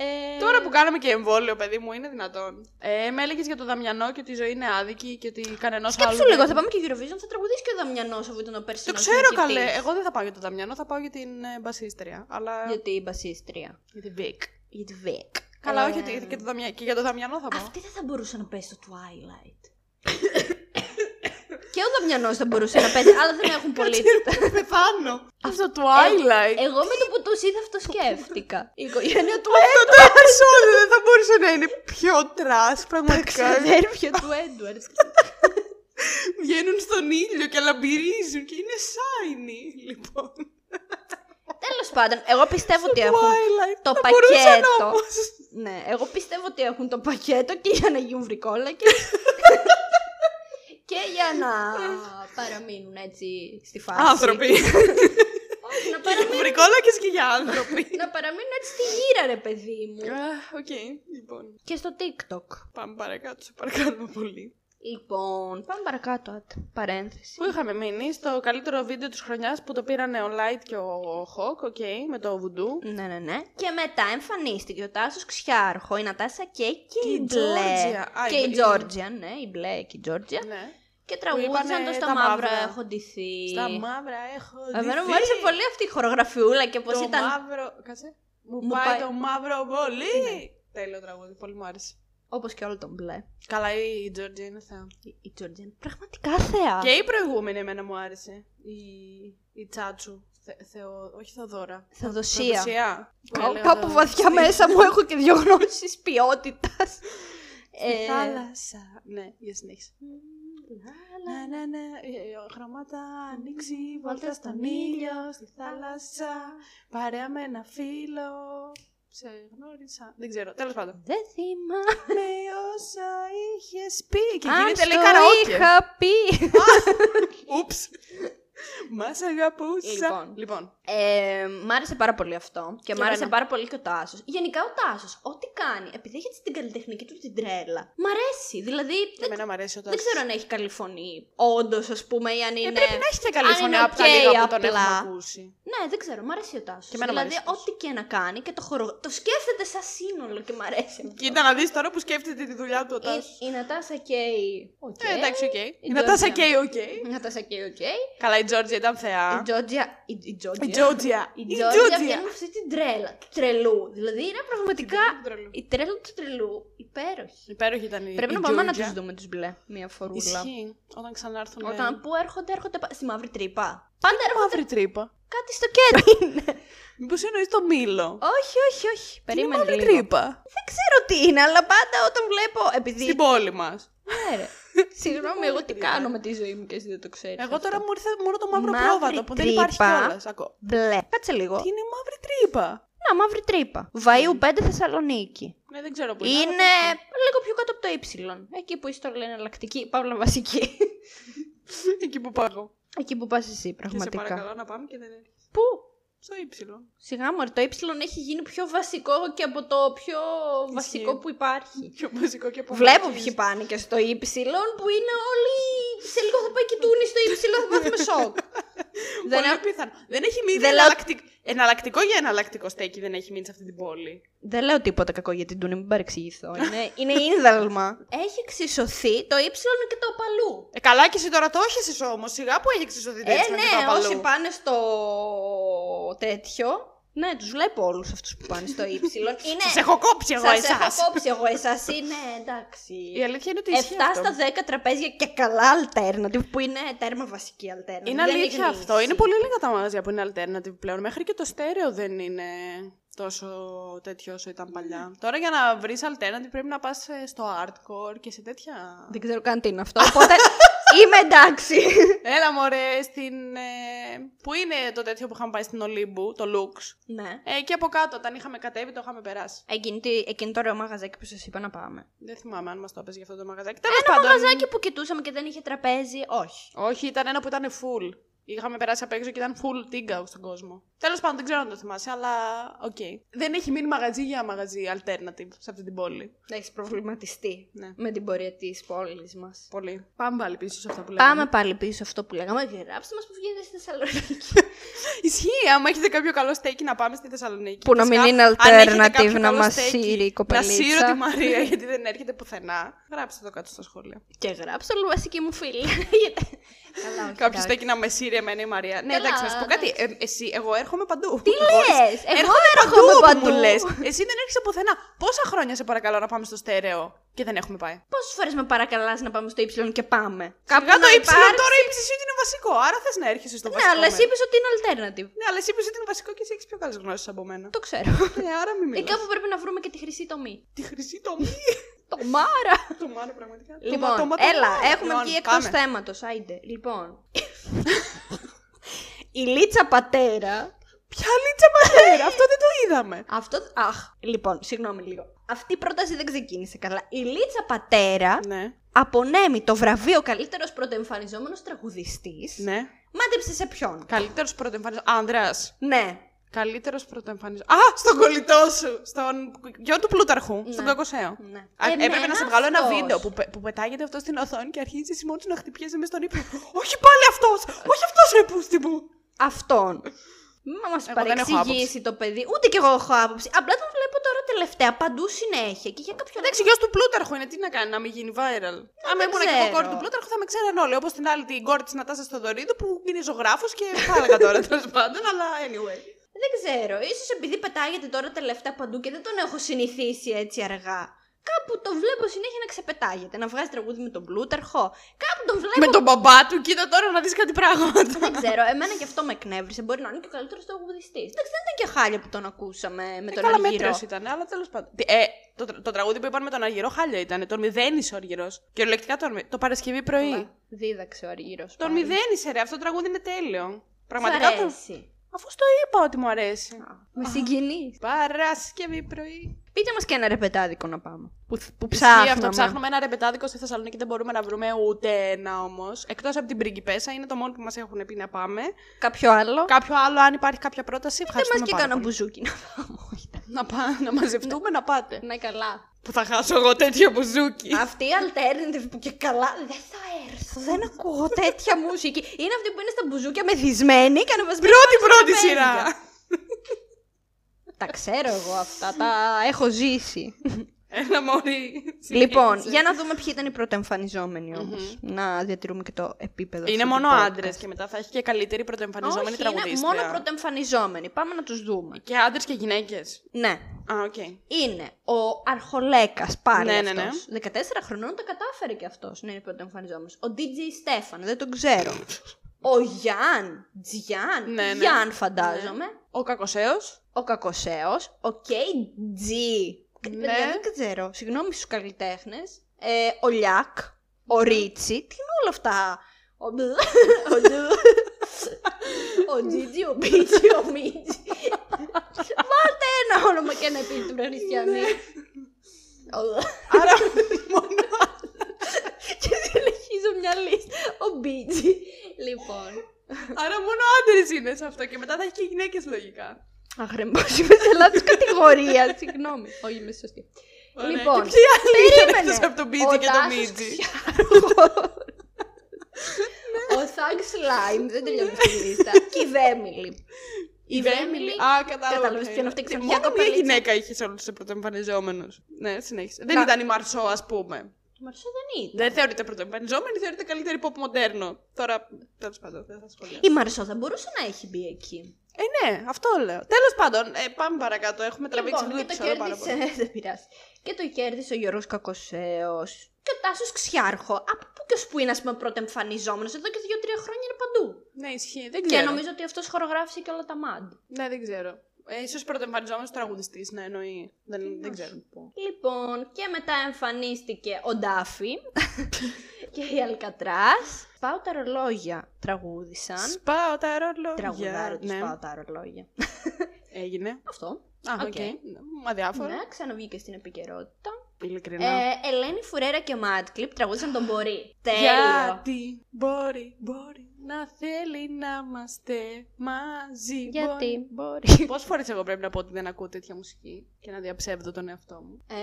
S3: Ε,
S2: Τώρα που κάναμε και εμβόλιο, παιδί μου, είναι δυνατόν. Ε, με έλεγες για το Δαμιανό και ότι η ζωή είναι άδικη και ότι κανένα άλλο. ναι.
S3: Σκέψου λίγο, θα πάμε και Eurovision, θα τραγουδήσει και ο Δαμιανός αφού ήταν ο
S2: Το
S3: περσινός.
S2: ξέρω καλέ. Εγώ δεν θα πάω για το Δαμιανό, θα πάω για την ε, μπασίστρια. Αλλά. Για,
S3: Γιατί η μπασίστρια.
S2: τη Βικ.
S3: Γιατί Βεκ.
S2: Καλά,
S3: Ε,
S2: όχι, ότι- και, το Δαμια- και για το Δαμιανό θα πάω. *coughs*
S3: Αυτή δεν θα μπορούσε να πέσει στο Twilight. Και ο Δαμιανός θα μπορούσε να παίζει, αλλά δεν
S2: *laughs*
S3: έχουν πολύ.
S2: Πεθάνω. Αυτό το
S3: Ε,
S2: Twilight.
S3: Εγώ με το που του είδα αυτό σκέφτηκα. Η οικογένεια του
S2: Αυτό Ε, το επεισόδιο δεν θα μπορούσε να είναι πιο τρας πραγματικά.
S3: ξαδέρφια του Έντουαρτ.
S2: Βγαίνουν στον ήλιο και λαμπυρίζουν και είναι shiny, λοιπόν.
S3: Τέλος πάντων, εγώ πιστεύω ότι έχουν
S2: Twilight.
S3: το
S2: Θα μπορούσαν
S3: πακέτο.
S2: όμως.
S3: Ναι, εγώ πιστεύω ότι έχουν το πακέτο και για να γίνουν βρικόλακες.
S2: *laughs*
S3: και για να παραμείνουν έτσι στη φάση.
S2: Ε. *laughs* Άνθρωποι.
S3: Όχι, να,
S2: Και
S3: παραμείνουν,
S2: βρικόλακες και για άνθρωποι.
S3: *laughs* να παραμείνουν έτσι στη γύρα, ρε παιδί μου.
S2: Α, Οκ, λοιπόν.
S3: και στο TikTok.
S2: Πάμε παρακάτω, σε παρακαλώ πολύ.
S3: Λοιπόν, πάμε παρακάτω. άντε, Παρένθεση.
S2: Πού είχαμε μείνει, στο καλύτερο βίντεο της χρονιάς που το πήραν ο Light και ο Hawk, οκ, με το βουντού.
S3: Ναι, ναι, ναι. Και μετά εμφανίστηκε ο Τάσος Ξιάρχο, η Νατάσα και, και
S2: η
S3: η Μπλε.
S2: Τζόρτζια. Α,
S3: Και
S2: η-
S3: η Τζόρτζια, ναι, η Μπλε και η Τζόρτζια.
S2: Ναι.
S3: Και τραγούδισαν
S2: είπανε
S3: το στα
S2: τα
S3: μαύρα
S2: μαύρα.
S3: έχω ντυθεί.
S2: Στα μαύρα έχω
S3: Εμένα μου
S2: ντυθεί.
S3: άρεσε πολύ αυτή η χορογραφιούλα και
S2: Το
S3: πώ ήταν.
S2: μαύρο. Κάτσε. Μου,
S3: Μου
S2: πάει, Ναι.
S3: πάει-
S2: το μαύρο πολύ. Τέλειο τραγούδι, πολύ μου άρεσε.
S3: Όπως και όλο τον μπλε.
S2: Καλά, η η Τζόρτζια είναι θεά.
S3: Η, η Τζόρτζια είναι πραγματικά θεά.
S2: Και η προηγούμενη εμένα μου άρεσε. Η, η Τσάτσου. Θε, θεο... Όχι Θεοδώρα.
S3: Θεοδοσία.
S2: Θεοδοσία.
S3: Κα-
S2: Καλά,
S3: κάπου
S2: το-
S3: βαθιά μέσα μου έχω και δύο γνώσεις ποιότητας. Ε,
S2: Στη θάλασσα. Ναι, για συνέχιση. Ναι, ναι, ναι. Ε, Χρώματα ανοίξει, βόλτα στον ήλιο, στη θάλασσα. Παρέα με ένα φίλο. Σε γνώρισα. Δεν ξέρω, τέλος πάντων.
S3: Δεν θυμάμαι.
S2: με όσα είχες πει. Και
S3: αν
S2: γίνεται λέει
S3: στο
S2: καραόκι.
S3: είχα πει.
S2: Ούψ. Μας αγαπούσα.
S3: Λοιπόν.
S2: λοιπόν.
S3: Ε, μ' άρεσε πάρα πολύ αυτό και μ'
S2: Εμένα.
S3: άρεσε πάρα πολύ και ο Τάσος. Γενικά ο Τάσος, ό,τι κάνει, επειδή έχει έτσι την καλλιτεχνική του την τρέλα, μ' αρέσει. Δηλαδή,
S2: Και
S3: δεν,
S2: εμένα μου αρέσει ο
S3: δεν
S2: Τάσος.
S3: ξέρω αν έχει καλή φωνή, όντως, ας πούμε, ή αν
S2: Ε,
S3: είναι.
S2: πρέπει να έχει και καλή
S3: αν
S2: φωνή
S3: είναι
S2: από τα
S3: οκ
S2: λίγα που τον
S3: απλά.
S2: έχουμε ακούσει.
S3: Ναι, δεν ξέρω, μ' αρέσει ο Τάσος.
S2: Και εμένα μ'
S3: Δηλαδή,
S2: αρέσει ο Τάσος.
S3: ό,τι και να κάνει και το, χορο... το σκέφτεται σαν σύνολο και μ' αρέσει. αυτό. Ε,
S2: Κοίτα να δεις τώρα που σκέφτεται τη δουλειά του ο Τάσος.
S3: Η, η Νατάσα Κέι. Οκ.
S2: Ε, εντάξει, οκ. Η
S3: Η
S2: Νατάσα
S3: Τζόρτζια.
S2: Κέι, οκ.
S3: Η Νατάσα Κέι, οκ.
S2: Καλά, η Τζόρτζια ήταν
S3: Η
S2: θεά.
S3: Τζόρτζια. Η, η
S2: Η
S3: Τζόρτζια.
S2: Τζόρτζια.
S3: Η Τζόρτζια βγαίνει με αυτή την τρέλα. Του τρελού. Δηλαδή, είναι πραγματικά. Η τρέλα του τρελού υπέροχη.
S2: Υπέροχη ήταν η
S3: Πρέπει
S2: η
S3: να πάμε να
S2: Τζόρτζια.
S3: τους δούμε τους μπλε μία φορούλα.
S2: Ισχύει. Όταν ξανάρθουν. ναι.
S3: Όταν που έρχονται, έρχονται πα- στη μαύρη τρύπα. Πάντα έρχονται
S2: Μαύρη τρύπα.
S3: κάτι στο
S2: *laughs*
S3: κέντρο. Είναι.
S2: Μήπως εννοείς το μήλο.
S3: όχι, όχι, όχι.
S2: Είναι
S3: Περίμενε
S2: μαύρη
S3: λίγο.
S2: τρύπα.
S3: Δεν ξέρω τι είναι, αλλά πάντα όταν βλέπω. Επειδή.
S2: Στην πόλη μας.
S3: Ναι,
S2: *laughs*
S3: ρε. Συγγνώμη, εγώ τι κάνω με τη ζωή μου και εσύ δεν το ξέρεις.
S2: Εγώ τώρα μου ήρθε μόνο το μαύρο
S3: Μαύρη
S2: πρόβατο που δεν
S3: τρύπα.
S2: υπάρχει κιόλας. Ακό.
S3: Μπλε. Κάτσε λίγο.
S2: Τι είναι η μαύρη τρύπα.
S3: Να, μαύρη τρύπα. Βαΐου 5 Θεσσαλονίκη.
S2: Ναι, δεν ξέρω που
S3: Είναι λίγο πιο κάτω από το ύψιλον. Εκεί που είσαι τώρα λένε εναλλακτική, παύλα βασική.
S2: *laughs* Εκεί που πάω. εγώ.
S3: *laughs* Εκεί που πας εσύ,
S2: Και σε
S3: πραγματικά.
S2: παρακαλώ να πάμε και δεν έρχεσαι.
S3: Πού?
S2: Στο ύψιλο.
S3: Σιγά μου, το ύψιλον έχει γίνει πιο βασικό και από το πιο βασικό που υπάρχει.
S2: Πιο βασικό και από
S3: Βλέπω
S2: μαγικές.
S3: ποιοι πάνε και στο ύψιλον που είναι όλοι. Σε λίγο θα πάει και τούνη στο ύψιλο, θα *laughs* πάθουμε
S2: *laughs*
S3: σοκ.
S2: Δεν
S3: δεν,
S2: Πολύ
S3: έχω-
S2: πιθανό. Δεν έχει μείνει
S3: Δεν λέω-
S2: εναλλακτικ- εναλλακτικό για εναλλακτικό στέκι, δεν έχει μείνει σε αυτή την πόλη.
S3: δεν λέω τίποτα κακό για την τούνη, μην παρεξηγηθώ. Είναι, *laughs* είναι ίνδαλμα. έχει ξισωθεί το ύψιλον και το απαλού.
S2: Ε, καλά και εσύ τώρα το έχεσαι όμως. Σιγά που έχει ξεσωθεί
S3: Ε,
S2: τέτοιο
S3: ναι, όσοι πάνε στο τέτοιο. Ναι, τους βλέπω όλους αυτούς που πάνε στο ύψιλον. *laughs* Είναι.
S2: Σα έχω κόψει εγώ
S3: σας
S2: εσάς.
S3: έχω κόψει εγώ εσάς. Είναι εντάξει.
S2: Η αλήθεια είναι ότι
S3: 7
S2: ισχύει. αυτό.
S3: στα 10 τραπέζια και καλά alternative που είναι τέρμα βασική alternative.
S2: Είναι
S3: Δεν
S2: αλήθεια
S3: γνήσι.
S2: αυτό. Είναι πολύ λίγα τα μαγαζιά που είναι alternative πλέον. Μέχρι και το στέρεο δεν είναι τόσο τέτοιο όσο ήταν
S3: Ναι.
S2: παλιά. Τώρα για να βρεις alternative πρέπει να πας στο hardcore και σε τέτοια.
S3: Δεν ξέρω καν τι είναι *laughs* αυτό. Οπότε είμαι εντάξει.
S2: Έλα μωρέ, στην. ε, Πού είναι το τέτοιο που είχαμε πάει στην Ολύμπου, το Lux.
S3: *laughs* ναι.
S2: Ε, και από κάτω, όταν είχαμε κατέβει, το είχαμε περάσει.
S3: Εκείνη, τη- εκείνη το ωραίο μαγαζάκι που σας είπα να πάμε.
S2: Δεν θυμάμαι αν μας το έπαιζε για αυτό το μαγαζάκι.
S3: Ένα
S2: Τέλος πάντων.
S3: μαγαζάκι που κοιτούσαμε και δεν είχε τραπέζι. Όχι.
S2: Όχι, ήταν ένα που ήταν full. Είχαμε περάσει απ' έξω και ήταν full τίγκα στον κόσμο. Τέλος πάντων, δεν ξέρω αν το θυμάσαι, αλλά οκ. Δεν έχει μείνει μαγαζί για μαγαζί alternative σε αυτή την πόλη.
S3: Να έχεις προβληματιστεί
S2: Ναι.
S3: με την πορεία της πόλης μας.
S2: Πολύ. Πάμε πάλι πίσω σε αυτά που λέμε.
S3: Πάμε πάλι πίσω σε αυτό που λέγαμε. Γράψτε μας που βγαίνετε στη Θεσσαλονίκη.
S2: *laughs* Ισχύει, άμα έχετε κάποιο καλό στέκι να πάμε στη Θεσσαλονίκη.
S3: Που να
S2: Φυσικά,
S3: μην είναι
S2: αν έχετε
S3: alternative,
S2: κάποιο
S3: να
S2: καλό
S3: μας
S2: στέκι,
S3: σύρει η
S2: Να
S3: κοπελίτσα.
S2: σύρω τη Μαρία *laughs* γιατί δεν έρχεται πουθενά. Γράψτε το κάτω στα σχόλια.
S3: και γράψτε όλο βασική μου
S2: *laughs*
S3: φίλη. Καλά, όχι.
S2: Κάποιος στέκι να με σύρει εμένα η Μαρία. Ναι,
S3: Καλά,
S2: εντάξει, να σου πω κάτι. Ε, εσύ, εγώ έρχομαι παντού.
S3: Τι λε! Εγώ
S2: Παντού
S3: έρχομαι
S2: που
S3: παντού.
S2: μου λες. Εσύ δεν έρχεσαι πουθενά. Πόσα χρόνια σε παρακαλώ να πάμε στο στέρεο και δεν έχουμε πάει.
S3: Πόσες φορές με παρακαλάς να πάμε στο Y και πάμε.
S2: Κάπου
S3: να
S2: το ύψιλο
S3: υπάρξει-
S2: τώρα η ψησία είναι βασικό. Άρα θες να έρχεσαι στο
S3: Ναι,
S2: βασικό.
S3: αλλά εσύ
S2: μέρος.
S3: είπες ότι είναι alternative.
S2: Ναι, αλλά εσύ είπες ότι είναι βασικό και εσύ έχεις πιο καλές γνώσεις από μένα.
S3: Το
S2: *laughs*
S3: ξέρω.
S2: Ναι, άρα μην
S3: Ε,
S2: μιλάς.
S3: κάπου πρέπει να βρούμε και τη χρυσή τομή.
S2: Τη χρυσή το μη.
S3: Το μάρα!
S2: *laughs* το μάρο πραγματικά. Το μα- το
S3: Λοιπόν,
S2: μα- το
S3: έλα,
S2: μάρο.
S3: έχουμε
S2: Λοιπόν,
S3: βγει εκτός
S2: πάμε.
S3: θέματος. Άιντε, λοιπόν. Η Λίτσα Πατέρα
S2: Ποια λίτσα πατέρα, αυτό δεν το είδαμε.
S3: Αυτό. Αχ, λοιπόν, συγγνώμη λίγο. Αυτή η πρόταση δεν ξεκίνησε καλά. Η Λίτσα Πατέρα
S2: Ναι,
S3: απονέμει το βραβείο καλύτερος πρωτοεμφανιζόμενος τραγουδιστής.
S2: ναι.
S3: Μάντεψε σε ποιον.
S2: Καλύτερος πρωτοεμφανισμό. Άνδρα.
S3: Ναι.
S2: Καλύτερος πρωτοεμφανισμό. Α, στον κολλητό σου! Στον γιο του Πλούταρχου, στον Κακοσέο.
S3: ναι.
S2: Α, έπρεπε να
S3: Εμένα
S2: σε βγάλω ένα
S3: αυτός.
S2: βίντεο που, πε- που πετάγεται αυτό στην οθόνη και αρχίζει εσύ μόνο να χτυπιέσαι μέσα στον ύπνο. Όχι πάλι αυτός! Όχι αυτός ρε πούστη μου!
S3: Αυτόν. Μα μας
S2: Εγώ δεν έχω
S3: παρεξηγήσει το παιδί. Ούτε κι εγώ έχω άποψη. Απλά τον βλέπω τώρα τελευταία παντού συνέχεια και για κάποιον
S2: Εντάξει, γιος του Πλούταρχου είναι, τι να κάνει, να μην γίνει viral. Άμα
S3: δεν
S2: ήμουν και εγώ
S3: ξέρω.
S2: κόρη του Πλούταρχου θα με ξέραν όλοι. Όπως την άλλη την κόρη της Νατάσας Θοδωρίδου που είναι ζωγράφος και *laughs* θα έλεγα τώρα τέλος πάντων, αλλά anyway.
S3: Δεν ξέρω. Ίσως επειδή πετάγεται τώρα τελευταία παντού και δεν τον έχω συνηθίσει έτσι αργά. Κάπου τον βλέπω συνέχεια να ξεπετάγεται, να βγάζει τραγούδι με τον Πλούταρχο. Κάπου τον βλέπω.
S2: Με τον μπαμπά του, κοίτα τώρα να δεις κάτι
S3: *laughs* Δεν
S2: *laughs* πράγματα.
S3: ξέρω, εμένα και αυτό με εκνεύρισε. Μπορεί να είναι και ο καλύτερος τραγουδιστής. Εντάξει, δεν ήταν και χάλια που τον ακούσαμε με
S2: Ε,
S3: τον
S2: Καλά
S3: Αργυρό.
S2: μέτρο ήταν, αλλά τέλος πάντων. Τι- Ε, το, τρα- το, τραγούδι που είπαν με τον Αργυρό χάλια ήταν. Τον μηδένισε ο Αργυρό. Κυριολεκτικά τον μη- Το Παρασκευή πρωί.
S3: Δίδαξε ο Αργυρό.
S2: Τον μηδένισε, ρε. Αυτό το τραγούδι είναι τέλειο. Πραγματικά
S3: Πραγματικά
S2: το. Αφού στο είπα ότι μου αρέσει.
S3: Με συγκινείς.
S2: Παρασκευή πρωί.
S3: Πείτε μας και ένα ρεπετάδικο να πάμε.
S2: Που, που
S3: ψάχναμε.
S2: Αυτό ψάχνουμε ένα ρεπετάδικο στη Θεσσαλονίκη. Δεν μπορούμε να βρούμε ούτε ένα όμως. Εκτός από την πριγκιπέσα, είναι το μόνο που μας έχουν πει να πάμε.
S3: Κάποιο άλλο.
S2: Κάποιο άλλο, αν υπάρχει κάποια πρόταση,
S3: Δεν
S2: ευχαριστούμε
S3: μας και
S2: πάρα
S3: κανένα
S2: πολύ.
S3: μπουζούκι να πάμε. Όχι, τα-
S2: Να, πά, να μαζευτούμε να πάτε.
S3: Ναι, καλά.
S2: Που θα χάσω εγώ τέτοιο μπουζούκι.
S3: Αυτή η alternative που και καλά δεν θα έρθω. Δεν ακούω τέτοια μουσική. Είναι αυτή που είναι στα μπουζούκια μεθυσμένη και ανεβασμένη.
S2: Πρώτη πρώτη
S3: στα
S2: σειρά.
S3: τραπέζια. Τα ξέρω εγώ αυτά. Τα έχω ζήσει.
S2: Ένα μωρή.
S3: Λοιπόν,
S2: Συνέχισε.
S3: για να δούμε ποιοι ήταν οι πρωτοεμφανιζόμενοι όμως. Να διατηρούμε και το επίπεδο.
S2: Είναι
S3: αυτού του
S2: μόνο
S3: podcast.
S2: άντρες και μετά θα έχει και καλύτερη πρωτοεμφανιζόμενη
S3: Όχι, είναι
S2: τραγουδίστρια.
S3: μόνο πρωτοεμφανιζόμενοι. Πάμε να τους δούμε.
S2: Και άντρες και γυναίκες.
S3: Ναι.
S2: Α, οκ.
S3: Είναι ο Αρχολέκας πάλι
S2: Ναι, ναι, ναι.
S3: αυτός. 14 χρονών τα κατάφερε και αυτός να είναι πρωτοεμφανιζόμενος. Ο DJ Στέφαν, δεν τον
S2: *laughs*
S3: ξέρω. Ο Γιάν, Τζιάν,
S2: Ναι, ναι.
S3: Γιάν φαντάζομαι.
S2: Ο κακοσέος.
S3: Ο Κακοσέος, ο KG.
S2: Ναι.
S3: Ε, Παιδιά, δεν ξέρω. Συγγνώμη στους καλλιτέχνες. Ε, ο Λιάκ, ο Ρίτσι. Τι είναι όλα αυτά. Ο Μπλ, Ναι. *laughs* ο Ντου, ο Τζίτζι, ο Μπίτζι, ο Μίτζι. Βάλτε ένα όνομα και ένα επίθετο χριστιανή. Ο-
S2: *laughs* Άρα μόνο.
S3: *laughs* και συνεχίζω μια λίστα. Ο Μπίτζι. Λοιπόν.
S2: Άρα μόνο άντρες είναι σε αυτό και μετά θα έχει και γυναίκες λογικά.
S3: Αχρεμπό, είμαι σε λάθος κατηγορία.
S2: *laughs*
S3: Συγγνώμη. Όχι, είμαι σωστή.
S2: Ωραία.
S3: Λοιπόν,
S2: Και ποιοι άλλοι ήταν
S3: περίμενε.
S2: εκτός από τον
S3: Ο
S2: Μπίτζι και τον
S3: Τάσος
S2: Μίτζι. *laughs* Ναι.
S3: Ο Thug Slime, δεν
S2: *laughs*
S3: τελειώνει αυτή η λίστα. Και η Βέμιλη. Η Βέμιλη.
S2: Α, κατάλαβα.
S3: Κατάλαβες
S2: ποια
S3: ποια είναι
S2: είναι.
S3: αυτή η
S2: Και
S3: ξαφνιά
S2: Μόνο μία
S3: κοπελίτσα.
S2: γυναίκα είχες σε όλους τους πρωτοεμφανιζόμενους. Ναι, συνέχισε. Δεν
S3: Να- Ναι.
S2: ήταν η Μαρσό, ας πούμε.
S3: Η Μαρσό δεν ήταν.
S2: Δεν θεωρείται πρωτοεμφανιζόμενη, θεωρείται καλύτερη pop μοντέρνο. Τώρα, τέλος πάντων, δεν θα σχολιάσω.
S3: Η Μαρσό θα μπορούσε να έχει μπει εκεί.
S2: Ε, ναι, αυτό λέω. Τέλος πάντων, ε, πάμε παρακάτω. Έχουμε τραβήξει
S3: Λοιπόν,
S2: αυτό το
S3: και το
S2: επεισόδιο πάρα πολύ.
S3: κέρδισε. *laughs* Δεν πειράζει. Και το κέρδισε ο Γιώργος Κακοσέος. Και ο Τάσος Ξιάρχο. Από πού και ως που είναι, ας πούμε, πρώτα εμφανιζόμενος. Εδώ και δύο-τρία χρόνια είναι παντού.
S2: Ναι, ισχύει. Δεν
S3: Και
S2: ξέρω.
S3: νομίζω ότι αυτός χορογράφησε και όλα τα μαντ.
S2: Ναι, δεν ξέρω. Ε, ίσως πρωτοεμφανιζόμενος τραγουδιστής να εννοεί. Δεν, δεν ξέρω.
S3: Λοιπόν, και μετά εμφανίστηκε
S2: *laughs*
S3: ο Ντάφι και η Αλκατράς. Σπάω τα ρολόγια τραγούδισαν.
S2: Σπάω τα ρολόγια.
S3: Τραγουδάρω τους
S2: ναι.
S3: σπάω τα ρολόγια.
S2: Έγινε.
S3: Αυτό.
S2: Α, οκ.
S3: Οκ.
S2: Αδιάφορο.
S3: Ναι, ξαναβγήκε στην επικαιρότητα.
S2: Ειλικρινά.
S3: Ε, Ελένη Φουρέρα και Μάτκλιπ τραγούδισαν τον
S2: *laughs*
S3: Μπορεί. Τέλειο.
S2: Γιατί μπορεί, μπορεί να θέλει να είμαστε μαζί.
S3: Γιατί.
S2: Μπορεί. Πόσες φορές εγώ πρέπει να πω ότι δεν ακούω τέτοια μουσική και να διαψεύδω τον εαυτό μου.
S3: Ε,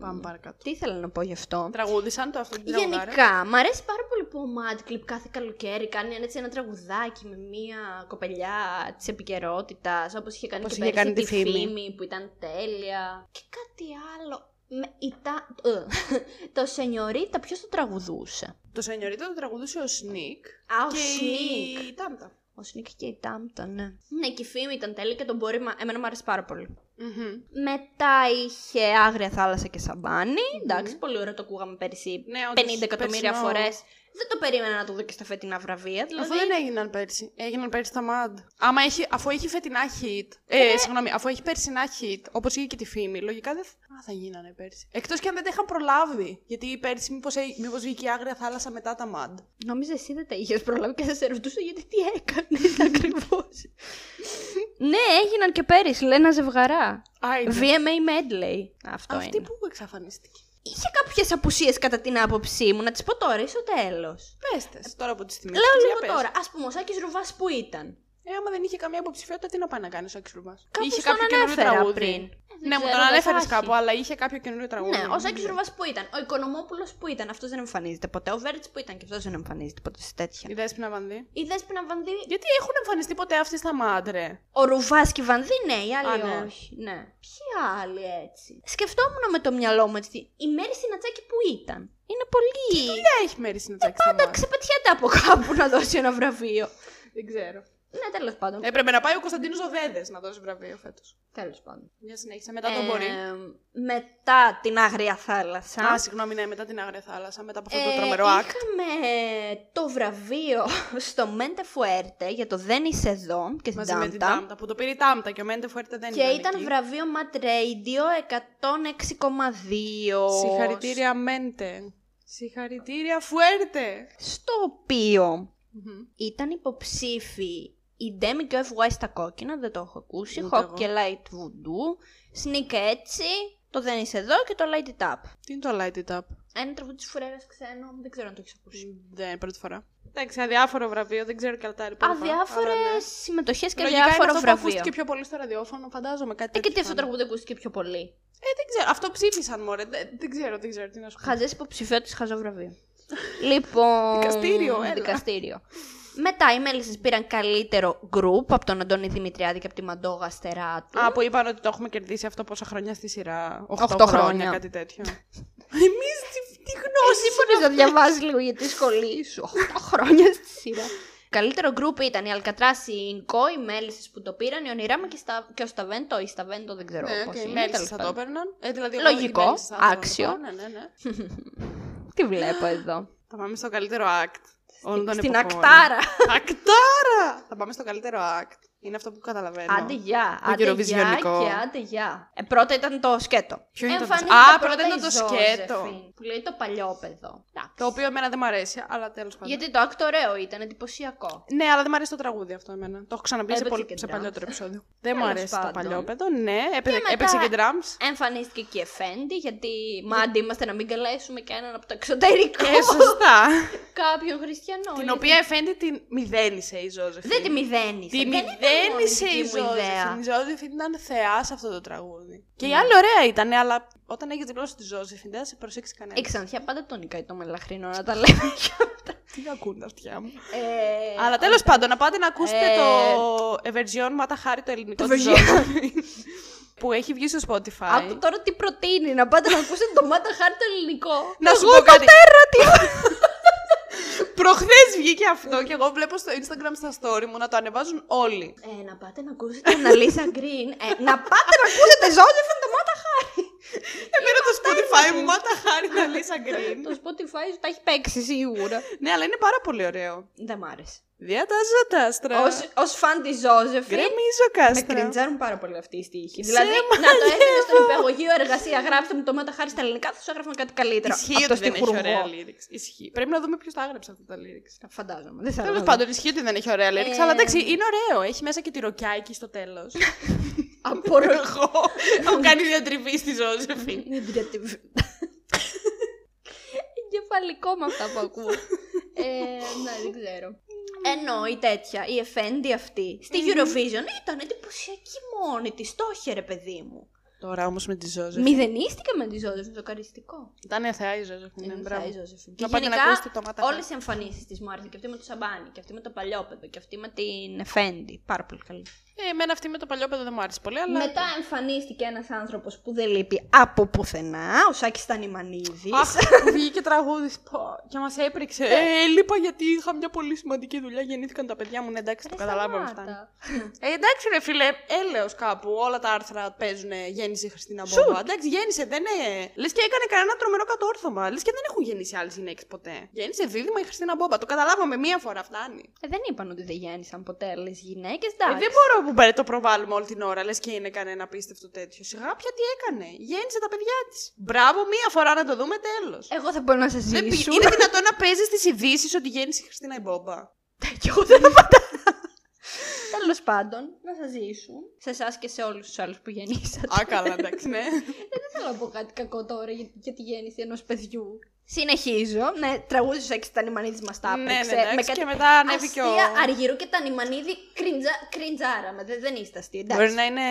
S2: Πάμε παρακάτω.
S3: Τι ήθελα να πω γι' αυτό.
S2: Τραγούδισαν το αυτό που τραγουδάρες.
S3: Γενικά, μ' αρέσει πάρα πολύ που ο Μάτκλιπ κάθε καλοκαίρι κάνει ένα, έτσι, ένα τραγουδάκι με μία κοπελιά της επικαιρότητας. Όπως είχε κάνει
S2: Όπως
S3: και
S2: είχε
S3: πέρυσι
S2: κάνει τη
S3: τη
S2: Φήμη.
S3: που ήταν τέλεια. Και κάτι άλλο. Με, η τα- ε, *laughs* το Σενιωρίτα, ποιος το τραγουδούσε.
S2: Το Σενιωρίτο το τραγουδούσε ο Σνικ.
S3: Α, ο
S2: και
S3: Σνικ.
S2: η Τάμτα.
S3: Ο Σνικ και η Τάμπτα, ναι. Ναι, και η Φήμη ήταν τέλεια και τον μπορεί. μα- Εμένα μου αρέσει πάρα πολύ.
S2: Μμμ.
S3: Μετά είχε Άγρια Θάλασσα και σαμπανι Εντάξει, πολύ ωραίο το ακούγαμε πέρυσι.
S2: Ναι, όντως,
S3: 50 εκατομμύρια
S2: περσινό.
S3: φορές. Δεν το περίμενα να το δω και στα φετινά βραβεία. Δηλαδή,
S2: Αφού δεν έγιναν πέρσι. Έγιναν πέρσι τα MAD. Άμα έχει, αφού έχει φετινά hit. Ε, συγγνώμη, αφού έχει περσινά hit, όπως είχε και τη φήμη, λογικά δεν. θα- Α, θα γίνανε πέρσι. Εκτός και αν δεν τα είχαν προλάβει. Γιατί πέρσι μήπως μήπως βγήκε η άγρια θάλασσα μετά τα MAD.
S3: Νόμιζα εσύ δεν τα είχες προλάβει και θα σε ρωτούσα γιατί τι *laughs* έκανες ακριβώς. ναι, έγιναν και πέρυσι, λένε ζευγαρά.
S2: Α, είναι.
S3: VMA Medley. Αυτό
S2: Αυτή
S3: είναι.
S2: που εξαφανιστήκε.
S3: Είχε κάποιες απουσίες κατά την άποψή μου, να τις πω τώρα, είσαι ο τέλος.
S2: Πες τες, Ε, τώρα που τη θυμήθηκες.
S3: Λέω
S2: Ναι, για
S3: λίγο
S2: πες.
S3: τώρα. Ας πούμε, ο Σάκης Ρουβάς που ήταν.
S2: Ε, άμα δεν είχε καμία υποψηφιότητα, τι να πάει να κάνει ο Αξιουρβά.
S3: Κάπου
S2: Είχε
S3: στον
S2: κάποιο καινούριο
S3: ανέφερα
S2: τραγούδι.
S3: πριν. δεν
S2: Ναι, μου τον
S3: ξέρω, δεν
S2: ανέφερε
S3: θα
S2: κάπου,
S3: έχει.
S2: αλλά είχε κάποιο καινούριο τραγούδι.
S3: Ναι, ο Σάκη Ρουβά που ήταν. Ο Οικονομόπουλος που ήταν. Αυτός δεν εμφανίζεται ποτέ. Ο Βέρτ που ήταν και αυτός δεν εμφανίζεται ποτέ σε τέτοια.
S2: Η Δέσποινα Βανδύ.
S3: Η Δέσποινα Βανδύ.
S2: Γιατί έχουν εμφανιστεί ποτέ αυτοί στα μάντρε.
S3: Ο Ρουβά και η Βανδύ, ναι, οι άλλοι
S2: Α, ναι.
S3: όχι. Ναι. Ποιοι άλλοι έτσι. Σκεφτόμουν με το μυαλό μου έτσι. Η Μέρη Σινατσάκη που ήταν. Είναι πολύ. Ε,
S2: Τι έχει μέρη στην
S3: Πάντα ξεπετιέται από κάπου να δώσει ένα βραβείο.
S2: Δεν ξέρω.
S3: Ναι, τέλος πάντων.
S2: Έπρεπε να πάει ο Κωνσταντίνος Οδέδε να δώσει βραβείο φέτος.
S3: Τέλος πάντων.
S2: Για συνέχισε. Μετά τον μπορεί.
S3: Ε, Μετά την Άγρια Θάλασσα.
S2: Α, συγγνώμη, ναι, μετά την Άγρια Θάλασσα, μετά από αυτό το
S3: ε,
S2: τρομερό act.
S3: Είχαμε το βραβείο στο Μέντε Φουέρτε για το Δεν είσαι εδώ και στην
S2: Μαζί με την
S3: Τάμτα.
S2: Τάμτα. Που το πήρε η Τάμτα και ο Μέντε Φουέρτε δεν
S3: Και ήταν
S2: εκεί.
S3: βραβείο Mat Radio 106,2.
S2: Συγχαρητήρια, Μέντε. Συγχαρητήρια, Φουέρτε.
S3: Στο οποίο
S2: Μμμ.
S3: ήταν υποψήφοι η Demi και ο FY στα κόκκινα, δεν το έχω ακούσει.
S2: Ούτε εγώ.
S3: Hawk και Light Voodoo. Sneak έτσι. Το Δεν είσαι εδώ και το Light It Up.
S2: Τι είναι το Light It Up.
S3: Ένα τραγούδι της Φουρέρας ξένο, δεν ξέρω αν το έχεις ακούσει.
S2: Δεν, Ναι, πρώτη φορά. Εντάξει, αδιάφορο βραβείο, δεν ξέρω και άλλα τα υπόλοιπα.
S3: Αδιάφορες
S2: αλλά ναι.
S3: συμμετοχές και
S2: Λογικά είναι
S3: αδιάφορο
S2: αυτό που
S3: βραβείο.
S2: ακούστηκε πιο πολύ στο ραδιόφωνο, φαντάζομαι κάτι
S3: Ε, και
S2: τέτοιο
S3: τι αυτό το
S2: ήταν.
S3: τραγούδι ακούστηκε πιο πολύ.
S2: Ε, δεν ξέρω. Αυτό ψήφισαν, μωρέ. Δεν, δεν ξέρω, δεν ξέρω τι να σου πω.
S3: Χαζές υποψηφιότητες, χαζό βραβείο.
S2: *laughs*
S3: λοιπόν.
S2: Δικαστήριο, έλα.
S3: Δικαστήριο. Μετά οι μέλισσες πήραν καλύτερο group από τον Αντώνη Δημητριάδη και από τη Μαντόγα Αστεράτου.
S2: Α, που είπαν ότι το έχουμε κερδίσει αυτό πόσα χρόνια στη σειρά. 8,
S3: Οχτώ
S2: χρόνια.
S3: χρόνια.
S2: κάτι
S3: *laughs*
S2: τέτοιο. Εμείς τι, τι γνώση
S3: Εσύ μπορείς να διαβάζεις λίγο για τη σχολή σου.
S2: *laughs*
S3: 8 χρόνια στη σειρά. Καλύτερο γκρουπ ήταν η Αλκατράση, η Ινκό, οι Μέλισσες που το πήραν, η Ονειράμα και, η Στα- και ο Σταβέντο. Η Σταβέντο δεν ξέρω
S2: Ναι,
S3: πώς
S2: και οι
S3: είναι.
S2: μέλισσες
S3: τέλος
S2: θα το
S3: πάντων.
S2: έπαιρναν. Ε, δηλαδή,
S3: Λογικό,
S2: οι μέλισσες θα το έπαιρναν.
S3: άξιο.
S2: Ναι, ναι, ναι.
S3: *laughs* Τι βλέπω εδώ.
S2: θα πάμε στο καλύτερο act. Όλων των
S3: Στην
S2: εποχών.
S3: Ακτάρα.
S2: Ακτάρα! θα πάμε στο καλύτερο act. Είναι αυτό που καταλαβαίνω.
S3: Άντε γεια.
S2: Το
S3: Άντε γεια
S2: γεροβιζιονικό.
S3: και άντε γεια. Ε, πρώτα ήταν το σκέτο.
S2: Ποιο ήταν το
S3: Εμφανίζεται
S2: σκέτο? Α,
S3: πρώτα
S2: πρώτα ήταν
S3: η
S2: το
S3: Ζώζεφιν,
S2: σκέτο.
S3: Που λέει το παλιόπαιδο. Εντάξει.
S2: Το οποίο εμένα δεν μ' αρέσει, αλλά τέλος πάντων.
S3: Γιατί το act ωραίο ήταν, εντυπωσιακό.
S2: Ναι, αλλά δεν μ' αρέσει το τραγούδι αυτό εμένα. Το έχω ξαναπεί σε,
S3: Ε, Έπαιξε
S2: πολύ...
S3: και
S2: σε
S3: drums.
S2: παλιότερο
S3: *laughs*
S2: επεισόδιο. δεν μου
S3: Τέλος
S2: αρέσει το
S3: πάντων.
S2: παλιόπαιδο, ναι. Έπαιζε,
S3: μετά-
S2: έπαιξε και drums.
S3: *laughs* Εμφανίστηκε και η Εφέντη, γιατί μάντι είμαστε να μην καλέσουμε και έναν από το εξωτερικό.
S2: Και Ε, σωστά.
S3: Κάποιον χριστιανό.
S2: την
S3: γιατί
S2: οποία εφέντη την μηδένισε η Ζώζεφιν.
S3: Δεν τη μηδένισε.
S2: Τη
S3: Δεν ήταν
S2: μηδένισε
S3: μόνο
S2: η
S3: δική μου
S2: Ζώζεφιν.
S3: ιδέα. Ναι.
S2: Η Ζώζεφιν ήταν θεά σε αυτό το τραγούδι. Και η άλλη ωραία ήταν, αλλά όταν έχει γλώσσα τη Ζώζεφιν, δεν θα σε προσέξει κανένας.
S3: Η ξανθιά πάντα τον νικάει το μελαχρινό, να τα λέμε και αυτά.
S2: Τι ακούν τα αυτιά μου.
S3: Ε,
S2: Αλλά τέλος πάντων, να πάτε να ακούσετε
S3: Ε,
S2: το Evergion Ματαχάρι το ελληνικό
S3: το
S2: της
S3: version.
S2: Ζώζεφιν. που έχει βγει στο Spotify.
S3: Άκου τώρα τι προτείνει, να πάτε να ακούσετε το Μάτα Χάρη το ελληνικό.
S2: Να σου πω κάτι. *laughs* Προχθές βγήκε αυτό και εγώ βλέπω στο Instagram στα story μου να το ανεβάζουν όλοι.
S3: Ε, να πάτε να ακούσετε Αναλίσα Γκριν. Ε, να πάτε να ακούσετε Ζώζεφιν το Μάτα Χάρη.
S2: Εμένα το Spotify μου, μάτα χάρη να λύσα green.
S3: το Spotify σου τα έχει παίξει σίγουρα.
S2: Ναι, αλλά είναι πάρα πολύ ωραίο.
S3: Δεν μ' άρεσε.
S2: Διατάζω τα άστρα.
S3: Ω φαν της Ζώζεφιν.
S2: Γκρεμίζω
S3: Με
S2: κάστρα.
S3: κριντζάρουν πάρα πολύ αυτοί οι στίχοι.
S2: Σε
S3: δηλαδή, να το έδινε στον υπεργογείο εργασία, γράψτε μου το Μάτα Χάρη στα ελληνικά, θα σου έγραφαν κάτι καλύτερο.
S2: Ισχύει
S3: από το
S2: ότι δεν έχει
S3: στιχουργό.
S2: ωραία lyrics. Ισχύει. Πρέπει να δούμε ποιος τα έγραψε αυτά τα lyrics.
S3: Φαντάζομαι. Δεν θα
S2: Τέλο
S3: έλεγα.
S2: πάντων, ισχύει ότι δεν έχει ωραία lyrics,
S3: Ε,
S2: αλλά εντάξει, είναι ωραίο. Έχει μέσα και τη ροκιά εκεί στο τέλος.
S3: Από
S2: *laughs*
S3: ρο-
S2: Εγώ έχω κάνει διατριβή στη Ζώζεφιν.
S3: Είναι διατυβ- *laughs* Εγκεφαλικό με αυτά που ακούω. ε, ναι, δεν ξέρω. Ενώ η τέτοια, η εφέντη αυτή, στη Eurovision ήταν εντυπωσιακή μόνη της. Το είχε ρε παιδί μου.
S2: Τώρα όμως με τη Ζώζεφιν.
S3: Μηδενίστηκε με τη Ζώζεφιν, σοκαριστικό.
S2: Ήταν θεά η Ζώζεφιν. ναι,
S3: Είναι
S2: μπράβο.
S3: θεά Ε, η Ζώζεφιν. Και
S2: Να πάτε να
S3: γενικά
S2: ακούσετε το Μάτα
S3: όλες οι εμφανίσεις της μου άρεσαν. Και αυτή με το Σαμπάνι, και αυτή με το Παλιόπαιδο, και αυτή με την Εφέντη. Πάρα πολύ καλή.
S2: Ε, Εμένα αυτή με το παλιό παιδό δεν μου άρεσε πολύ, αλλά.
S3: Μετά εμφανίστηκε ένας άνθρωπος που δεν λείπει από πουθενά, ο Σάκης Τανιμανίδης.
S2: Αχ, βγήκε τραγούδις πω, και μας έπρεξε. Ε, λείπα γιατί είχα μια πολύ σημαντική δουλειά. Γεννήθηκαν τα παιδιά μου. Ναι, εντάξει, το καταλάβαμε αυτά. Ε, εντάξει, ρε φίλε, έλεος κάπου. Όλα τα άρθρα παίζουν γέννηση Χριστίνα Μπόμπα. Εντάξει, γέννησε, δεν είναι. Λες και έκανε κανένα τρομερό κατόρθωμα. Λες και δεν έχουν γεννήσει άλλε γυναίκε ποτέ. Γέννησε δίδυμα η Χριστίνα Μπόμπα. Το καταλάβαμε μία φορά, φτάνει.
S3: Ε, δεν είπαν ότι δεν γέννησαν ποτέ άλλε γυναίκες,
S2: Ε,
S3: εντάξει.
S2: δεν μπορώ που μπα- το προβάλλουμε όλη την ώρα, λες και είναι κανένα απίστευτο τέτοιο. Σιγά πια τι έκανε. Γέννησε τα παιδιά της. Μπράβο, μία φορά να το δούμε τέλος.
S3: Εγώ θα μπορώ να σα
S2: Δεν πη-
S3: ζήσω.
S2: *laughs* είναι δυνατόν να παίζεις τις ειδήσεις ότι γέννησε η Χριστίνα η Μπόμπα.
S3: Και εγώ δεν απαντάω. Τέλος πάντων, να σας ζήσουν. Σε εσάς και σε όλους τους άλλους που γεννήσατε.
S2: Α, καλά, εντάξει, ναι.
S3: δεν θέλω να πω κάτι κακό τώρα για, για τη γέννηση ενός παιδιού. Συνεχίζω. Ναι, τραγούδι σου έξι Τανιμανίδη μας *laughs* τα
S2: ναι,
S3: έπαιξε.
S2: ναι, εντάξει, και μετά ανέβηκε ο.
S3: αστεία Αργυρού και Τανιμανίδη κριντζα, κριντζάραμε. Δεν, δεν είστε αστείοι, εντάξει.
S2: Μπορεί να είναι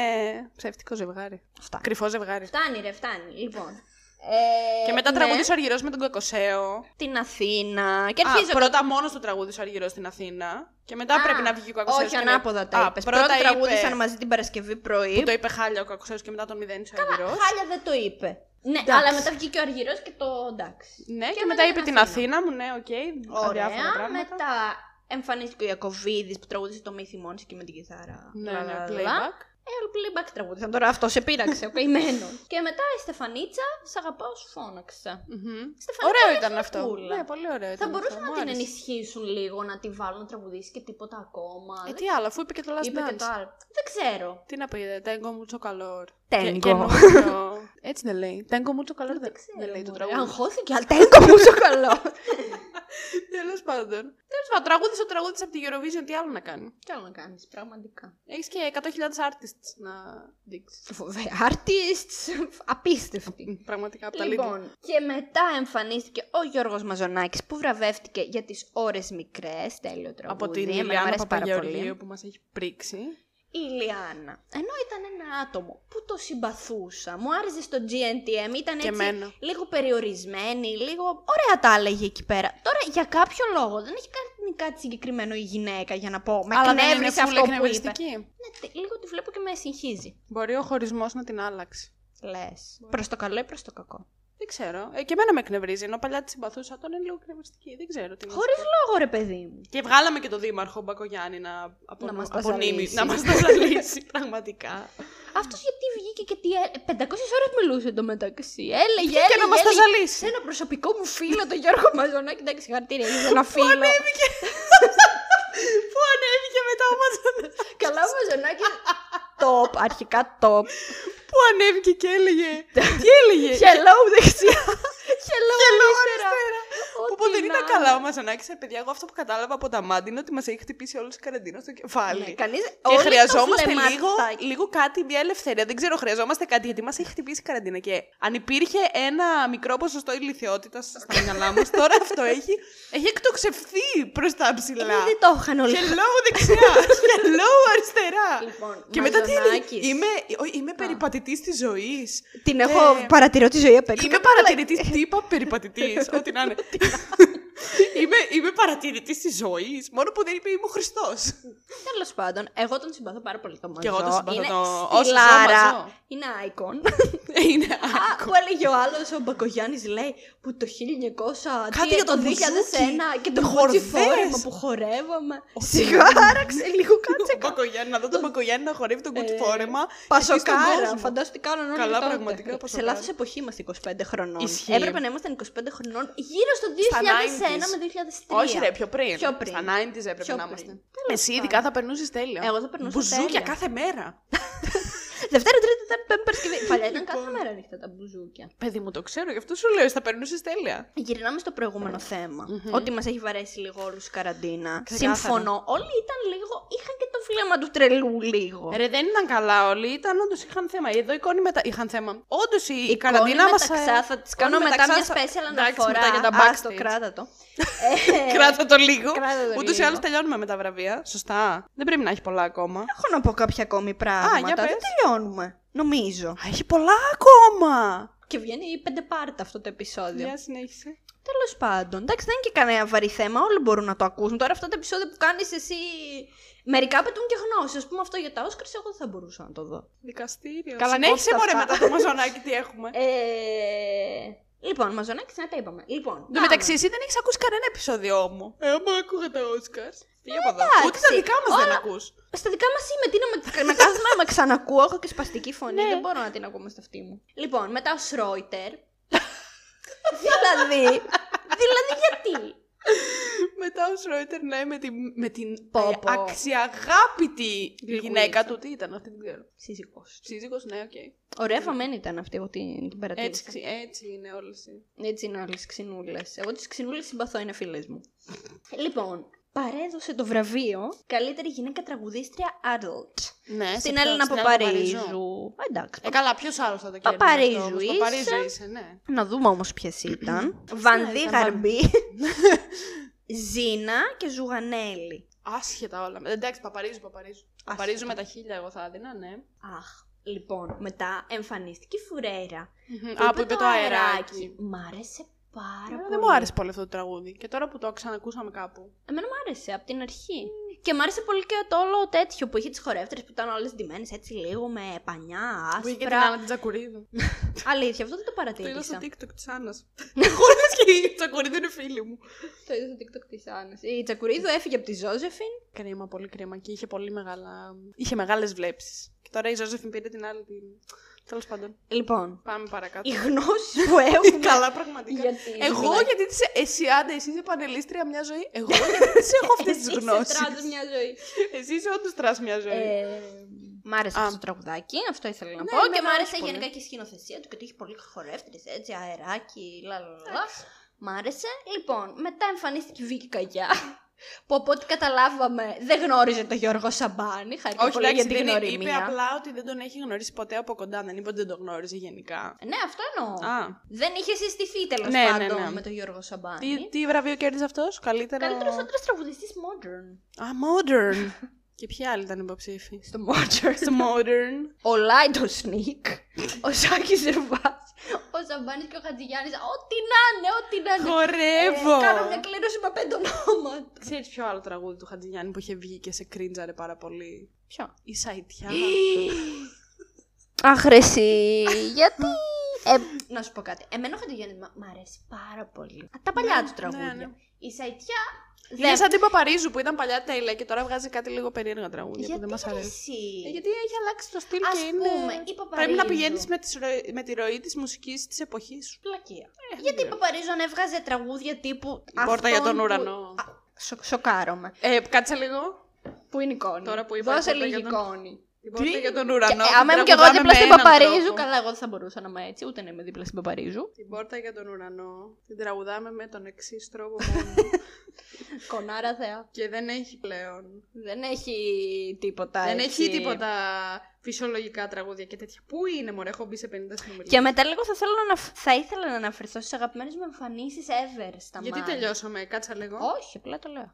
S2: ψεύτικο ζευγάρι.
S3: Αυτά.
S2: Κρυφό ζευγάρι.
S3: Φτάνει, ρε, φτάνει. Λοιπόν. Ε,
S2: Και μετά
S3: ναι,
S2: τραγούδι ο Αργυρός με τον Κακοσέο.
S3: Την Αθήνα. Και
S2: Α,
S3: αρχίζω
S2: πρώτα μόνο του τραγούδι ο Αργυρός στην Αθήνα. Και μετά
S3: Α,
S2: πρέπει να βγει ο Κακοσέος.
S3: Όχι, ανάποδα τα είπες. Πρώτα, τραγούδισαν μαζί την Παρασκευή πρωί.
S2: Το είπε χάλια ο Κακοσέος και μετά τον μηδένισε ο Αργυρός.
S3: Χάλια δεν το είπε. Ναι,
S2: Εντάξει.
S3: αλλά μετά βγήκε ο Αργυρός και το εντάξει.
S2: Ναι, και, μετά
S3: Και μετά
S2: είπε
S3: την
S2: την Αθήνα μου, ναι, οκ.
S3: Ωραία,
S2: αδιάφορα πράγματα.
S3: μετά Εμφανίστηκε ο Ιακοβίδης που τραγούδισε το μύθι μόνο και με την κιθάρα.
S2: Ναι,
S3: Λα,
S2: ναι,
S3: λα, λα, λα.
S2: playback.
S3: Ε, όλοι playback τραγούδισαν. Τώρα αυτό σε
S2: *laughs*
S3: πείραξε, ο καημένος. και μετά η Στεφανίτσα, σ' αγαπάω, σου φώναξε.
S2: Μμμ.
S3: Στεφανίτσα
S2: Ωραίο
S3: είναι
S2: ήταν αυτό.
S3: φλακούλα.
S2: Ναι, πολύ ωραίο
S3: Θα
S2: ήταν.
S3: μπορούσαν
S2: αυτό,
S3: να
S2: μου
S3: την
S2: άρεσε.
S3: ενισχύσουν λίγο, να τη βάλουν να τραγουδήσει και τίποτα ακόμα.
S2: Ε,
S3: Δεν
S2: τι άλλο, αφού είπε και το last
S3: Είπε και
S2: dance.
S3: το άλλο. Δεν ξέρω.
S2: Τι να πει, Τέγκο μου τσοκαλόρ.
S3: Tengo. *laughs*
S2: Έτσι δεν λέει. Τέγκο μου τσοκαλόρ δεν,
S3: Δεν
S2: δεν λέει το
S3: ξέρω.
S2: τραγούδι.
S3: *laughs* Αγχώθηκε, αλλά τέγκο μου στο καλό.
S2: Τέλος πάντων. Τέλος πάντων, τραγούδισε ο τραγούδι από τη Eurovision, τι άλλο να κάνει.
S3: Τι άλλο να κάνεις, πραγματικά.
S2: Έχεις και 100.000 artists να δείξεις.
S3: Φοβερή. Artists, απίστευτη.
S2: Πραγματικά από τα λίγα.
S3: Λοιπόν, και μετά εμφανίστηκε ο Γιώργος Μαζονάκης που βραβεύτηκε για τις ώρες μικρές, τέλειο τραγούδι.
S2: Από την
S3: εμένα μου
S2: Ηλιάνα
S3: αρέσει πάρα πολύ.
S2: Παπαγεωργίου που μας έχει πρίξει.
S3: Η Ηλιάνα. Ενώ ήταν ένα άτομο που το συμπαθούσα, μου άρεσε στο GNTM, ήταν
S2: Και
S3: έτσι
S2: εμένα.
S3: λίγο περιορισμένη, λίγο ωραία τα έλεγε εκεί πέρα. Τώρα για κάποιο λόγο δεν έχει κάνει κάτι συγκεκριμένο η γυναίκα για να πω. Με
S2: Αλλά δεν είναι
S3: εκνεύρισε
S2: full
S3: αυτό που είπε.
S2: εκνευριστική.
S3: Ναι, τε- λίγο τη βλέπω και με συγχύζει.
S2: Μπορεί ο χωρισμός να την άλλαξει.
S3: Λες. Προς το καλό ή προς το κακό.
S2: Δεν ξέρω. Ε, και εμένα με εκνευρίζει. Ενώ παλιά τη συμπαθούσα, τώρα είναι λίγο εκνευριστική. Δεν ξέρω τι. να σου
S3: Χωρίς λόγο ρε παιδί μου.
S2: Και βγάλαμε και τον Δήμαρχο Μπακογιάννη να, απο...
S3: Να μας
S2: απονείμει,
S3: τασαλίσει.
S2: να μας
S3: *laughs*
S2: τασαλίσει πραγματικά.
S3: Αυτός γιατί βγήκε και τι έλε- 500 ώρες μιλούσε εντωμεταξύ. Έλεγε,
S2: και
S3: έλεγε.
S2: να μας
S3: έλεγε.
S2: ταζαλίσει.
S3: Σε ένα προσωπικό μου φίλο, τον Γιώργο Μαζονάκη. Εντάξει, χαρτίρια, είσαι ένα φίλο. *laughs*
S2: Πού ανέβηκε μετά ο Μαζονάκης.
S3: Καλά, ο Μαζονάκης. *laughs* Top, αρχικά *laughs* top.
S2: Πού ανέβηκε και έλεγε. τι έλεγε.
S3: Hello δεξιά. Hello αριστερά.
S2: αριστερά.
S3: Ό,τι
S2: Που πω, δεν
S3: να
S2: ήταν
S3: είναι.
S2: καλά ο Μαζονάκης, ρε παιδιά. Εγώ αυτό που κατάλαβα από τα μάτια είναι ότι μας έχει χτυπήσει όλους η καραντίνα στο κεφάλι.
S3: Ναι, κανείς-
S2: Και
S3: όλοι το
S2: χρειαζόμαστε
S3: βλεμματάκι.
S2: λίγο, λίγο κάτι, μια ελευθερία. Δεν ξέρω, χρειαζόμαστε κάτι γιατί μας έχει χτυπήσει η καραντίνα. Και αν υπήρχε ένα μικρό ποσοστό ηλικιότητας στα μυαλά μας,
S3: *laughs*
S2: τώρα αυτό έχει, έχει εκτοξευθεί προς τα ψηλά.
S3: Ε, Δεν το είχαν όλοι.
S2: Hello δεξιά,
S3: *laughs*
S2: hello αριστερά.
S3: Λοιπόν,
S2: και μετά τι έλεγε.
S3: Μαζονάκης.
S2: Είμαι, ο- είμαι περιπατητής της ζωής.
S3: Την έχω παρατηρώ τη ζωή απ' έξω.
S2: Είμαι παρατηρητής. Τι είπα, περιπατητής, ό,τι να είναι. είμαι είμαι παρατηρητής της ζωής. Μόνο που δεν είπε είμαι ο Χριστός.
S3: Τέλος πάντων, εγώ τον συμπαθώ πάρα πολύ το Μαζό.
S2: Κι εγώ τον συμπαθώ
S3: Είναι
S2: το- όσο ζω, Μαζό.
S3: στυλάρα. Είναι icon. *laughs*
S2: είναι
S3: Α, που έλεγε ο άλλος, ο Μπακογιάννης λέει που το 1900.
S2: Κάτι
S3: τι,
S2: για τον
S3: το 2001
S2: Μπουζούκι.
S3: και το
S2: Το
S3: χορτιφόρεμα
S2: χορδές.
S3: που χορεύαμε. Σιγά, άραξε λίγο κάτσε. Ε,
S2: Ο Μπακογιάννη, να δω τον Μπακογιάννη να χορεύει τον κουτφόρεμα.
S3: Πασοκάρα, φαντάζομαι τι κάνανε όλοι
S2: Καλά,
S3: τότε.
S2: πραγματικά,
S3: Σε
S2: πασοκάρα.
S3: λάθος εποχή είμαστε 25 χρονών.
S2: Ισχύει.
S3: Έπρεπε να ήμασταν 25 χρονών γύρω στο 2001
S2: 90s.
S3: με 2003.
S2: Όχι, ρε, πιο πριν.
S3: Πιο πριν.
S2: Στα 90s έπρεπε
S3: Πιο
S2: να
S3: πριν.
S2: είμαστε.
S3: Τέλος
S2: Εσύ ειδικά θα περνούσες τέλεια.
S3: Εγώ θα περνούσα
S2: Μπουζούκια
S3: τέλεια.
S2: κάθε μέρα.
S3: Δευτέρα, Τρίτη, Τετάρτη, Πέμπτη, Παρασκευή. Παλιά ήταν
S2: Λοιπόν.
S3: κάθε μέρα ανοιχτά τα μπουζούκια.
S2: Παιδί μου, το ξέρω, γι' αυτό σου λέω, εσύ θα περνούσες τέλεια.
S3: Γυρνάμε στο προηγούμενο θέμα. Ότι μας έχει βαρέσει λίγο όλους η καραντίνα.
S2: Ξεκάθαρα.
S3: Συμφωνώ. Όλοι ήταν λίγο. είχαν και το βλέμμα του τρελού λίγο.
S2: Ρε, δεν ήταν καλά όλοι. Ήταν όντως είχαν θέμα. Εδώ οι κόνοι μετα... είχαν θέμα. Όντως η, η
S3: Η
S2: καραντίνα ε,
S3: Κόνη
S2: μας.
S3: μεταξά θα τη κάνω μετά μια special αναφορά.
S2: μετά για τα
S3: Άστο,
S2: backstage.
S3: κράτα
S2: *laughs*
S3: το.
S2: Κράτα το λίγο.
S3: Κράτα το
S2: Ούτως ή
S3: λίγο.
S2: άλλως τελειώνουμε με τα βραβεία. Σωστά. Δεν πρέπει να έχει πολλά ακόμα.
S3: Έχω να πω κάποια ακόμη πράγματα.
S2: για πες.
S3: Δεν τελειώνουμε. Νομίζω.
S2: Α, έχει πολλά ακόμα.
S3: Και βγαίνει η πέντε πάρτα αυτό το επεισόδιο.
S2: Για συνέχισε.
S3: Τέλος πάντων. Εντάξει, δεν είναι και κανένα βαρύ θέμα. Όλοι μπορούν να το ακούσουν. Τώρα αυτά τα επεισόδια που κάνεις εσύ. Μερικά πετούν και γνώση. Ας πούμε αυτό για τα Όσκαρ, εγώ δεν θα μπορούσα να το δω.
S2: Δικαστήριο.
S3: Καλά,
S2: συνέχισε
S3: κόψτε
S2: μωρέ
S3: αυτά.
S2: μετά το μαζονάκι τι έχουμε.
S3: Ε... Λοιπόν, Μαζονάκη, να τα είπαμε. Λοιπόν,
S2: Εν τω μεταξύ, εσύ δεν έχεις ακούσει κανένα επεισόδιό μου. Ε, άμα άκουγα τα Ε, Όσκαρ. Τι από εδώ.
S3: εντάξει.
S2: Ούτε τα δικά μας δεν
S3: Όλα-
S2: ακούς.
S3: Στα δικά μας είμαι, τι να, με... να κάθομαι να με ξανακούω. Έχω και σπαστική φωνή.
S2: Ναι.
S3: Δεν μπορώ να την ακούμε στα αυτή μου. Λοιπόν, μετά ο Σρόιτερ. *laughs* δηλαδή. δηλαδή γιατί.
S2: Μετά ο Σρόιτερ να είναι με την, με την
S3: Πω,
S2: ε,
S3: πω.
S2: αξιαγάπητη γυναίκα
S3: Γλυκούλα.
S2: του. Τι ήταν αυτή, δεν ξέρω.
S3: Σύζυγο.
S2: Σύζυγος, ναι, οκ.
S3: Ωραία φαμένη ήταν αυτή, εγώ την, την
S2: Έτσι,
S3: παρατήρησα.
S2: ξυ- έτσι είναι όλες.
S3: Έτσι είναι όλες ξινούλες. Εγώ τις ξινούλες συμπαθώ, είναι φίλες μου. *laughs* λοιπόν, παρέδωσε το βραβείο Καλύτερη γυναίκα τραγουδίστρια adult.
S2: Ναι,
S3: Ε, Στην Έλληνα Παπαρίζου. Εντάξει.
S2: Ε, καλά, ποιος άλλος θα το κέρδισε.
S3: Παπαρίζου
S2: αυτό, όμως,
S3: είσαι.
S2: Παπαρίζου είσαι, ναι.
S3: Να δούμε όμως ποιες *clears throat* ήταν. Βανδί
S2: ήταν,
S3: Γαρμπή, *laughs* Ζίνα και Ζουγανέλη.
S2: Άσχετα όλα. Εντάξει, Παπαρίζου, Παπαρίζου. Παπαρίζου με τα χίλια, εγώ θα έδινα, ναι.
S3: Αχ, λοιπόν, μετά εμφανίστηκε η Φουρέιρα.
S2: Α, που είπε το αεράκι. Ε,
S3: Μ' άρεσε πάρα
S2: Εμένα
S3: πολύ.
S2: Δεν μου άρεσε πολύ αυτό το τραγούδι. Και τώρα που το ξανακούσαμε κάπου.
S3: Εμένα μου άρεσε από την αρχή. Και μ' άρεσε πολύ και το όλο τέτοιο που είχε τις χορεύτρες που ήταν όλες ντυμένες έτσι λίγο με πανιά,
S2: Που είχε και την
S3: άσπρα.
S2: Άννα την *laughs* Τζακουρίδου.
S3: Αλήθεια, αυτό δεν το
S2: Το είδα στο
S3: παρατήρησα.
S2: TikTok *laughs* της Άννας. Χωρίς και η Τζακουρίδου είναι φίλη μου.
S3: Το είδα στο TikTok της Άννας. Η Τσακουρίδου έφυγε από τη Ζώζεφιν.
S2: Κρίμα, πολύ κρίμα και είχε πολύ μεγάλα. Είχε μεγάλες βλέψεις. Και τώρα η Ζώζεφιν πήρε την άλλη. Την... Τέλος πάντων.
S3: Λοιπόν,
S2: Πάμε παρακάτω.
S3: οι γνώσει
S2: *laughs*
S3: που έχουμε.
S2: Καλά, πραγματικά.
S3: Γιατί
S2: Εγώ γιατί Δηλαδή- τις... Εσύ άντε, εσύ είσαι πανελίστρια μια ζωή. Εγώ γιατί τις *laughs* έχω αυτές
S3: *laughs*
S2: τις γνώσεις.
S3: μια ζωή.
S2: Εσύ είσαι όντως τρας μια ζωή.
S3: Ε, μ' άρεσε
S2: Α.
S3: αυτό το τραγουδάκι, αυτό ήθελα να
S2: Ναι,
S3: πω. Και
S2: εμένα
S3: μ' άρεσε
S2: όχι πολύ.
S3: γενικά και η σκηνοθεσία του και ότι είχε πολύ χορεύτρες, έτσι, αεράκι, λα λα λα. Μ' άρεσε. Λοιπόν, μετά εμφανίστηκε η Βίκυ Καγιά. Που από ό,τι καταλάβαμε δεν γνώριζε τον Γιώργο Σαμπάνη. Χάρηκα
S2: Όχι,
S3: πολύ για
S2: εντάξει,
S3: την
S2: δεν είναι- είπε
S3: γνωριμία.
S2: απλά ότι δεν τον έχει γνωρίσει ποτέ από κοντά. Δεν είπε ότι δεν τον γνώριζε γενικά.
S3: Ναι, αυτό εννοώ.
S2: Α,
S3: Δεν είχε συστηθεί τέλος
S2: Ναι, ναι,
S3: πάντων
S2: ναι.
S3: με τον Γιώργο Σαμπάνη.
S2: τι, τι βραβείο κέρδισε αυτός, καλύτερο...
S3: Καλύτερος άντρας τραγουδιστής modern.
S2: Α, modern. *laughs* Και ποιοι άλλοι ήταν υποψήφοι.
S3: Στο *laughs* modern.
S2: Στο modern.
S3: ο Λάιντο Σνίκ, ο Σάκης Ζερβά, ο Σαμπάνη και ο Χατζηγιάννης. Ό,τι να είναι, ό,τι να είναι.
S2: *laughs* Χορεύω.
S3: κάνω μια κλήρωση με πέντε ονόματα.
S2: Ε, Ξέρεις ποιο άλλο τραγούδι του Χατζηγιάννη που είχε βγει και σε κρίντζαρε πάρα πολύ.
S3: Ποιο?
S2: Η *gasps* Σαϊτιά.
S3: Αχ, ρε εσύ, γιατί. *laughs* Ε, να σου πω κάτι. Εμένα ο Χατζηγιάννης μ' αρέσει πάρα πολύ. Τα παλιά
S2: Ναι,
S3: του τραγούδια.
S2: ναι, ναι.
S3: Η Σαϊτιά
S2: Είναι
S3: δεν.
S2: σαν την Παπαρίζου που ήταν παλιά τέλεια και τώρα βγάζει κάτι λίγο περίεργα τραγούδια που δεν μας
S3: ρε
S2: αρέσει.
S3: εσύ?
S2: Ε, Γιατί έχει αλλάξει το στυλ
S3: Ας
S2: και είναι.
S3: πούμε, η
S2: Πρέπει να
S3: Παπαρίζου.
S2: πηγαίνεις με, τις ροε- με τη ροή της μουσικής της εποχής σου.
S3: Πλακία.
S2: Ε,
S3: Γιατί η
S2: δεν-
S3: Παπαρίζου αν έβγαζε τραγούδια τύπου.
S2: Η πόρτα
S3: αυτόν
S2: για τον
S3: που-
S2: ουρανό.
S3: Α, σο- Σοκάρομαι.
S2: Ε, κάτσε λίγο.
S3: Πού είναι η εικόνη.
S2: Τώρα που είπα,
S3: Δώσε
S2: η πόρτα
S3: λίγη
S2: για τον-
S3: εικόνη.
S2: Η
S3: Τι?
S2: πόρτα για τον ουρανό.
S3: Και, ε,
S2: που
S3: άμα ήμουν και εγώ
S2: τραγουδάμε με
S3: δίπλα στην
S2: έναν
S3: Παπαρίζου,
S2: τρόπο.
S3: καλά, εγώ δεν θα μπορούσα να είμαι έτσι, ούτε να είμαι δίπλα στην Παπαρίζου.
S2: Την πόρτα για τον ουρανό την τραγουδάμε με τον εξή τρόπο μόνο.
S3: *laughs* Κονάρα θεά.
S2: και δεν έχει πλέον.
S3: Δεν έχει τίποτα.
S2: δεν
S3: έτσι.
S2: έχει τίποτα φυσιολογικά τραγούδια και τέτοια. Πού είναι, Μωρέ, έχω μπει σε 50 συνομιλίες.
S3: Και μετά λίγο θα, θέλω να, αναφ- θα ήθελα να αναφερθώ στις αγαπημένες μου εμφανίσεις ever στα
S2: Γιατί
S3: μάτια.
S2: τελειώσαμε, κάτσα λίγο.
S3: Όχι, απλά το λέω.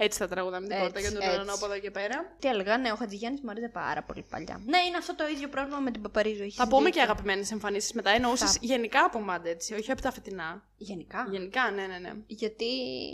S2: Έτσι θα τραγουδάμε την
S3: Έτσι,
S2: πόρτα για τον
S3: έτσι.
S2: ουρανό από εδώ και πέρα.
S3: Τι έλεγα, ναι, ο Χατζηγιάννη μου άρεσε πάρα πολύ παλιά. Ναι, είναι αυτό το ίδιο πρόβλημα με την Παπαρίζου. έχεις
S2: Θα πούμε και
S3: δίκιο.
S2: αγαπημένες εμφανίσεις μετά. Εννοούσες
S3: Θα.
S2: γενικά από μάντε, έτσι, όχι από τα φετινά.
S3: Γενικά.
S2: Γενικά, ναι, ναι, ναι.
S3: Γιατί.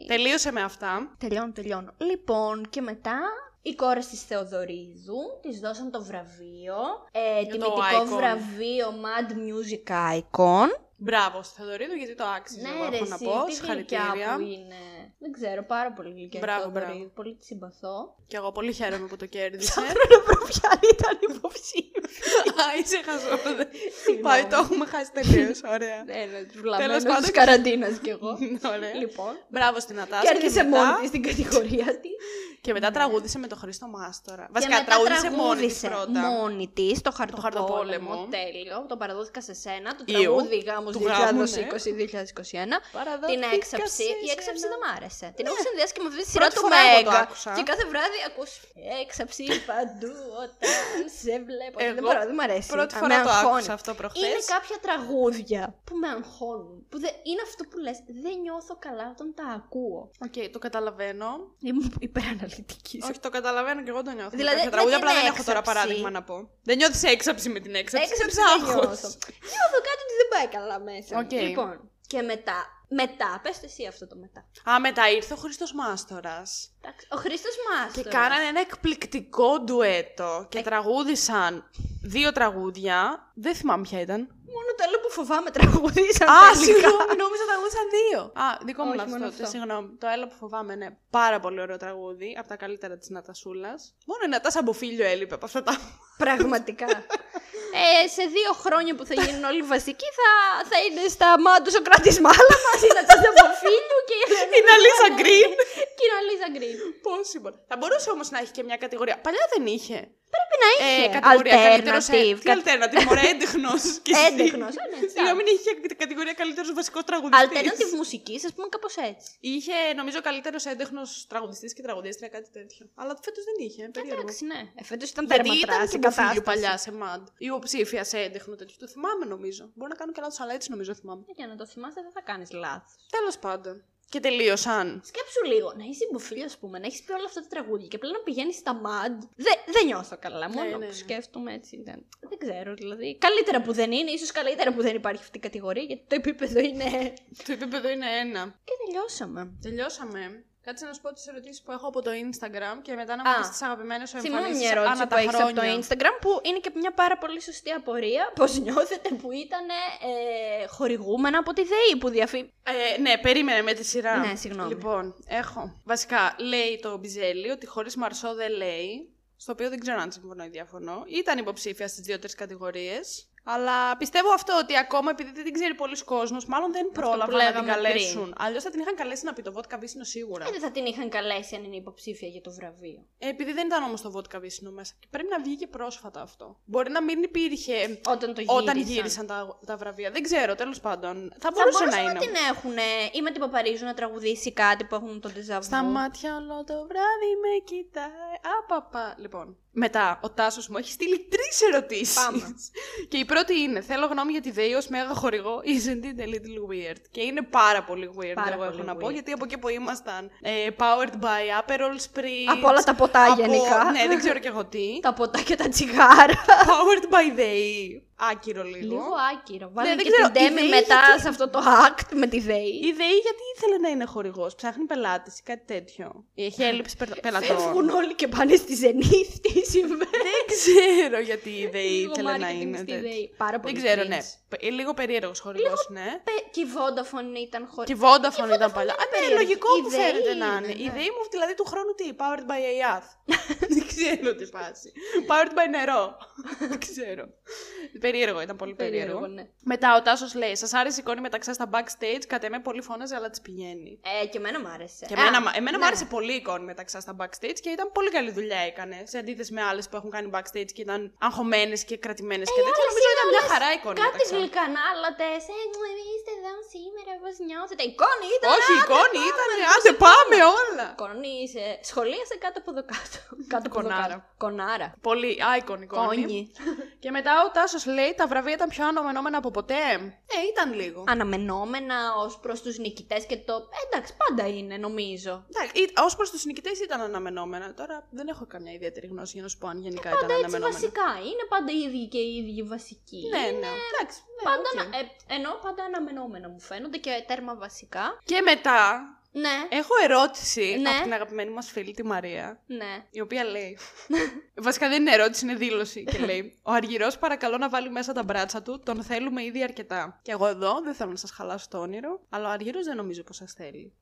S2: Τελείωσε με αυτά.
S3: Τελειώνω, τελειώνω. Λοιπόν, και μετά οι κόρε της Θεοδωρίδου της δώσαν το βραβείο. Ε,
S2: το
S3: τιμητικό
S2: Icon.
S3: βραβείο Mad Music Icon.
S2: Μπράβο στο Θεοδωρίδου γιατί το άξιζε. εγώ
S3: Ναι, ρε,
S2: έχω να
S3: εσύ,
S2: πω.
S3: τι γλυκιά που
S2: Συγχαρητήρια.
S3: είναι. Δεν ξέρω, πάρα πολύ γλυκιά η
S2: Μπράβο,
S3: Θεοδωρίδου.
S2: μπράβο.
S3: Πολύ τη συμπαθώ.
S2: Και εγώ πολύ χαίρομαι που το κέρδισε.
S3: Θέλω να βρω ποια ήταν υποψήφια.
S2: *laughs* Α, είσαι χαζόδε. Πάει, το έχουμε χάσει τελείως. Ωραία.
S3: Ένα
S2: Τέλος
S3: βλαμμένο
S2: πάντων. Ναι.
S3: τη καραντίνας κι εγώ.
S2: Ωραία.
S3: Λοιπόν,
S2: Μπράβο στην Ατάσα.
S3: κέρδισε
S2: και μετά-
S3: μόνη της την κατηγορία
S2: *laughs*
S3: της.
S2: Και μετά τραγούδισε με τον Χρήστο Μάστορα.
S3: και
S2: Βασικά
S3: μετά
S2: τραγούδισε μόνη της
S3: τραγούδισε
S2: πρώτα.
S3: μόνη της το χαρτοπόλεμο.
S2: χαρτοπόλεμο.
S3: Τέλειο. Το παραδόθηκα σε σένα. Το
S2: Ιω.
S3: τραγούδι γάμο 2020-2021.
S2: Του γάμου, ναι.
S3: Την
S2: Παραδόθηκα
S3: έξαψη.
S2: σε
S3: Η έξαψη
S2: σένα. Ναι.
S3: δεν μ' άρεσε. Την έχω συνδυάσει και με αυτή τη σειρά
S2: Πρώτη
S3: του
S2: φορά εγώ το
S3: Μέγκα.
S2: άκουσα.
S3: Και κάθε βράδυ ακούς έξαψη παντού όταν σε βλέπω.
S2: Εγώ
S3: Δεν μπορώ, δεν μ' αρέσει.
S2: Πρώτη
S3: Α,
S2: φορά
S3: με
S2: το
S3: αγχώνει.
S2: άκουσα αυτό προχθές.
S3: Είναι κάποια τραγούδια που με αγχώνουν. Που δεν- είναι αυτό που λες, δεν νιώθω καλά όταν τα ακούω.
S2: Οκ, το καταλαβαίνω.
S3: Ήμουν υπεραναλυτική. σε
S2: Όχι, το καταλαβαίνω και εγώ το νιώθω.
S3: Δηλαδή,
S2: Κάποια
S3: με
S2: τραγούδια,
S3: την
S2: απλά δεν έχω τώρα
S3: έξαψη.
S2: παράδειγμα να πω. Δεν νιώθεις έξαψη με την έξαψη.
S3: Έξαψη
S2: δεν
S3: δεν
S2: ψάχνω.
S3: νιώθω. Νιώθω κάτι ότι δεν πάει καλά μέσα. μου.
S2: Οκ.
S3: Λοιπόν, και μετά. Μετά, πες το εσύ αυτό το μετά.
S2: Α, μετά ήρθε ο Χρήστος Μάστορας
S3: Εντάξει, Ο Χρήστος μα.
S2: Και κάνανε ένα εκπληκτικό ντουέτο και
S3: Ε.
S2: τραγούδισαν δύο τραγούδια. Δεν θυμάμαι ποια ήταν.
S3: Μόνο το άλλο που φοβάμαι τραγουδίσαν.
S2: Α,
S3: τελικά. *laughs*
S2: συγγνώμη, νόμιζα τραγούδισαν δύο. Α, δικό μου
S3: Όχι,
S2: λάθος
S3: μόνο
S2: τότε.
S3: αυτό.
S2: Συγγνώμη. Το έλα που φοβάμαι, ναι. Πάρα πολύ ωραίο τραγούδι. Από τα καλύτερα της Νατασούλας. Μόνο η Νατάσα Μποφίλιο έλειπε από αυτά τα.
S3: Πραγματικά. *laughs* Ε, σε δύο χρόνια που θα γίνουν όλοι βασικοί θα, θα είναι στα μάτια ο κράτη μάλα μα. Είναι τα Ζαμποφίλου *laughs* και η Ελένα-
S2: *laughs* Είναι
S3: ναι.
S2: Αλίζα Γκριν.
S3: και η Αλίζα Γκριν.
S2: Possible. Θα μπορούσε όμως να έχει και μια κατηγορία. Παλιά δεν είχε.
S3: Πρέπει να
S2: Ε,
S3: είχε.
S2: κατηγορία καλύτερος. Ε,
S3: Alternative,
S2: τι alternative, μωρέ, έντεχνος.
S3: *laughs* Έντεχνος, ε, ναι, τσάμπα.
S2: Συγγνώμη, μην είχε και κατηγορία καλύτερος βασικό τραγουδιστής.
S3: Alternative μουσικής, ας πούμε κάπως έτσι.
S2: Είχε, νομίζω, καλύτερος έντεχνος τραγουδιστής και τραγουδίστρια, κάτι τέτοιο. Αλλά φέτος δεν είχε. Περίεργο.
S3: Εντάξει, ναι. Ε, φέτος ήταν
S2: Γιατί
S3: τέρμα
S2: ήταν
S3: τράση
S2: και
S3: η
S2: μπουφίλιο
S3: κατάσταση.
S2: παλιά σε μαντ. Η υποψήφια σε έντεχνο τέτοιο.
S3: Ε,
S2: Το θυμάμαι νομίζω. Μπορώ να κάνω και λάθος, αλλά έτσι νομίζω θυμάμαι.
S3: Για να το θυμάστε δεν θα κάνεις λάθος.
S2: Τέλος πάντων. Και τελείωσαν.
S3: Σκέψου λίγο να είσαι υποφίλιος, ας πούμε, να έχεις πει όλα αυτά τα τραγούδια και απλά να πηγαίνεις στα μαντ. Δε, δεν νιώθω καλά. Μόνο
S2: ναι, ναι.
S3: που σκέφτομαι έτσι. Δεν, δεν ξέρω δηλαδή. Καλύτερα που δεν είναι, ίσως καλύτερα που δεν υπάρχει αυτή η κατηγορία γιατί το επίπεδο είναι.
S2: Το επίπεδο είναι ένα.
S3: Και τελειώσαμε.
S2: Τελειώσαμε. Κάτσε να σου πω τις ερωτήσεις που έχω από το Instagram και μετά να
S3: Α.
S2: μου πεις τις αγαπημένες σου
S3: Θυμάμαι
S2: εμφανίσει
S3: μια
S2: ανά
S3: ερώτηση που
S2: τα
S3: έχεις από το
S2: χρόνια.
S3: Instagram που είναι και μια πάρα πολύ σωστή απορία. Πώ νιώθετε που ήταν ε, χορηγούμενα από τη ΔΕΗ που διαφύγει.
S2: Ε, ναι, περίμενε με τη σειρά.
S3: Ναι, συγγνώμη.
S2: Λοιπόν, έχω. Βασικά, λέει το Μπιζέλη ότι χωρίς Μαρσό δεν λέει. Στο οποίο δεν ξέρω αν συμφωνώ ή διαφωνώ. Ήταν υποψήφια στις δύο-τρει κατηγορίες. Αλλά πιστεύω αυτό ότι ακόμα επειδή δεν την ξέρει πολλοί κόσμος, μάλλον δεν πρόλαβαν να την
S3: λέγαμε
S2: καλέσουν. Αλλιώς θα την είχαν καλέσει να πει το βότκα βίσινο σίγουρα.
S3: Ε, δεν θα την είχαν καλέσει αν είναι υποψήφια για το βραβείο.
S2: Ε, επειδή δεν ήταν όμως το βότκα βίσινο μέσα. Και πρέπει να βγήκε πρόσφατα αυτό. Μπορεί να μην υπήρχε
S3: Όταν το γύρισαν.
S2: όταν γύρισαν τα, τα βραβεία. Δεν ξέρω, τέλος πάντων. Θα
S3: Θα
S2: μπορούσε,
S3: μπορούσαν
S2: να είναι.
S3: την έχουν ή με την Παπαρίζου να τραγουδήσει κάτι που έχουν τον τεζαβού.
S2: Στα μάτια όλο το βράδυ με κοιτάει. Απαπα. Λοιπόν. Μετά, ο Τάσος μου έχει στείλει τρεις ερωτήσεις.
S3: Πάμε.
S2: *laughs* και η πρώτη είναι: Θέλω γνώμη για τη ΔΕΗ ως μέγα χορηγό. Isn't it a little weird? Και είναι πάρα πολύ weird,
S3: Πάρα
S2: εγώ
S3: πολύ
S2: έχω να πω,
S3: weird.
S2: γιατί από εκεί που ήμασταν. ε, powered by Aperol Spritz.
S3: Από όλα τα ποτά
S2: από-
S3: γενικά.
S2: Ναι, δεν ξέρω κι εγώ τι.
S3: Τα ποτά και τα τσιγάρα.
S2: powered by ΔΕΗ. Άκυρο λίγο.
S3: Λίγο άκυρο.
S2: Λοιπόν.
S3: Βάλε
S2: Ναι, δεν
S3: και
S2: ξέρω,
S3: την
S2: η
S3: Τέμι
S2: ΔΕΗ
S3: μετά
S2: γιατί-
S3: σε αυτό το act με τη ΔΕΗ.
S2: Η ΔΕΗ γιατί ήθελε να είναι χορηγός, ψάχνει πελάτες ή κάτι τέτοιο. Ή Έχει έλλειψη περ- πελατών.
S3: Φεύγουν όλοι και πάνε στη Zenith. Τι *laughs* συμβαίνει.
S2: Δεν ξέρω γιατί η ΔΕΗ
S3: Λίγο
S2: ήθελε να
S3: marketing
S2: είναι.
S3: στη
S2: τέτοια.
S3: ΔΕΗ. Πάρα πολύ.
S2: Δεν ξέρω,
S3: cringe.
S2: ναι. Πε- ε, Λίγο περίεργος χορηγός, ναι.
S3: Πε- Και η Vodafone ήταν χωρί.
S2: Και η Vodafone
S3: είναι
S2: ήταν παλιά. Α, ναι,
S3: περίεργη.
S2: λογικό
S3: Η
S2: που
S3: ΔΕΗ
S2: φαίνεται να
S3: είναι,
S2: είναι. Η
S3: ναι.
S2: ΔΕΗ μου δηλαδή του χρόνου τι, Powered by AI. *laughs* Δεν ξέρω τι φάση. Powered by νερό. *laughs* Δεν ξέρω. Περίεργο, ήταν πολύ περίεργο.
S3: ναι.
S2: Μετά ο Τάσος λέει: Σας άρεσε η εικόνη μεταξύ σας στα backstage. Κατά με πολύ φώναζε, αλλά της πηγαίνει.
S3: Ε, και εμένα μ' άρεσε.
S2: Και
S3: Α,
S2: εμένα, εμένα μου
S3: ναι.
S2: άρεσε πολύ η εικόνη μεταξύ σας στα backstage και ήταν πολύ καλή δουλειά έκανε. Σε αντίθεση με άλλες που έχουν κάνει backstage και ήταν αγχωμένες και κρατημένες και τέτοια.
S3: Ε, άλλες
S2: Νομίζω
S3: είναι
S2: ήταν μια
S3: όλες
S2: χαρά η εικόνη.
S3: Κάτι
S2: μεταξύ σας.
S3: γλυκανάλατε. Ε, μου είστε εδώ σήμερα, πώς νιώθετε. Η εικόνη ήταν.
S2: Όχι, η
S3: άντε,
S2: εικόνη
S3: πάμε,
S2: ήταν.
S3: να
S2: Άντε,
S3: σε
S2: πάμε όλα!
S3: Κονή σε... Σχολίασε κάτω από εδώ
S2: *laughs*
S3: κάτω. κάτω από εδώ
S2: Κονάρα.
S3: κάτω. Κονάρα.
S2: Πολύ icon εικόνη.
S3: Κόνη.
S2: Και μετά ο Τάσος λέει τα βραβεία ήταν πιο αναμενόμενα από ποτέ. Ε, ήταν λίγο.
S3: Αναμενόμενα ως προς τους νικητές και το. Ε, Εντάξει, πάντα είναι νομίζω.
S2: Ως προς τους νικητές ήταν αναμενόμενα. Τώρα δεν έχω καμιά ιδιαίτερη γνώση για να σου πω αν γενικά ήταν
S3: Πάντα έτσι
S2: αναμενόμενα.
S3: βασικά. Είναι πάντα οι ίδιοι και οι ίδιοι βασικοί.
S2: Ναι,
S3: Είναι
S2: ναι. Εντάξει, ναι,
S3: Πάντα,
S2: οκ.
S3: ανα- ε, ενώ πάντα αναμενόμενα μου φαίνονται και τέρμα βασικά.
S2: Και μετά
S3: Ναι,
S2: έχω ερώτηση
S3: Ναι.
S2: από την αγαπημένη μας φίλη τη Μαρία.
S3: ναι.
S2: Η οποία λέει. *laughs* Βασικά δεν είναι ερώτηση, είναι δήλωση. Και λέει: Ο Αργυρός παρακαλώ να βάλει μέσα τα μπράτσα του, τον θέλουμε ήδη αρκετά. Και εγώ εδώ δεν θέλω να σας χαλάσω το όνειρο, αλλά ο Αργυρός δεν νομίζω πως σας
S3: *laughs*
S2: θέλει.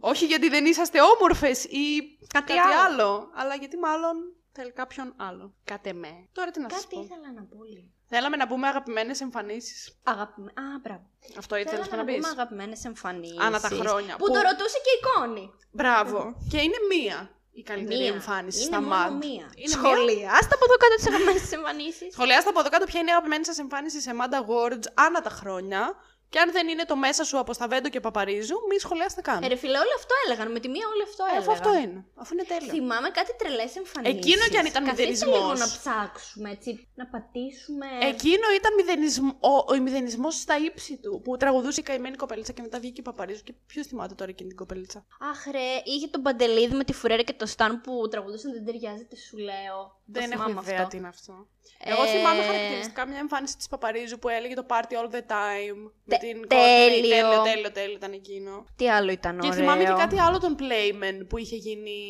S2: Όχι γιατί δεν είσαστε όμορφες ή κάτι, άλλο.
S3: άλλο.
S2: αλλά γιατί μάλλον θέλει κάποιον άλλο. Κάτε με. Τώρα τι να σας
S3: Κάτι
S2: πω.
S3: ήθελα να πω λίγο.
S2: Θέλαμε να πούμε αγαπημένες εμφανίσεις.
S3: Αγαπημένα. Α, μπράβο.
S2: Αυτό ήθελες
S3: Θέλαμε
S2: να πει.
S3: πούμε αγαπημένες εμφανίσεις.
S2: Ανά τα χρόνια.
S3: Που, το ρωτούσε και η εικόνη.
S2: Μπράβο. Και είναι μία η καλύτερη εμφάνιση
S3: είναι
S2: στα
S3: μόνο
S2: ΜΑΤ.
S3: Μία.
S2: Είναι *laughs* μία
S3: Σχολιάστε από εδώ κάτω τις αγαπημένες εμφανίσεις.
S2: Σχολιάστε από εδώ κάτω ποια είναι η αγαπημένη σας εμφάνιση σε Manda Awards ανά τα χρόνια. Και αν δεν είναι το μέσα σου από Σταβέντο και Παπαρίζου, μη σχολιάστε καν.
S3: Ε, ρε φίλε, όλο αυτό έλεγαν. Με τη μία όλο αυτό
S2: Ε,
S3: έλεγαν.
S2: αφού αυτό είναι. Αφού είναι τέλειο.
S3: Θυμάμαι κάτι τρελές εμφανίσεις.
S2: Εκείνο κι αν ήταν μηδενισμός.
S3: λίγο να ψάξουμε έτσι. Να πατήσουμε.
S2: Εκείνο ήταν μηδενισμ- ο, ο μηδενισμός στα ύψη του. Που τραγουδούσε η καημένη κοπελίτσα και μετά βγήκε η Παπαρίζου. Και ποιος θυμάται τώρα εκείνη την κοπελίτσα.
S3: Αχ, ρε, είχε τον Παντελίδη με τη Φουρέρα και τον Σταν που τραγουδούσαν Δεν ταιριάζεται, σου λέω.
S2: δεν
S3: το
S2: έχω
S3: θυμάμαι
S2: ιδέα
S3: αυτό.
S2: τι είναι αυτό.
S3: Ε,
S2: Εγώ θυμάμαι χαρακτηριστικά μια εμφάνιση της Παπαρίζου που έλεγε το party all the time. με
S3: Τε-
S2: την Courtney.
S3: τέλειο.
S2: Τέλειο, τέλειο, τέλειο ήταν εκείνο.
S3: Τι άλλο ήταν
S2: Και
S3: ωραίο.
S2: θυμάμαι και κάτι άλλο τον Playmen που είχε γίνει.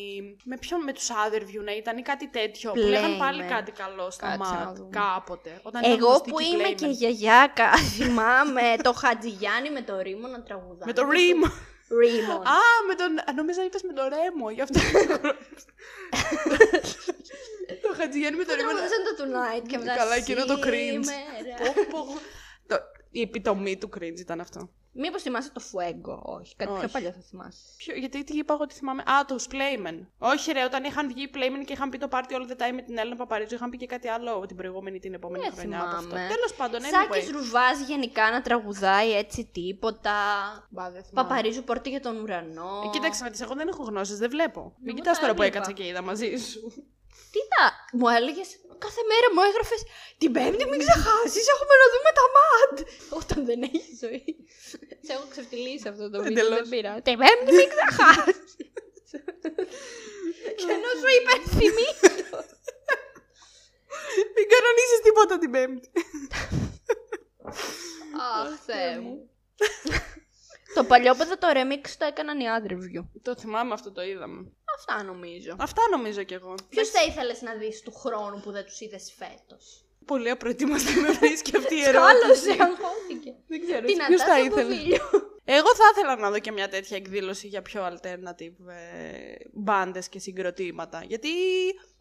S2: Με ποιον, με τους Otherview να ναι, ήταν ή κάτι τέτοιο. Που λέγαν
S3: Playmen.
S2: πάλι κάτι καλό στα
S3: Κάτσε να
S2: ΜΑΤ
S3: δούμε.
S2: κάποτε. Όταν ήταν
S3: Εγώ
S2: γνωστή
S3: που
S2: η
S3: είμαι
S2: Playmen.
S3: και γιαγιάκα, *laughs* θυμάμαι το Χατζηγιάννη με το Ρήμο να τραγουδάει.
S2: Με τον Ρίμ.
S3: Ρήμο.
S2: *laughs* Α, με τον. α, Νόμιζα είπες με τον Ρέμο. Γι'
S3: *laughs*
S2: αυτό. Το Χατζηγέννη με τον Ρέμο.
S3: Τραγουδούσαν το Tonight και μετά
S2: Καλά, εκείνο το cringe.
S3: σήμερα.
S2: Πω, πω, πω. Το- Η επιτομή του cringe ήταν αυτό.
S3: Μήπως θυμάσαι το Fuego, όχι, κάτι πιο
S2: Όχι.
S3: παλιό θα θυμάσαι.
S2: Ποιο, γιατί τι είπα εγώ ότι θυμάμαι. Α, του Playmen. Όχι, ρε, όταν είχαν βγει οι Playmen και είχαν πει το party all the time με την Έλληνα Παπαρίζου, είχαν πει και κάτι άλλο την προηγούμενη ή την επόμενη
S3: Δεν
S2: χρονιά από αυτό.
S3: θυμάμαι.
S2: Τέλος πάντων,
S3: Σάκης Ρουβάς γενικά να τραγουδάει έτσι τίποτα.
S2: Μπα, δεν θυμάμαι.
S3: Παπαρίζου πόρτη για τον ουρανό.
S2: Ε, κοίταξε να δεις, εγώ δεν έχω γνώσεις, δεν βλέπω. Μην
S3: Εγώ
S2: κοιτάς
S3: τα
S2: τώρα που
S3: έβλεπα.
S2: έκατσα και είδα μαζί σου.
S3: Τι τα... Μου έλεγες Κάθε μέρα μου έγραφες Την Πέμπτη, μην ξεχάσεις. Έχουμε να δούμε τα ΜΑΤ. Όταν δεν έχει ζωή. Σε έχω ξεφτυλίσει αυτό το βίντεο.
S2: Εντελώς.
S3: Δεν πήρα. Την Πέμπτη, μην ξεχάσεις. Και ενώ σου υπενθυμεί.
S2: *laughs* Μην κανονίσεις τίποτα την Πέμπτη.
S3: Αχ, Θεέ μου. Το παλιόπαιδο το remix το έκαναν οι άντρες βιου.
S2: Το θυμάμαι αυτό, το είδαμε.
S3: Αυτά νομίζω.
S2: Αυτά νομίζω κι εγώ.
S3: Ποιος θα ήθελες να δεις του χρόνου που δεν τους είδες φέτος.
S2: Πολύ απροετοίμαστη με βρίσκει και αυτή
S3: *laughs*
S2: η ερώτηση.
S3: Κάλασε, αγχώθηκε.
S2: Δεν ξέρω.
S3: Την
S2: Ποιος θα
S3: αντάσταση από
S2: ήθελε. Εγώ θα ήθελα να δω και μια τέτοια εκδήλωση για πιο alternative ε, μπάντες και συγκροτήματα. Γιατί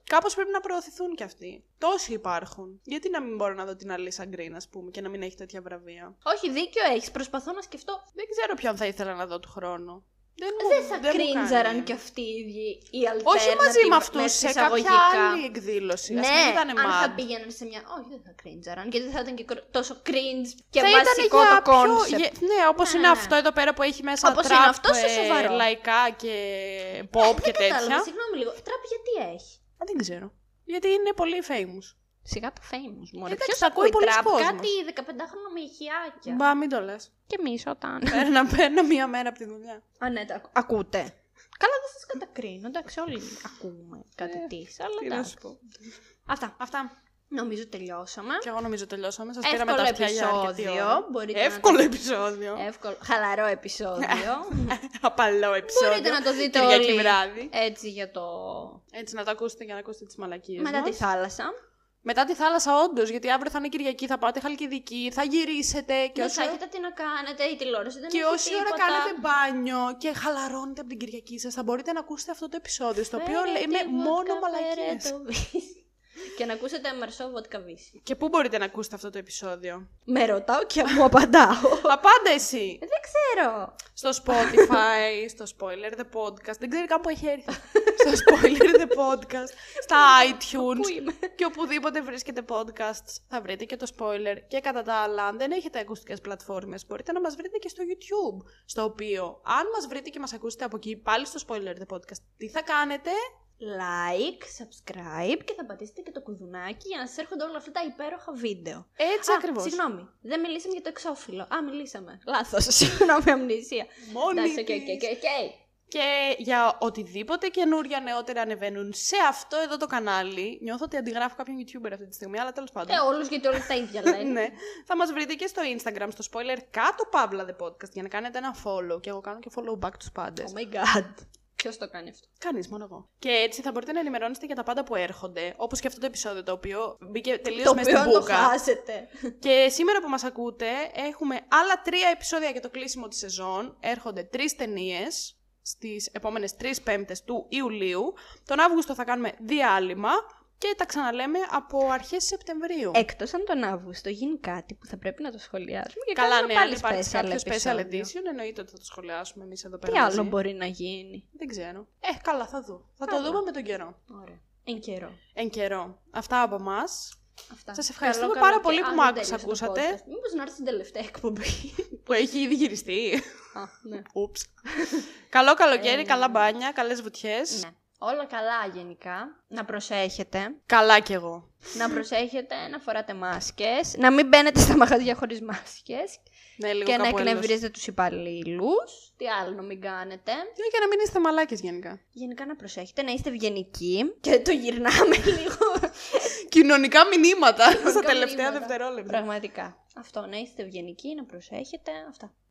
S2: κάπως πρέπει να προωθηθούν κι αυτοί. Τόσοι υπάρχουν. Γιατί να μην μπορώ να δω την Αλίσσα Γκριν, ας πούμε, και να μην έχει τέτοια βραβεία.
S3: Όχι, δίκιο έχεις. Προσπαθώ να σκεφτώ.
S2: Δεν ξέρω ποιον θα ήθελα να δω του χρόνου. Δεν, μου-
S3: Δεν θα
S2: Ε, δεν μου κάνει.
S3: κρίντζαραν κι αυτοί οι ίδιοι οι alternative
S2: Όχι μαζί με αυτού,
S3: μέσα
S2: σε κάποια
S3: εισαγωγικά.
S2: άλλη εκδήλωση. ας μην
S3: Ναι,
S2: ήταν
S3: αν θα
S2: mad.
S3: πήγαιναν σε μια. Όχι, δεν θα κρίντζαραν. Γιατί θα ήταν και κρο- τόσο cringe και
S2: θα
S3: βασικό
S2: ήταν για
S3: το κόνσεπτ.
S2: Πιο, για- ναι, όπως
S3: Ναι,
S2: είναι
S3: ναι.
S2: αυτό εδώ πέρα που έχει μέσα
S3: Όπως
S2: τραπ,
S3: είναι αυτό, σε
S2: ε,
S3: σοβαρό.
S2: λαϊκά και pop και
S3: Ε, Δεν κατάλαβα,
S2: τέτοια.
S3: συγγνώμη λίγο. Τραπ γιατί έχει.
S2: Δεν ξέρω. Γιατί είναι πολύ famous.
S3: Σιγά το famous μου.
S2: Εντάξει,
S3: Ποιος
S2: τα ακούει
S3: ακούει
S2: πολλοί
S3: τραπ,
S2: κόσμος.
S3: κάτι 15χρονο με ηχιάκια.
S2: Μπα, μην το λες.
S3: *laughs* Και εμείς όταν.
S2: Παίρνα, παίρνα μία μέρα από τη δουλειά.
S3: Α, ναι, τα ακου- ακούτε. Καλά, δεν σας κατακρίνω. Εντάξει, όλοι ακούμε κάτι τη.
S2: Ε, Τι
S3: Αλλά
S2: να σου
S3: εντάξει.
S2: πω.
S3: Αυτά.
S2: Αυτά.
S3: Νομίζω τελειώσαμε.
S2: Και εγώ νομίζω τελειώσαμε. Σας πήραμε
S3: Εύκολο
S2: τα αυτιά για αρκετή ώρα.
S3: επεισόδιο. Μπορείτε να
S2: Εύκολο επεισόδιο.
S3: Εύκολο.
S2: *laughs*
S3: Χαλαρό επεισόδιο.
S2: Ναι. Απαλό επεισόδιο.
S3: Μπορείτε να το δείτε
S2: Κυριακή
S3: όλοι.
S2: βράδυ.
S3: Έτσι για το.
S2: Έτσι να το ακούσετε για να ακούσετε τις μαλακίες.
S3: Μετά τη θάλασσα.
S2: Μετά τη θάλασσα, όντως. Γιατί αύριο θα είναι Κυριακή, θα πάτε χαλκιδική, θα γυρίσετε. Και
S3: Δεν
S2: όσο,
S3: Ναι, θα έχετε τι να κάνετε, η τηλεόραση δεν
S2: και
S3: έχει
S2: όση ώρα
S3: τίποτα.
S2: κάνετε μπάνιο και χαλαρώνετε από την Κυριακή σας, θα μπορείτε να ακούσετε αυτό το επεισόδιο. Στο οποίο
S3: Φέρε
S2: λέμε
S3: τη
S2: μόνο
S3: βότκα, φέρε
S2: μαλακίε.
S3: το βύση. *laughs* Και να ακούσετε μερσό βότκα βύση.
S2: Και πού μπορείτε να ακούσετε αυτό το επεισόδιο.
S3: Με ρωτάω και μου απαντάω.
S2: Απάντα εσύ!
S3: Ε, Δεν ξέρω.
S2: Στο
S3: *laughs*
S2: Spotify, στο Spoiler The Podcast. Δεν ξέρω καν που έχει έρθει. *laughs* στο Spoiler The Podcast, στα
S3: Πού
S2: iTunes
S3: είμαι.
S2: και οπουδήποτε βρίσκεται podcast θα βρείτε και το spoiler. Και κατά τα άλλα, αν δεν έχετε ακουστικές πλατφόρμες, μπορείτε να μας βρείτε και στο YouTube, στο οποίο αν μας βρείτε και μας ακούσετε από εκεί, πάλι στο Spoiler The Podcast, τι θα κάνετε?
S3: Like, subscribe και θα πατήσετε και το κουδουνάκι για να σας έρχονται όλα αυτά τα υπέροχα βίντεο.
S2: Έτσι
S3: Α,
S2: ακριβώς.
S3: Συγγνώμη, δεν μιλήσαμε για το εξώφυλλο. Α, μιλήσαμε. Λάθος. *laughs* Συγγνώμη, αμνησία.
S2: Μόνοι
S3: Εντάξει, οκ,
S2: της.
S3: οκ, οκ, οκ.
S2: Και για οτιδήποτε καινούρια νεότερα ανεβαίνουν σε αυτό εδώ το κανάλι, νιώθω ότι αντιγράφω κάποιον YouTuber αυτή τη στιγμή, αλλά τέλος πάντων.
S3: Ε, όλους γιατί όλοι τα ίδια λένε.
S2: ναι. Θα μας βρείτε και στο Instagram, στο spoiler κάτω Παύλα The Podcast για να κάνετε ένα follow. Και εγώ κάνω και follow back τους πάντες.
S3: Oh my god. Ποιος το κάνει αυτό.
S2: Κανείς, μόνο εγώ. Και έτσι θα μπορείτε να ενημερώνεστε για τα πάντα που έρχονται. Όπως και αυτό το επεισόδιο το οποίο μπήκε τελείως
S3: το
S2: μέσα
S3: οποίο
S2: στην
S3: αν το
S2: μπουκα.
S3: χάσετε.
S2: Και σήμερα που μας ακούτε έχουμε άλλα τρία επεισόδια για το κλείσιμο της σεζόν. Έρχονται τρεις ταινίες στις επόμενες τρεις πέμπτες του Ιουλίου. Τον Αύγουστο θα κάνουμε διάλειμμα και τα ξαναλέμε από αρχές Σεπτεμβρίου.
S3: Εκτός αν τον Αύγουστο γίνει κάτι που θα πρέπει να το σχολιάσουμε. Και
S2: Καλά,
S3: κάνουμε
S2: ναι, αν
S3: πάλι
S2: υπάρξει κάποιο special
S3: επεισόδιο.
S2: edition, ναι. εννοείται ότι θα το σχολιάσουμε εμείς εδώ πέρα.
S3: Τι άλλο
S2: μαζί.
S3: μπορεί να γίνει.
S2: Δεν ξέρω. Ε, καλά, θα δω. Θα το
S3: Καλά.
S2: δούμε με τον καιρό.
S3: Ωραία. Εν καιρό.
S2: Εν καιρό. Αυτά από εμάς.
S3: Αυτά.
S2: Σας ευχαριστούμε πάρα πολύ που μ' άκουσες, ακούσατε.
S3: Μήπως να έρθει στην τελευταία εκπομπή.
S2: *laughs* Που έχει ήδη
S3: *laughs*
S2: γυριστεί.
S3: Α, ναι.
S2: Ούψ. Καλό καλοκαίρι, καλά μπάνια, καλές βουτιές.
S3: Ε, ναι. Όλα καλά γενικά. Να προσέχετε.
S2: Καλά κι εγώ.
S3: να προσέχετε να φοράτε μάσκες. Να μην μπαίνετε στα μαγαζιά χωρίς μάσκες.
S2: Ναι, λίγο
S3: και να
S2: κάπου έλος.
S3: εκνευρίζετε τους υπαλλήλους. Τι άλλο να μην κάνετε.
S2: Ναι, για να μην είστε μαλάκες γενικά.
S3: Γενικά να προσέχετε, να είστε ευγενικοί. Και το γυρνάμε *laughs* λίγο.
S2: Κοινωνικά μηνύματα στα
S3: Γενικά
S2: τελευταία
S3: μηνύματα.
S2: δευτερόλεπτα.
S3: Πραγματικά. Αυτό, να είστε ευγενικοί, να προσέχετε. Αυτά.